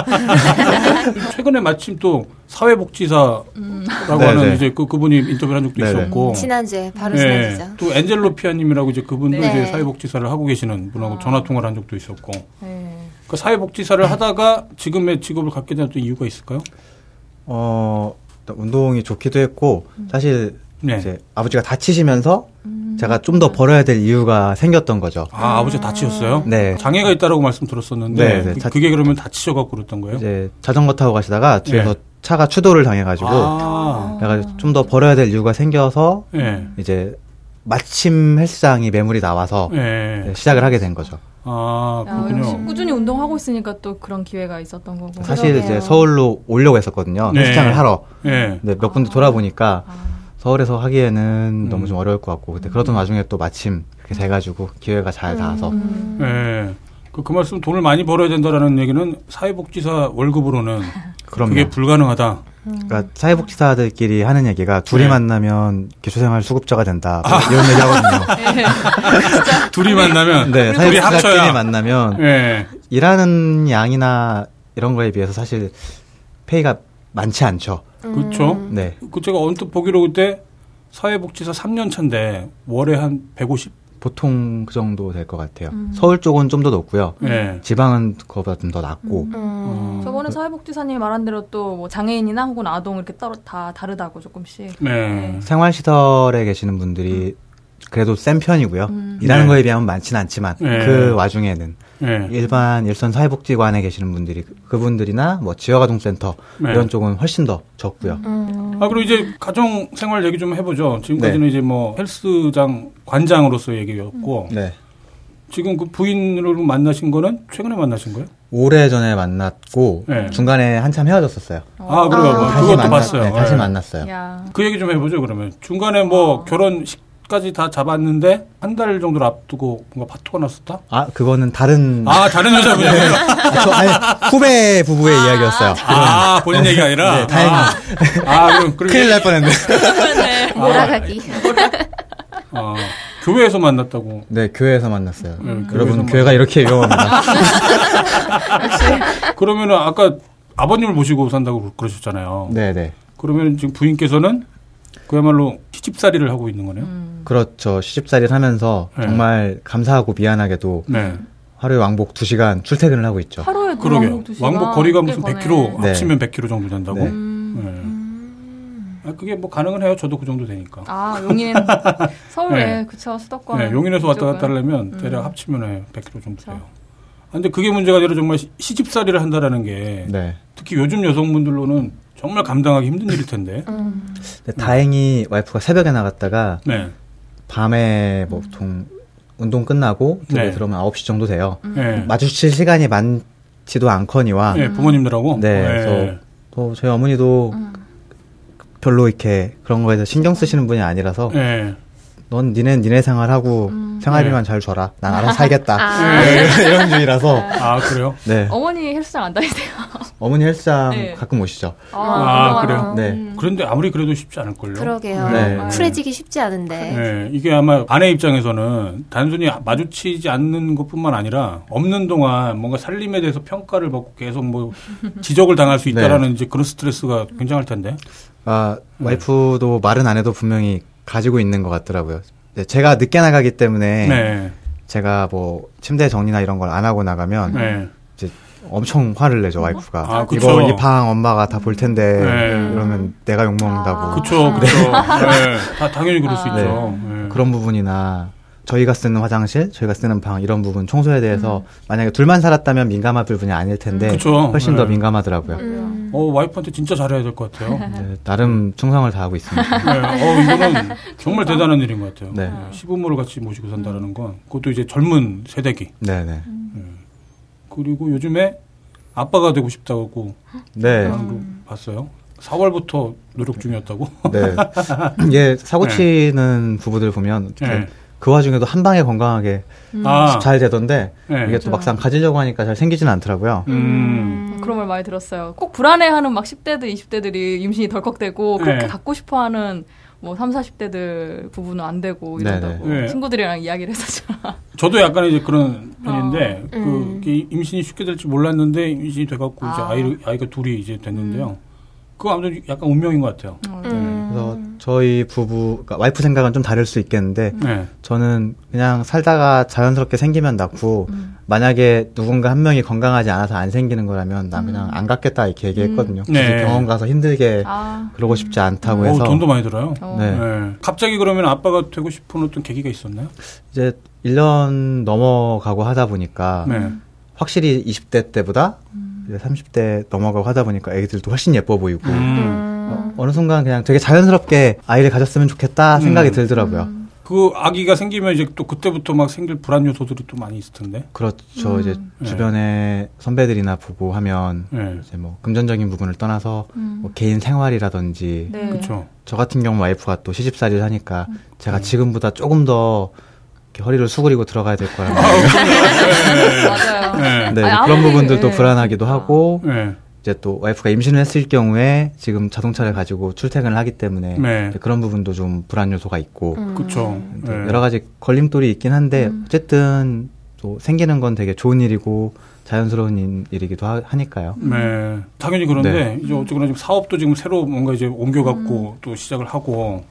Speaker 3: <laughs> 최근에 마침 또 사회복지사라고
Speaker 6: 음. 네네.
Speaker 3: 하는 이제 그 그분이 인터뷰를 한 적도
Speaker 6: 네네.
Speaker 3: 있었고.
Speaker 5: 지난주에 바로
Speaker 3: 예,
Speaker 5: 지난주죠.
Speaker 3: 또 엔젤로피아님이라고 이제 그분도
Speaker 5: 네. 어.
Speaker 3: 이제 사회복지사를 하고 계시는 분하고 전화 통화를 한 적도 있었고.
Speaker 2: 네.
Speaker 3: 그 사회복지사를 하다가 지금의 직업을 갖게 된 또 이유가 있을까요?
Speaker 6: 어, 일단 운동이 좋기도 했고 사실
Speaker 3: 네.
Speaker 6: 이제 아버지가 다치시면서
Speaker 2: 음.
Speaker 6: 제가 좀 더 벌어야 될 이유가 생겼던 거죠.
Speaker 3: 아, 아버지 다치셨어요?
Speaker 6: 네.
Speaker 3: 장애가 있다라고 말씀 들었었는데
Speaker 6: 네, 네.
Speaker 3: 그- 그게 그러면 다치셔 갖고 그랬던 거예요?
Speaker 6: 이제 자전거 타고 가시다가 뒤에서
Speaker 3: 네.
Speaker 6: 차가 추돌을 당해가지고
Speaker 3: 아.
Speaker 6: 내가 좀 더 벌어야 될 이유가 생겨서
Speaker 3: 예.
Speaker 6: 이제 마침 헬스장이 매물이 나와서
Speaker 3: 예.
Speaker 6: 네, 시작을 하게 된 거죠.
Speaker 3: 아,
Speaker 2: 야, 역시
Speaker 3: 그렇군요.
Speaker 2: 꾸준히 운동하고 있으니까 또 그런 기회가 있었던 거고.
Speaker 6: 사실
Speaker 5: 그러게요.
Speaker 6: 이제 서울로 오려고 했었거든요.
Speaker 3: 네.
Speaker 6: 헬스장을 하러.
Speaker 3: 예.
Speaker 6: 근데 몇 군데 돌아보니까 서울에서 하기에는 너무
Speaker 3: 음.
Speaker 6: 좀 어려울 것 같고 그때
Speaker 5: 음.
Speaker 6: 그러던 와중에 또 마침 그렇게 돼가지고 기회가 잘 닿아서
Speaker 5: 음.
Speaker 3: 예. 그, 그 말씀 돈을 많이 벌어야 된다라는 얘기는 사회복지사 월급으로는
Speaker 6: 그럼요.
Speaker 3: 그게 불가능하다.
Speaker 6: 그러니까 사회복지사들끼리 하는 얘기가 둘이
Speaker 3: 네. 아.
Speaker 6: 만나면 기초생활 수급자가 된다 뭐 이런 얘기
Speaker 3: <laughs>
Speaker 6: 하거든요.
Speaker 2: 네.
Speaker 3: 둘이 만나면
Speaker 6: 네,
Speaker 3: 둘이
Speaker 6: 사회복지사끼리
Speaker 3: 합쳐야.
Speaker 6: 만나면
Speaker 3: 예.
Speaker 6: 일하는 양이나 이런 거에 비해서 사실 페이가 많지 않죠.
Speaker 3: 그렇죠.
Speaker 5: 음.
Speaker 6: 네.
Speaker 3: 그 제가 언뜻 보기로 그때 사회복지사 3년 차인데 월에 한 150?
Speaker 6: 보통 그 정도 될 것 같아요.
Speaker 3: 음.
Speaker 6: 서울 쪽은 좀 더 높고요.
Speaker 3: 예.
Speaker 6: 지방은 그거보다 좀 더 낮고.
Speaker 5: 음.
Speaker 3: 어,
Speaker 2: 저번에 사회복지사님이 말한 대로 또 뭐 장애인이나 혹은 아동 이렇게 따로 다 다르다고 조금씩.
Speaker 3: 네.
Speaker 6: 생활시설에 계시는 분들이
Speaker 3: 음.
Speaker 6: 그래도 센 편이고요. 일하는
Speaker 3: 네.
Speaker 6: 거에 비하면 많지는 않지만
Speaker 3: 네.
Speaker 6: 그 와중에는
Speaker 3: 예.
Speaker 6: 일반 일선 사회복지관에 계시는 분들이 그- 그분들이나 뭐 지역아동센터
Speaker 3: 네.
Speaker 6: 이런 쪽은 훨씬 더 적고요.
Speaker 5: 음.
Speaker 3: 아 그리고 이제 가정 생활 얘기 좀 해보죠.
Speaker 6: 네.
Speaker 3: 지금까지는 이제 뭐 헬스장 관장으로서 얘기였고
Speaker 6: 네.
Speaker 3: 지금 그 부인으로 만나신 거는 최근에 만나신 거예요?
Speaker 6: 오래전에 만났고
Speaker 3: 네.
Speaker 6: 중간에 한참 헤어졌었어요.
Speaker 3: 아 그래요. 뭐
Speaker 6: 다시
Speaker 3: 그것도
Speaker 6: 만났-
Speaker 3: 봤어요.
Speaker 6: 네, 다시 아.
Speaker 3: 예.
Speaker 6: 만났어요.
Speaker 2: 야.
Speaker 3: 그 얘기 좀 해보죠. 그러면 중간에 뭐 결혼식까지 다 잡았는데 한 달 정도를 앞두고 뭔가 파토가 났었다.
Speaker 6: 아 그거는 다른
Speaker 3: 아 다른
Speaker 6: <laughs>
Speaker 3: 여자분이요.
Speaker 6: 아, 저- 아니, 후배 부부의 이야기였어요.
Speaker 3: 아 본인 얘기가 아니라.
Speaker 6: 네, 다행히.
Speaker 3: 아, 아 그럼 그리고
Speaker 6: 큰일 날 뻔했네.
Speaker 2: 네.
Speaker 5: 몰아가기.
Speaker 3: 아, 교회에서 만났다고.
Speaker 6: 네, 교회에서 만났어요.
Speaker 3: 음. 교회에서
Speaker 6: 여러분, 교회가
Speaker 3: <laughs>
Speaker 6: 이렇게 위험합니다.
Speaker 3: 그러면은 아까 아버님을 모시고 산다고 그러셨잖아요.
Speaker 6: 네, 네.
Speaker 3: 그러면 지금 부인께서는 그야말로 시집살이를 하고 있는 거네요.
Speaker 2: 음.
Speaker 6: 그렇죠. 시집살이를 하면서
Speaker 3: 네.
Speaker 6: 정말 감사하고 미안하게도
Speaker 3: 네.
Speaker 6: 하루에 왕복 2시간 출퇴근을 하고 있죠.
Speaker 2: 하루에
Speaker 3: 그러게요.
Speaker 2: 왕복 두 시간.
Speaker 3: 왕복 거리가
Speaker 2: 꽤
Speaker 3: 무슨
Speaker 2: 거네. 음.
Speaker 3: 100km
Speaker 6: 네.
Speaker 3: 합치면 100km 정도 된다고.
Speaker 6: 네.
Speaker 3: 네. 아, 그게 뭐 가능은 해요. 저도 그 정도 되니까.
Speaker 2: 아
Speaker 3: <laughs>
Speaker 2: 용인 서울에
Speaker 3: 네.
Speaker 2: 그쵸 수도권.
Speaker 3: 네, 용인에서 왔다 갔다
Speaker 2: 이쪽은.
Speaker 3: 하려면 대략 합치면 해요. 100km 정도
Speaker 2: 그렇죠.
Speaker 3: 돼요. 아, 근데 그게 문제가 아니라 정말 시- 시집살이를 한다라는 게
Speaker 6: 네.
Speaker 3: 특히 요즘 여성분들로는 정말 감당하기 힘든 일일 텐데.
Speaker 6: 음.
Speaker 2: 음.
Speaker 6: 근데 다행히 와이프가 새벽에 나갔다가
Speaker 3: 네.
Speaker 6: 밤에 뭐 보통 운동 끝나고 집에
Speaker 3: 음. 네.
Speaker 6: 들어오면 9시 정도 돼요.
Speaker 3: 네.
Speaker 6: 마주칠 시간이 많지도 않거니와
Speaker 3: 네, 부모님들하고.
Speaker 6: 아. 네, 그래서 또 저희 어머니도
Speaker 3: 음.
Speaker 6: 별로 이렇게 그런 거에 대해서 신경 쓰시는 분이 아니라서
Speaker 3: 네.
Speaker 6: 넌 니네 음, 니네 생활하고 생활비만 잘 줘라. 난 <laughs> 알아서 살겠다.
Speaker 3: 네.
Speaker 6: 이런 주의라서
Speaker 3: 아, 그래요?
Speaker 6: 네.
Speaker 2: 어머니 헬스장 안 다니세요?
Speaker 6: 어머니 헬스장
Speaker 2: 네.
Speaker 6: 가끔 오시죠.
Speaker 3: <laughs> 아, 그래요?
Speaker 2: 그렇구나.
Speaker 6: 네.
Speaker 3: 그런데 아무리 그래도 쉽지 않을걸요.
Speaker 5: 그러게요.
Speaker 6: 네.
Speaker 5: 쿨해지기 쉽지 않은데.
Speaker 3: 네, 이게 아마 아내 입장에서는 단순히 마주치지 않는 것뿐만 아니라 없는 동안 뭔가 살림에 대해서 평가를 받고 계속 뭐 지적을 당할 수 있다라는
Speaker 6: 네.
Speaker 3: 이제 그런 스트레스가 굉장할 텐데.
Speaker 6: 아, 와이프도 말은 안 해도 분명히 가지고 있는 것 같더라고요. 네, 제가 늦게 나가기 때문에
Speaker 3: 네.
Speaker 6: 제가 뭐 침대 정리나 이런 걸 안 하고 나가면
Speaker 3: 네.
Speaker 6: 이제 엄청 화를 내죠 와이프가.
Speaker 3: 아, 그쵸.
Speaker 6: 이거 이 방 엄마가 다 볼 텐데
Speaker 3: 네.
Speaker 6: 이러면 내가 욕 먹는다고.
Speaker 3: 그쵸, 그쵸.
Speaker 6: <laughs>
Speaker 3: 네. 다 당연히 그럴 수 있죠. 네.
Speaker 6: 아. 그런 부분이나 저희가 쓰는 화장실, 저희가 쓰는 방 이런 부분 청소에 대해서 만약에 둘만 살았다면 민감할 부분이 아닐 텐데
Speaker 3: 음. 그쵸.
Speaker 6: 훨씬
Speaker 3: 네.
Speaker 6: 더 민감하더라고요.
Speaker 5: 음.
Speaker 3: 어, 와이프한테 진짜 잘해야 될 것 같아요.
Speaker 6: 네, 나름 충성을 다하고 있습니다.
Speaker 3: 네. 어, 이거는 정말 대단한 일인 것 같아요.
Speaker 6: 네.
Speaker 3: 어, 시부모를 같이 모시고 산다라는 건 그것도 이제 젊은 세대기. 예.
Speaker 6: 네네.
Speaker 3: 음. 그리고 요즘에 아빠가 되고 싶다고
Speaker 6: 네.
Speaker 3: 음. 봤어요. 4월부터 노력 중이었다고.
Speaker 6: 네. 이게 사고 치는 부부들 보면
Speaker 3: 네.
Speaker 6: 그 와중에도 한 방에 건강하게
Speaker 3: 아,
Speaker 6: 잘 되던데
Speaker 3: 네.
Speaker 6: 이게 또 막상 가지려고 하니까 잘 생기진 않더라고요.
Speaker 3: 음,
Speaker 2: 아, 그런 말 많이 들었어요. 꼭 불안해하는 막 10대들, 20대들이 임신이 덜컥되고 그렇게
Speaker 3: 네.
Speaker 2: 갖고 싶어하는 뭐 3, 40대들 부부는 안 되고
Speaker 6: 네네.
Speaker 2: 이런다고
Speaker 3: 네.
Speaker 2: 친구들이랑 이야기를 했었잖아.
Speaker 3: 저도 약간 이제 그런 편인데 그
Speaker 1: 음.
Speaker 3: 이게 임신이 쉽게 될지 몰랐는데 임신이 돼갖고 이제
Speaker 2: 아.
Speaker 3: 아이 음. 아이가 둘이 이제 됐는데요. 그거 아무래도 약간 운명인 것 같아요.
Speaker 1: 음.
Speaker 2: 음.
Speaker 6: 그래서
Speaker 5: 음. 네.
Speaker 3: 음.
Speaker 6: 저희 부부, 그러니까 와이프 생각은 좀 다를 수 있겠는데
Speaker 3: 네.
Speaker 6: 저는 그냥 살다가 자연스럽게 생기면 낳고 만약에 누군가 한 명이 건강하지 않아서 안 생기는 거라면 나 그냥 안 갖겠다 이렇게 얘기했거든요. 굳이
Speaker 3: 네.
Speaker 6: 병원 가서 힘들게
Speaker 2: 아,
Speaker 6: 그러고 싶지 않다고
Speaker 3: 어,
Speaker 6: 해서
Speaker 3: 돈도 많이 들어요.
Speaker 2: 어.
Speaker 6: 네.
Speaker 3: 네. 갑자기 그러면 아빠가 되고 싶은 어떤 계기가 있었나요?
Speaker 6: 이제 1년 넘어가고 하다 보니까
Speaker 3: 네.
Speaker 6: 확실히 20대 때보다 이제 30대 넘어가고 하다 보니까 애기들도 훨씬 예뻐 보이고
Speaker 3: 음.
Speaker 6: 어, 어느 순간 그냥 되게 자연스럽게 아이를 가졌으면 좋겠다 생각이
Speaker 3: 음.
Speaker 6: 들더라고요.
Speaker 3: 그 아기가 생기면 이제 또 그때부터 막 생길 불안 요소들이 또 많이 있을 텐데.
Speaker 6: 그렇죠. 이제
Speaker 3: 네.
Speaker 6: 주변에 선배들이나 보고 하면
Speaker 3: 네.
Speaker 6: 이제 뭐 금전적인 부분을 떠나서 뭐 개인 생활이라든지
Speaker 2: 음. 네. 음.
Speaker 3: 그렇죠.
Speaker 6: 저 같은 경우 와이프가 또 시집살이를 하니까 제가 지금보다 조금 더 이렇게 허리를 수그리고 들어가야 될 거라는
Speaker 2: 맞아요.
Speaker 3: 네.
Speaker 6: 네,
Speaker 2: 아니,
Speaker 6: 그런
Speaker 2: 아무리-
Speaker 6: 부분들도
Speaker 2: 네.
Speaker 6: 불안하기도 하고
Speaker 3: 네.
Speaker 6: 이제 또 와이프가 임신을 했을 경우에 지금 자동차를 가지고 출퇴근을 하기 때문에
Speaker 3: 네.
Speaker 6: 이제 그런 부분도 좀 불안 요소가 있고
Speaker 2: 음.
Speaker 3: 그렇죠.
Speaker 6: 이제
Speaker 3: 네.
Speaker 6: 음. 여러 가지 걸림돌이 있긴 한데 어쨌든 또 생기는 건 되게 좋은 일이고 자연스러운 일- 일이기도 하, 니까
Speaker 2: 음.
Speaker 6: 요
Speaker 3: 네. 당연히 그런데 이제 어쨌거나 지금 사업도 지금 새로 뭔가 이제
Speaker 2: 음.
Speaker 3: 옮겨갖고 또 시작을 하고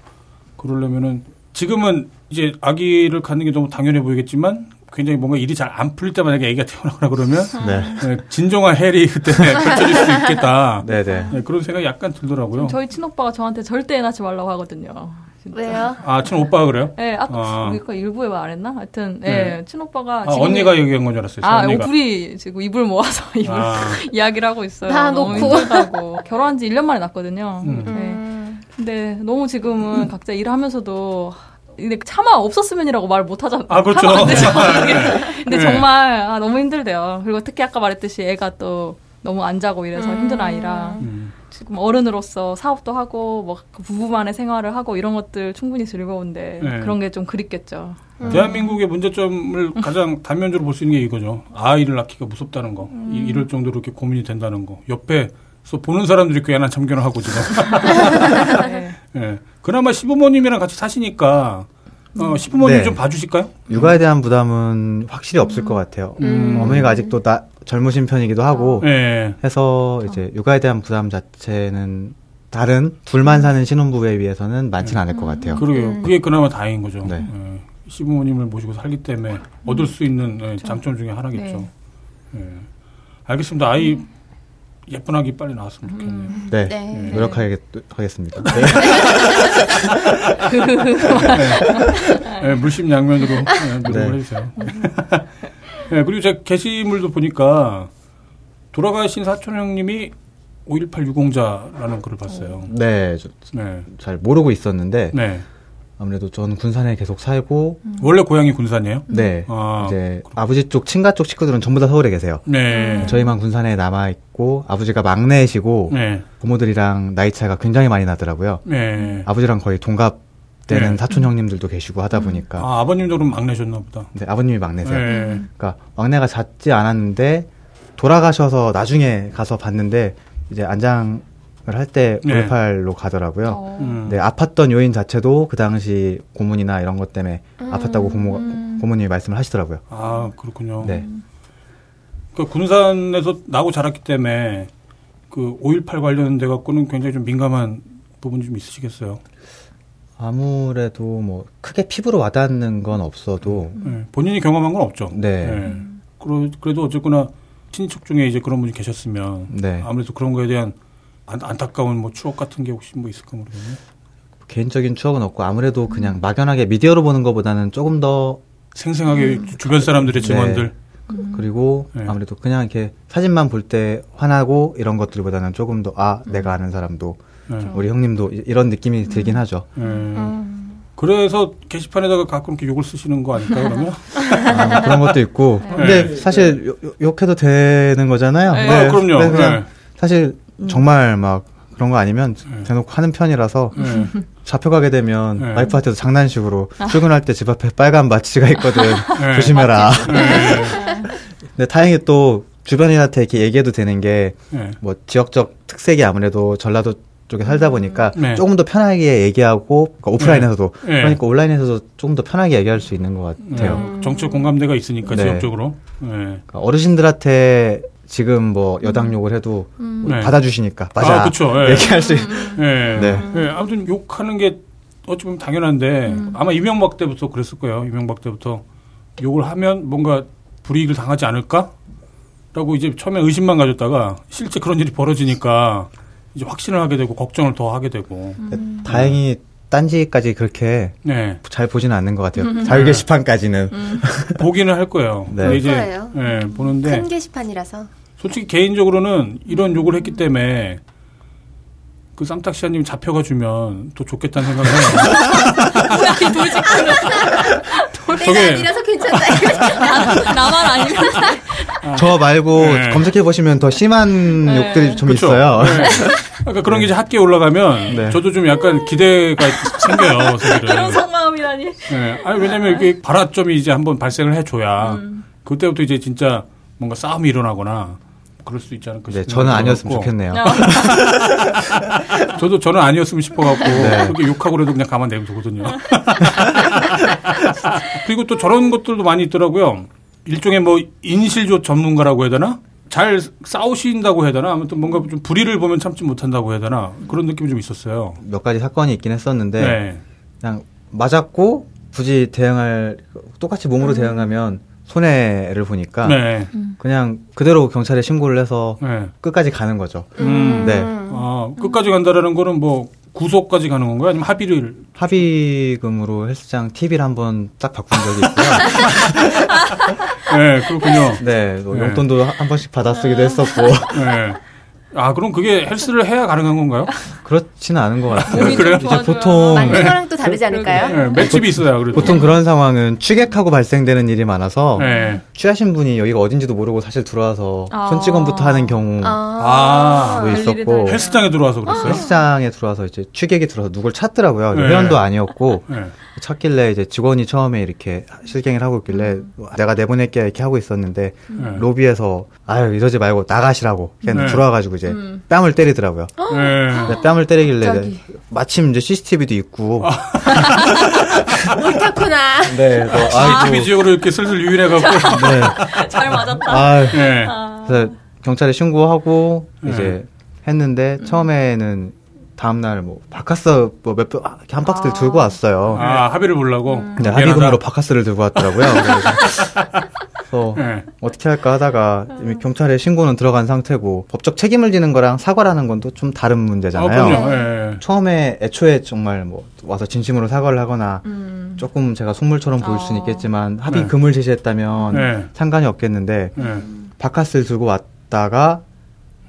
Speaker 3: 그러려면은 지금은 이제 아기를 갖는 게 너무 당연해 보이겠지만 굉장히 뭔가 일이 잘 안 풀릴 때 만약에 아기가 태어나거나
Speaker 2: <laughs>
Speaker 3: 그러면
Speaker 6: 네.
Speaker 3: 네, 진정한 해리 그때 펼쳐질 수
Speaker 2: 아.
Speaker 3: 있겠다.
Speaker 6: 네, 네.
Speaker 3: 네, 그런 생각이 약간 들더라고요.
Speaker 2: 저희 친오빠가 저한테 절대 애 낳지 말라고 하거든요. 진짜.
Speaker 1: 왜요?
Speaker 3: 아, 친 오빠가 그래요?
Speaker 2: 예, 아까
Speaker 3: 아.
Speaker 2: 우리가 일부에 말 안 했나? 하여튼 예,
Speaker 3: 네.
Speaker 2: 친오빠가
Speaker 3: 아, 언니가 얘기한 건 줄 알았어요.
Speaker 2: 아,
Speaker 3: 언니가.
Speaker 2: 오불이 지금 입을 모아서 <laughs> 입을
Speaker 3: 아,
Speaker 2: 이야기를 하고 있어요.
Speaker 1: 다
Speaker 2: 너무
Speaker 1: 놓고.
Speaker 2: 힘들다고. 결혼한 지 1년 만에 났거든요.
Speaker 3: 음.
Speaker 2: 네. 근데 너무 지금은 각자 일하면서도 근데 차마 없었으면이라고 말 못 하잖아.
Speaker 3: 아,
Speaker 2: <laughs>
Speaker 3: 그렇죠.
Speaker 2: 하면 안 되죠. 어떻게.
Speaker 3: <laughs>
Speaker 2: 근데
Speaker 3: 네.
Speaker 2: 정말 아, 너무 힘들대요. 그리고 특히 아까 말했듯이 애가 또 너무 안 자고 이래서 힘든 아이라
Speaker 3: 음.
Speaker 2: 지금 어른으로서 사업도 하고 뭐 부부만의 생활을 하고 이런 것들 충분히 즐거운데
Speaker 3: 네.
Speaker 2: 그런 게 좀
Speaker 1: <laughs>
Speaker 2: 그립겠죠.
Speaker 3: 대한민국의 문제점을 가장 단면적으로 볼 수 있는 게 이거죠. 아이를 낳기가 무섭다는 거, 이, 이럴 정도로 이렇게 고민이 된다는 거. 옆에서 보는 사람들이 꽤나 참견을 하고 지금. <laughs>
Speaker 2: 네.
Speaker 3: 예. 그나마 시부모님이랑 같이 사시니까 어, 시부모님
Speaker 6: 네.
Speaker 3: 좀 봐주실까요?
Speaker 6: 육아에 대한 부담은 확실히 없을 것 같아요.
Speaker 3: 음.
Speaker 6: 어머니가 아직도 나, 젊으신 편이기도 하고
Speaker 3: 예.
Speaker 6: 해서 이제 육아에 대한 부담 자체는 다른 둘만 사는 신혼부부에 비해서는 많지는 않을 것 같아요.
Speaker 3: 그러게요. 그게 그나마 다행인 거죠.
Speaker 6: 네.
Speaker 3: 예. 시부모님을 모시고 살기 때문에 얻을 수 있는 예, 장점 중에 하나겠죠. 예. 알겠습니다. 아이 예쁜 아기 빨리 나왔으면 좋겠네요.
Speaker 6: 네,
Speaker 1: 네.
Speaker 6: 노력하겠습니다.
Speaker 3: 네. 예, 물심양면으로 예, 노력을
Speaker 6: 네.
Speaker 3: 해주세요. 예, 그리고 제가 게시물도 보니까 돌아가신 사촌 형님이 5.18 유공자라는 글을 봤어요.
Speaker 6: <laughs> 네, 저-
Speaker 3: 네.
Speaker 6: 잘 모르고 있었는데
Speaker 3: 네.
Speaker 6: 아무래도 저는 군산에 계속 살고
Speaker 3: 원래 고향이 군산이에요?
Speaker 6: 네.
Speaker 3: 아,
Speaker 6: 이제 아버지 쪽 친가 쪽 식구들은 전부 다 서울에 계세요.
Speaker 3: 네.
Speaker 6: 저희만 군산에 남아 있고 아버지가 막내이시고
Speaker 3: 네.
Speaker 6: 부모들이랑 나이 차이가 굉장히 많이 나더라고요.
Speaker 3: 네.
Speaker 6: 아버지랑 거의 동갑 되는
Speaker 3: 네.
Speaker 6: 사촌 형님들도 계시고 하다 보니까
Speaker 3: 아, 아버님도 그럼 막내셨나 보다.
Speaker 6: 네, 아버님이 막내세요.
Speaker 3: 네.
Speaker 6: 그러니까 막내가 잤지 않았는데 돌아가셔서 나중에 가서 봤는데 이제 안장을 할 때
Speaker 3: 네.
Speaker 6: 5.18로 가더라고요.
Speaker 2: 어.
Speaker 3: 음.
Speaker 6: 네, 아팠던 요인 자체도 그 당시 고문이나 이런 것 때문에 아팠다고 고모, 고모님이 말씀을 하시더라고요.
Speaker 3: 아, 그렇군요.
Speaker 6: 네.
Speaker 3: 그 군산에서 나고 자랐기 때문에 그 5.18 관련돼 갖고는 굉장히 좀 민감한 부분이 좀 있으시겠어요.
Speaker 6: 아무래도 뭐 크게 피부로 와닿는 건 없어도
Speaker 3: 네, 본인이 경험한 건 없죠. 예.
Speaker 6: 네.
Speaker 3: 그러, 그래도 어쨌거나 친척 중에 이제 그런 분이 계셨으면
Speaker 6: 네.
Speaker 3: 아무래도 그런 거에 대한 안, 안타까운 뭐 추억 같은 게 혹시 뭐 있을까 모르겠네요.
Speaker 6: 개인적인 추억은 없고 아무래도 그냥 막연하게 미디어로 보는 것보다는 조금 더
Speaker 3: 생생하게 주- 주변 사람들의
Speaker 6: 네.
Speaker 3: 증언들.
Speaker 6: 그리고
Speaker 3: 네.
Speaker 6: 아무래도 그냥 이렇게 사진만 볼 때 화나고 이런 것들보다는 조금 더 아 내가 아는 사람도
Speaker 3: 음. 네.
Speaker 6: 우리 형님도 이- 이런 느낌이
Speaker 3: <laughs>
Speaker 6: 들긴 하죠.
Speaker 3: 네. 그래서 게시판에다가 가끔 이렇게 욕을 쓰시는 거 아닐까요, 그러면?
Speaker 6: 아, 그런 것도 있고
Speaker 3: 네.
Speaker 6: 근데 사실 욕- 욕- 욕해도 되는 거잖아요.
Speaker 2: 네.
Speaker 3: 아, 그럼요.
Speaker 6: 근데 그냥
Speaker 3: 네.
Speaker 6: 사실 정말 막 그런 거 아니면 대놓고 하는 편이라서
Speaker 3: 네.
Speaker 6: 잡혀가게 되면
Speaker 3: 네. 아.
Speaker 6: 와이프한테도 장난식으로 출근할 때 집 앞에 빨간 마취가 있거든
Speaker 3: <laughs> 네.
Speaker 6: 조심해라.
Speaker 3: 네.
Speaker 6: <laughs> 근데 다행히 또 주변인한테 이렇게 얘기해도 되는 게 뭐
Speaker 3: 네.
Speaker 6: 지역적 특색이 아무래도 전라도 쪽에 살다 보니까
Speaker 3: 네.
Speaker 6: 조금 더 편하게 얘기하고 그러니까 오프라인에서도
Speaker 3: 네. 네.
Speaker 6: 그러니까 온라인에서도 조금 더 편하게 얘기할 수 있는 것 같아요.
Speaker 3: 네, 정책 공감대가 있으니까
Speaker 6: 네.
Speaker 3: 지역적으로. 네.
Speaker 6: 그러니까 어르신들한테 지금 뭐 여당 욕을 해도
Speaker 3: 음.
Speaker 6: 뭐
Speaker 3: 네.
Speaker 6: 받아주시니까 맞아
Speaker 3: 아, 그쵸. 예.
Speaker 6: 얘기할 수 있...
Speaker 3: 예.
Speaker 6: 네.
Speaker 3: 예, 아무튼 욕하는 게 어찌 보면 당연한데
Speaker 1: 음.
Speaker 3: 아마 이명박 때부터 그랬을 거예요. 이명박 때부터 욕을 하면 뭔가 불이익을 당하지 않을까? 라고 이제 처음에 의심만 가졌다가 실제 그런 일이 벌어지니까 이제 확신을 하게 되고 걱정을 더 하게 되고.
Speaker 6: 다행히 딴지까지 그렇게
Speaker 3: 네.
Speaker 6: 잘 보지는 않는 것 같아요. 자유 게시판까지는
Speaker 3: 보기는 할 거예요.
Speaker 6: 네.
Speaker 3: 근데
Speaker 1: 볼 거예요.
Speaker 3: 예, 보는데
Speaker 1: 큰 게시판이라서
Speaker 3: 솔직히 개인적으로는 이런 욕을 했기 때문에 그 쌈탁시아님 잡혀가 주면 더 좋겠다는 생각을 해요.
Speaker 1: 내가 아니라서 괜찮다.
Speaker 2: <laughs> 나만 아니면
Speaker 6: 저 말고
Speaker 3: 네.
Speaker 6: 검색해 보시면 더 심한
Speaker 2: 네.
Speaker 6: 욕들이 좀
Speaker 3: 그쵸?
Speaker 6: 있어요. <laughs>
Speaker 3: 네. 그러니까 그런 게 이제 학기에 올라가면
Speaker 6: 네.
Speaker 3: 저도 좀 약간 기대가 생겨요,
Speaker 2: 그런
Speaker 3: 사실은.
Speaker 2: 속마음이라니.
Speaker 3: 네. 아니, 왜냐면 이게 발화점이 이제 한번 발생을 해줘야 그때부터 이제 진짜 뭔가 싸움이 일어나거나 그럴 수 있지 않을까
Speaker 6: 네,
Speaker 3: 싶어요.
Speaker 6: 저는 아니었으면 좋겠네요.
Speaker 3: 저도 저는 아니었으면 싶어갖고
Speaker 6: 네.
Speaker 3: 그렇게 욕하고 그래도 그냥 가만 내버려두거든요. <laughs> 그리고 또 저런 것들도 많이 있더라고요. 일종의 뭐 인실조 전문가라고 해야 되나? 잘 싸우신다고 해야 되나? 아무튼 뭔가 좀 불의를 보면 참지 못한다고 해야 되나? 그런 느낌이 좀 있었어요.
Speaker 6: 몇 가지 사건이 있긴 했었는데
Speaker 3: 네.
Speaker 6: 그냥 맞았고 굳이 대응할 똑같이 몸으로 대응하면 손해를 보니까
Speaker 3: 네.
Speaker 6: 그냥 그대로 경찰에 신고를 해서
Speaker 3: 네.
Speaker 6: 끝까지 가는 거죠.
Speaker 3: 음.
Speaker 6: 네.
Speaker 3: 아, 끝까지 간다라는 거는 뭐 구속까지 가는 건가요? 아니면 합의를?
Speaker 6: 합의금으로 헬스장 TV를 한번 딱 바꾼 적이 있고요.
Speaker 3: 네, 그렇군요.
Speaker 6: 네, 뭐
Speaker 3: 네.
Speaker 6: 용돈도 한 번씩 받아쓰기도 했었고
Speaker 3: 네. 아, 그럼 그게 헬스를 해야 가능한 건가요?
Speaker 6: <laughs> 그렇지는 않은 것 같아요.
Speaker 2: 몸이 좀
Speaker 3: 그래요?
Speaker 6: 이제
Speaker 2: 좋아져야.
Speaker 6: 보통
Speaker 1: 맞는 거랑 또 다르지 않을까요?
Speaker 3: 네, 맷집이 있어야 그래도.
Speaker 6: 보통 그런 상황은 취객하고 발생되는 일이 많아서
Speaker 3: 네.
Speaker 6: 취하신 분이 여기가 어딘지도 모르고 사실 들어와서
Speaker 2: 아.
Speaker 6: 손찌검부터 하는 경우도
Speaker 1: 아.
Speaker 3: 아.
Speaker 6: 있었고
Speaker 2: 별일이
Speaker 3: 헬스장에 들어와서 그랬어요?
Speaker 6: 헬스장에 들어와서 이제 취객이 들어서 누굴 찾더라고요.
Speaker 3: 네.
Speaker 6: 회원도 아니었고
Speaker 3: 네.
Speaker 6: 찾길래 이제 직원이 처음에 이렇게 실갱이를 하고 있길래 내가 내보낼게 이렇게 하고 있었는데
Speaker 3: 네.
Speaker 6: 로비에서 아유 이러지 말고 나가시라고 그냥
Speaker 3: 네.
Speaker 6: 들어와가지고 이제
Speaker 1: 음.
Speaker 6: 뺨을 때리더라고요.
Speaker 1: 어?
Speaker 3: 네.
Speaker 6: 근데 뺨을 때리길래 이제 마침 이제 CCTV도
Speaker 1: 아. <laughs>
Speaker 6: 있고
Speaker 1: 옳다구나.
Speaker 6: 네,
Speaker 3: <laughs> 아,
Speaker 6: 그래서
Speaker 3: CCTV 지역으로 이렇게 슬슬 유인해갖고.
Speaker 6: 네,
Speaker 2: <laughs> 잘 맞았다.
Speaker 6: 아유
Speaker 3: 네.
Speaker 6: 그래서 경찰에 신고하고
Speaker 3: 네.
Speaker 6: 이제 했는데 처음에는 다음날 뭐 바카스 뭐몇한 박스를 들고 왔어요. 네.
Speaker 3: 아, 합의를 보려고.
Speaker 6: 근데 합의금으로 바카스를 들고
Speaker 3: <laughs>
Speaker 6: 왔더라고요. 그래서
Speaker 3: 네.
Speaker 6: 어떻게 할까 하다가 이미 경찰에 신고는 들어간 상태고 법적 책임을 지는 거랑 사과라는 건 또 좀 다른
Speaker 3: 아,
Speaker 6: 문제잖아요.
Speaker 3: 그럼요. 예.
Speaker 6: 처음에 애초에 정말 뭐 와서 진심으로 사과를 하거나
Speaker 2: 음.
Speaker 6: 조금 제가 속물처럼 보일 수는
Speaker 2: 어.
Speaker 6: 있겠지만 합의금을 제시했다면
Speaker 3: 네.
Speaker 6: 상관이 없겠는데
Speaker 3: 예.
Speaker 6: 바카스를 들고 왔다가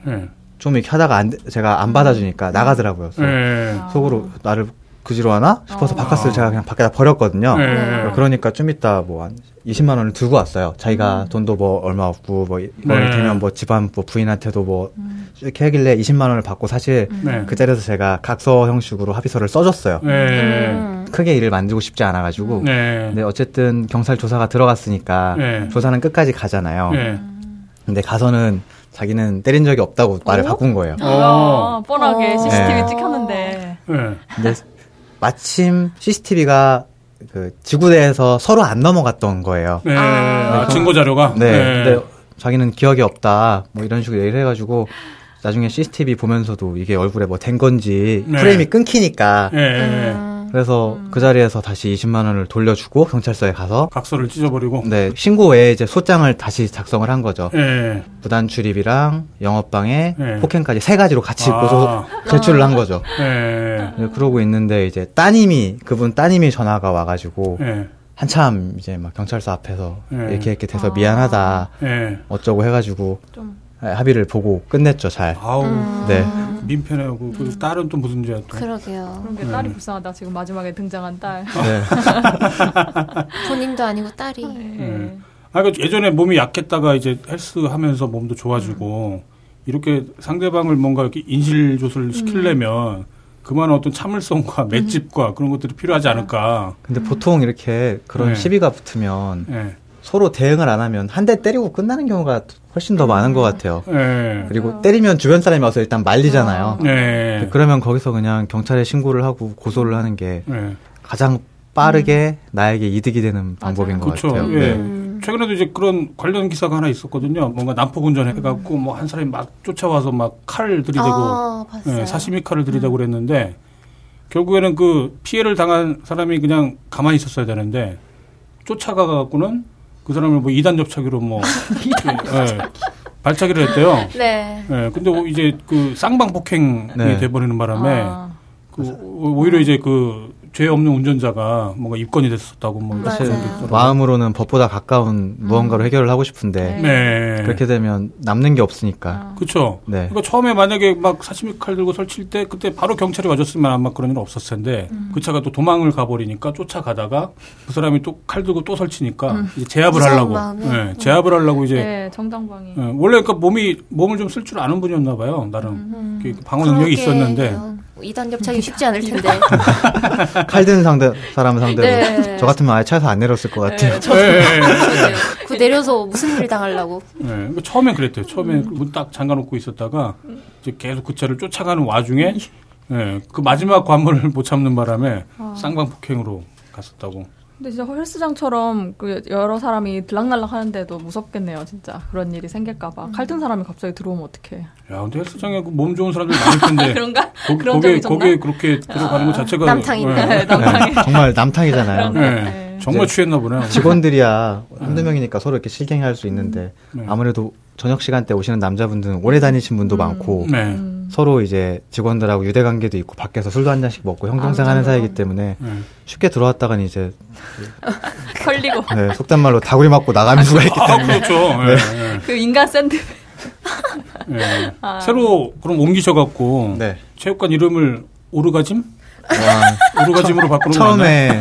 Speaker 3: 예.
Speaker 6: 좀 이렇게 하다가 안 돼- 제가
Speaker 3: 음.
Speaker 6: 안 받아주니까 나가더라고요. 그래서
Speaker 3: 예.
Speaker 6: 속으로 나를 그지로 하나 싶어서
Speaker 2: 어.
Speaker 6: 바카스를 제가 그냥 밖에다 버렸거든요.
Speaker 3: 예.
Speaker 6: 그러니까 좀 이따 뭐 한 20만 원을 들고 왔어요. 자기가 돈도 뭐 얼마 없고 뭐
Speaker 3: 음. 네.
Speaker 6: 이번에 되면 뭐 집안 뭐 부인한테도 뭐 이렇게 하길래 20만 원을 받고 사실
Speaker 3: 네.
Speaker 6: 그 자리에서 제가 각서 형식으로 합의서를 써줬어요.
Speaker 3: 예.
Speaker 1: 음.
Speaker 6: 크게 일을 만들고 싶지 않아가지고.
Speaker 3: 네.
Speaker 6: 근데 어쨌든 경찰 조사가 들어갔으니까
Speaker 3: 네.
Speaker 6: 조사는 끝까지 가잖아요.
Speaker 3: 예.
Speaker 6: 근데 가서는 자기는 때린 적이 없다고 말을 바꾼 거예요.
Speaker 3: 어.
Speaker 2: 아, 뻔하게
Speaker 1: 어.
Speaker 2: CCTV
Speaker 6: 네.
Speaker 2: 찍혔는데.
Speaker 3: 예.
Speaker 6: 근데 마침 CCTV가 그 지구대에서 서로 안 넘어갔던 거예요.
Speaker 3: 예. 아, 증거 자료가.
Speaker 6: 네.
Speaker 3: 예.
Speaker 6: 근데 자기는 기억이 없다. 뭐 이런 식으로 얘기를 해가지고 나중에 CCTV 보면서도 이게 얼굴에 뭐 된 건지
Speaker 3: 네.
Speaker 6: 프레임이 끊기니까
Speaker 3: 예. 예.
Speaker 1: 음.
Speaker 6: 그래서 그 자리에서 다시 20만 원을 돌려주고 경찰서에 가서
Speaker 3: 각서를 찢어버리고.
Speaker 6: 네 신고 외에 이제 소장을 다시 작성을 한 거죠.
Speaker 3: 예.
Speaker 6: 부단 출입이랑 영업방해,
Speaker 3: 네.
Speaker 6: 폭행까지 세 가지로 같이
Speaker 3: 아.
Speaker 6: 고소 제출을 한 거죠.
Speaker 3: 예.
Speaker 6: 네, 그러고 있는데 이제 따님이 그분 따님이 전화가 와가지고
Speaker 3: 예.
Speaker 6: 한참 이제 막 경찰서 앞에서
Speaker 3: 네.
Speaker 6: 이렇게 이렇게 돼서 미안하다
Speaker 3: 예.
Speaker 6: 어쩌고 해가지고 아,
Speaker 2: 좀.
Speaker 6: 합의를 보고 끝냈죠 잘.
Speaker 3: 아우.
Speaker 6: 네.
Speaker 3: 민폐네요. 그, 그 딸은 또 무슨 죄야 또.
Speaker 1: 음. 그러게요.
Speaker 6: 음.
Speaker 2: 그런 게 딸이 불쌍하다. 지금 마지막에 등장한 딸.
Speaker 3: 아.
Speaker 6: 네.
Speaker 1: 본인도 아니고 딸이.
Speaker 6: 음.
Speaker 2: 네.
Speaker 3: 아, 그 예전에 몸이 약했다가 이제 헬스 하면서 몸도 좋아지고 이렇게 상대방을 뭔가 이렇게 인실조사를 시키려면 그만한 어떤 참을성과 맷집과 그런 것들이 필요하지 않을까.
Speaker 6: 근데 보통 이렇게 그런
Speaker 3: 네.
Speaker 6: 시비가 붙으면
Speaker 3: 예.
Speaker 6: 서로 대응을 안 하면 한 대 때리고 끝나는 경우가 훨씬 더 많은 것 같아요.
Speaker 3: 예.
Speaker 6: 그리고 때리면 주변 사람이 와서 일단 말리잖아요. 네,
Speaker 3: 예.
Speaker 6: 그러면 거기서 그냥 경찰에 신고를 하고 고소를 하는 게
Speaker 3: 예.
Speaker 6: 가장 빠르게 나에게 이득이 되는 방법인 것
Speaker 3: 음. 그렇죠.
Speaker 6: 같아요.
Speaker 3: 예.
Speaker 6: 네.
Speaker 3: 최근에도 이제 그런 관련 기사가 하나 있었거든요. 뭔가 난폭운전 해갖고 뭐 한 사람이 막 쫓아와서 막 칼을 들이대고
Speaker 1: 음. 아, 봤어요. 음.
Speaker 3: 예, 사시미 칼을 들이대고 그랬는데 결국에는 그 피해를 당한 사람이 그냥 가만히 있었어야 되는데 쫓아가갖고는 그 사람을 뭐 이단 접착기로 뭐
Speaker 1: <laughs>
Speaker 3: 예, 예, 발차기를 했대요.
Speaker 1: 네.
Speaker 3: 예, 근데 오- 이제 그 쌍방 폭행이
Speaker 6: 네.
Speaker 3: 돼버리는 바람에
Speaker 2: 아,
Speaker 3: 그 오- 오히려 이제 그 죄 없는 운전자가 뭔가 입건이 됐었다고 뭐 이런
Speaker 1: 사실
Speaker 3: 얘기도
Speaker 1: 맞아요.
Speaker 3: 있더라고요.
Speaker 6: 마음으로는 법보다 가까운 무언가로 해결을 하고 싶은데
Speaker 3: 네.
Speaker 6: 그렇게 되면 남는 게 없으니까.
Speaker 3: 그렇죠.
Speaker 6: 네.
Speaker 3: 그러니까 처음에 만약에 막 사시미 칼 들고 설칠 때 그때 바로 경찰이 와줬으면 아마 그런 일 없었을 텐데
Speaker 1: 음.
Speaker 3: 그 차가 또 도망을 가버리니까 쫓아가다가 그 사람이 또 칼 들고 또 설치니까 이제 제압을
Speaker 1: 무서운
Speaker 3: 하려고
Speaker 1: 음. 마음에.
Speaker 3: 예, 제압을 하려고 이제
Speaker 2: 네, 정당방위.
Speaker 3: 예,
Speaker 6: 음.
Speaker 3: 원래 그러니까 몸이 몸을 좀 쓸 줄 아는 분이었나 봐요 나름
Speaker 1: 음.
Speaker 3: 그 방어 능력이 있었는데
Speaker 1: 이단 접착이 쉽지 않을 텐데.
Speaker 6: 칼 드는 상대 사람 상대로
Speaker 1: 어. 네.
Speaker 6: 저 같으면 아예 차에서 안 내렸을 것
Speaker 3: 예,
Speaker 6: 같아요.
Speaker 3: 예, 예.
Speaker 1: 그러게요. 그 내려서 무슨 일 당하려고.
Speaker 3: 예, 그러니까 처음엔 그랬대요. 처음에 문 딱 잠가 놓고 있었다가 이제 계속 그 차를 쫓아가는
Speaker 1: <laughs>
Speaker 3: 와중에 예, 그 마지막 관문을 못 참는 바람에
Speaker 1: 아.
Speaker 3: 쌍방 폭행으로 갔었다고.
Speaker 2: 근데 진짜 헬스장처럼 그 여러 사람이 들락날락 하는데도 무섭겠네요, 진짜. 그런 일이 생길까봐. 칼든 사람이 갑자기 들어오면 어떡해.
Speaker 3: 야, 근데 헬스장에 그몸 좋은 사람들 많을 텐데.
Speaker 2: <laughs> 그런가?
Speaker 3: 거,
Speaker 2: 그런
Speaker 3: 거기에,
Speaker 2: 점이 아, 좋나?
Speaker 3: 거기에 그렇게 들어가는 것 자체가.
Speaker 1: 남탕이네.
Speaker 3: 예,
Speaker 1: <laughs>
Speaker 2: 네, 남방위.
Speaker 6: 네, 정말
Speaker 2: <laughs>
Speaker 6: 남탕이잖아요.
Speaker 3: 예,
Speaker 2: 네.
Speaker 3: 정말 취했나 보네.
Speaker 6: 직원들이야 한두 명이니까 서로 이렇게 실갱이할 수 있는데
Speaker 3: 네.
Speaker 6: 아무래도 저녁 시간 때 오시는 남자분들은 오래 다니신
Speaker 1: 음.
Speaker 6: 분도 많고
Speaker 3: 네.
Speaker 2: 음.
Speaker 6: 서로 이제 직원들하고 유대 관계도 있고 밖에서 술도 한 잔씩 먹고 형동생
Speaker 1: 아,
Speaker 6: 하는 사이이기 때문에
Speaker 3: 네.
Speaker 6: 쉽게 들어왔다가는 이제
Speaker 2: 털리고.
Speaker 6: 네, 속된 말로 다구리 맞고 나가는 수가 있기
Speaker 3: 아, 그렇죠.
Speaker 6: 네.
Speaker 3: 예,
Speaker 2: 그 인간 샌드백. 네.
Speaker 3: 예, 예.
Speaker 2: 아.
Speaker 3: 새로 그럼 옮기셔갖고.
Speaker 6: 때문에
Speaker 3: 체육관 이름을 오르가즘?
Speaker 1: 아.
Speaker 6: 와,
Speaker 3: 오르가즘으로 바꾸는 거 맞나요? <laughs>
Speaker 6: 처음에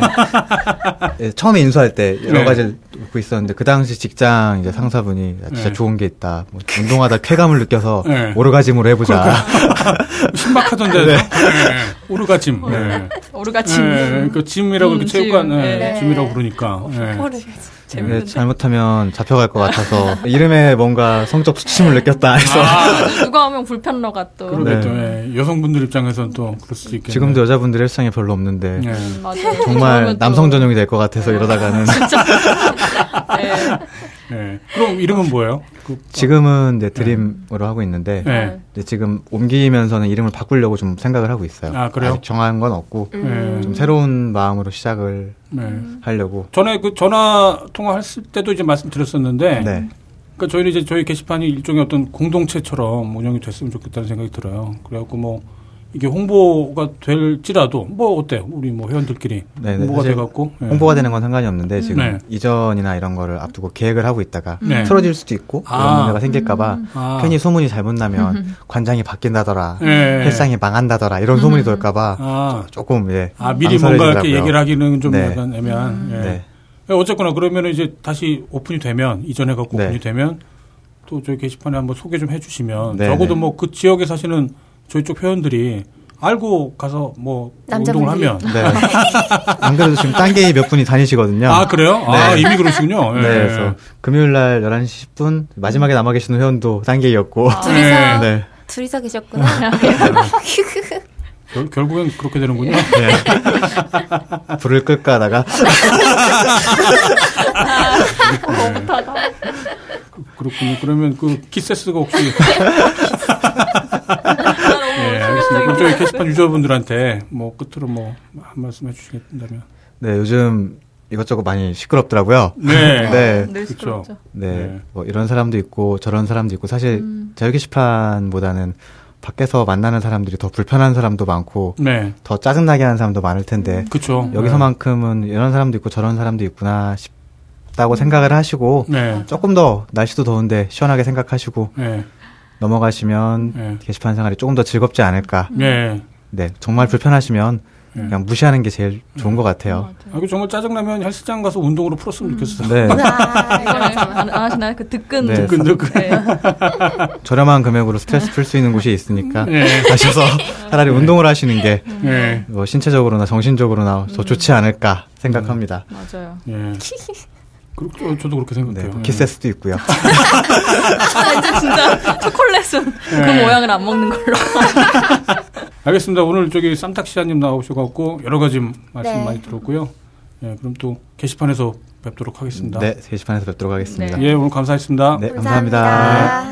Speaker 6: 예, 처음에 인수할 때
Speaker 3: 네.
Speaker 6: 여러 가지를 듣고 있었는데 그 당시 직장 이제 상사분이 야, 진짜
Speaker 3: 네.
Speaker 6: 좋은 게 있다 뭐 운동하다 쾌감을 느껴서
Speaker 3: 네. 그러니까.
Speaker 6: 오르가즘으로 해보자
Speaker 3: 신박하던데. 네. 오르가즘. 네.
Speaker 2: 어, 오르가침.
Speaker 3: 예, 그 짐이라고
Speaker 2: 음,
Speaker 3: 이렇게 체육관
Speaker 2: 짐.
Speaker 3: 예,
Speaker 2: 네.
Speaker 3: 짐이라고 부르니까. 예.
Speaker 6: 네,
Speaker 2: 재밌는데.
Speaker 6: 잘못하면 잡혀갈 것 같아서 이름에 뭔가 성적 수치심을 느꼈다 해서
Speaker 3: 아.
Speaker 2: 아, 누가 오면 불편러가 또.
Speaker 3: 그러게 또 예, 여성분들 입장에서는 또 그럴 수도 있겠네.
Speaker 6: 네. 지금도 네. 여자분들 일상에 별로 없는데
Speaker 3: 예.
Speaker 2: 맞아요.
Speaker 6: 정말
Speaker 2: 그러면 또-
Speaker 6: 남성 전용이 될 것 같아서 이러다가는
Speaker 2: 네.
Speaker 3: 예. 그럼 이름은 뭐예요? 그,
Speaker 6: 지금은 이제 드림으로 하고 있는데
Speaker 3: 예.
Speaker 6: 이제 지금 옮기면서는 이름을 바꾸려고 좀 생각을 하고 있어요.
Speaker 3: 아, 그래요?
Speaker 6: 직 정한 건 없고
Speaker 3: 예.
Speaker 6: 좀 새로운 마음으로 시작을 음.
Speaker 3: 예. 하고.
Speaker 6: 하려고.
Speaker 3: 전에 그 전화 통화했을 때도 이제 말씀드렸었는데,
Speaker 6: 네.
Speaker 3: 그러니까 저희는 이제 저희 게시판이 일종의 어떤 공동체처럼 운영이 됐으면 좋겠다는 생각이 들어요. 그래갖고 뭐 이게 홍보가 될지라도 뭐 어때요? 우리 뭐 회원들끼리
Speaker 6: 네, 네.
Speaker 3: 홍보가
Speaker 6: 사실
Speaker 3: 돼갖고 예.
Speaker 6: 홍보가 되는 건 상관이 없는데 지금
Speaker 3: 네.
Speaker 6: 이전이나 이런 거를 앞두고 계획을 하고 있다가
Speaker 3: 네.
Speaker 6: 틀어질 수도 있고
Speaker 3: 아.
Speaker 6: 이런 문제가 생길까봐
Speaker 1: 음.
Speaker 3: 아.
Speaker 6: 괜히 소문이 잘못 나면 관장이 바뀐다더라,
Speaker 3: 예, 예.
Speaker 6: 회상이 망한다더라 이런
Speaker 1: 음.
Speaker 6: 소문이 돌까봐
Speaker 3: 아.
Speaker 6: 조금 예.
Speaker 3: 아, 미리 뭔가 이렇게
Speaker 6: 망설여지더라고요.
Speaker 3: 얘기를 하기는 좀
Speaker 6: 네.
Speaker 3: 약간 애매한. 예.
Speaker 6: 네.
Speaker 3: 예, 어쨌거나 그러면 이제 다시 오픈이 되면 이전에 갖고
Speaker 6: 네.
Speaker 3: 오픈이 되면 또 저희 게시판에 한번 소개 좀 해주시면
Speaker 6: 네,
Speaker 3: 적어도
Speaker 6: 네.
Speaker 3: 뭐 그 지역에 사시는 저희 쪽 회원들이 알고 가서 뭐
Speaker 1: 남자분들이.
Speaker 3: 운동을 하면
Speaker 6: 네. <laughs> 안 그래도 지금 딴 게이 몇 분이 다니시거든요.
Speaker 3: 아 그래요? 아 이미 그러시군요. 예.
Speaker 6: <laughs> 네, 그래서 금요일 날 11시 10분 마지막에 남아 계시는 회원도 딴 게이였고.
Speaker 1: 아, 둘이서
Speaker 6: 네.
Speaker 1: 둘이서 계셨구나.
Speaker 3: 결, 결국엔 그렇게
Speaker 6: <laughs>
Speaker 3: 되는군요.
Speaker 6: 네. <laughs> 불을 끌까 하다가
Speaker 3: 그- 그렇군요. 그러면 그 키세스가
Speaker 6: <laughs>
Speaker 3: 혹시 예, 알겠습니다. 그럼 저희 게시판 유저분들한테 뭐 끝으로 뭐 한 말씀 해주시겠다면
Speaker 6: 네, 요즘 이것저것 많이 시끄럽더라고요.
Speaker 3: 네.
Speaker 6: 네.
Speaker 2: 늘 시끄럽죠.
Speaker 6: 네.
Speaker 3: 네.
Speaker 6: 뭐 이런 사람도 있고 저런 사람도 있고 사실 자유 게시판보다는 밖에서 만나는 사람들이 더 불편한 사람도 많고
Speaker 3: 네.
Speaker 6: 더 짜증나게 하는 사람도 많을 텐데
Speaker 3: 그렇죠.
Speaker 6: 네. 여기서만큼은 이런 사람도 있고 저런 사람도 있구나 싶다고 생각을 하시고
Speaker 3: 네.
Speaker 6: 조금 더 날씨도 더운데 시원하게 생각하시고
Speaker 3: 네.
Speaker 6: 넘어가시면
Speaker 3: 네.
Speaker 6: 게시판 생활이 조금 더 즐겁지 않을까.
Speaker 3: 네.
Speaker 6: 네, 정말 불편하시면
Speaker 3: 네.
Speaker 6: 그냥 무시하는 게 제일 좋은 것 같아요.
Speaker 3: 아, 이거 정말 짜증나면 헬스장 가서 운동으로 풀었으면 좋겠어요.
Speaker 6: 네,
Speaker 1: 아,
Speaker 2: 이거는 안, 안 하시나요? 그 득근.
Speaker 6: 네.
Speaker 3: 근 <laughs>
Speaker 2: 네.
Speaker 6: 저렴한 금액으로 스트레스 풀 수 있는 곳이 있으니까
Speaker 3: 네.
Speaker 6: 하셔서
Speaker 3: <laughs>
Speaker 6: 차라리 운동을 하시는 게
Speaker 3: 예.
Speaker 6: 뭐 신체적으로나 정신적으로나 더 좋지 않을까 생각합니다.
Speaker 2: 맞아요.
Speaker 3: 예. 그렇죠. 저도 그렇게
Speaker 6: 네,
Speaker 3: 생각해요.
Speaker 6: 쿠키세스도 있고요.
Speaker 2: 아, 이제 진짜 초콜릿은 그 모양을 안 먹는 걸로.
Speaker 3: 알겠습니다. 오늘 저기 쌈탁시아님 나오셔갖고 여러 가지 말씀
Speaker 5: 네.
Speaker 3: 많이 들었고요. 예, 그럼 또 게시판에서 뵙도록 하겠습니다.
Speaker 6: 네, 게시판에서 뵙도록 하겠습니다.
Speaker 2: 네.
Speaker 3: 예, 오늘 감사했습니다.
Speaker 6: 네,
Speaker 5: 감사합니다.
Speaker 6: 감사합니다.
Speaker 5: 네.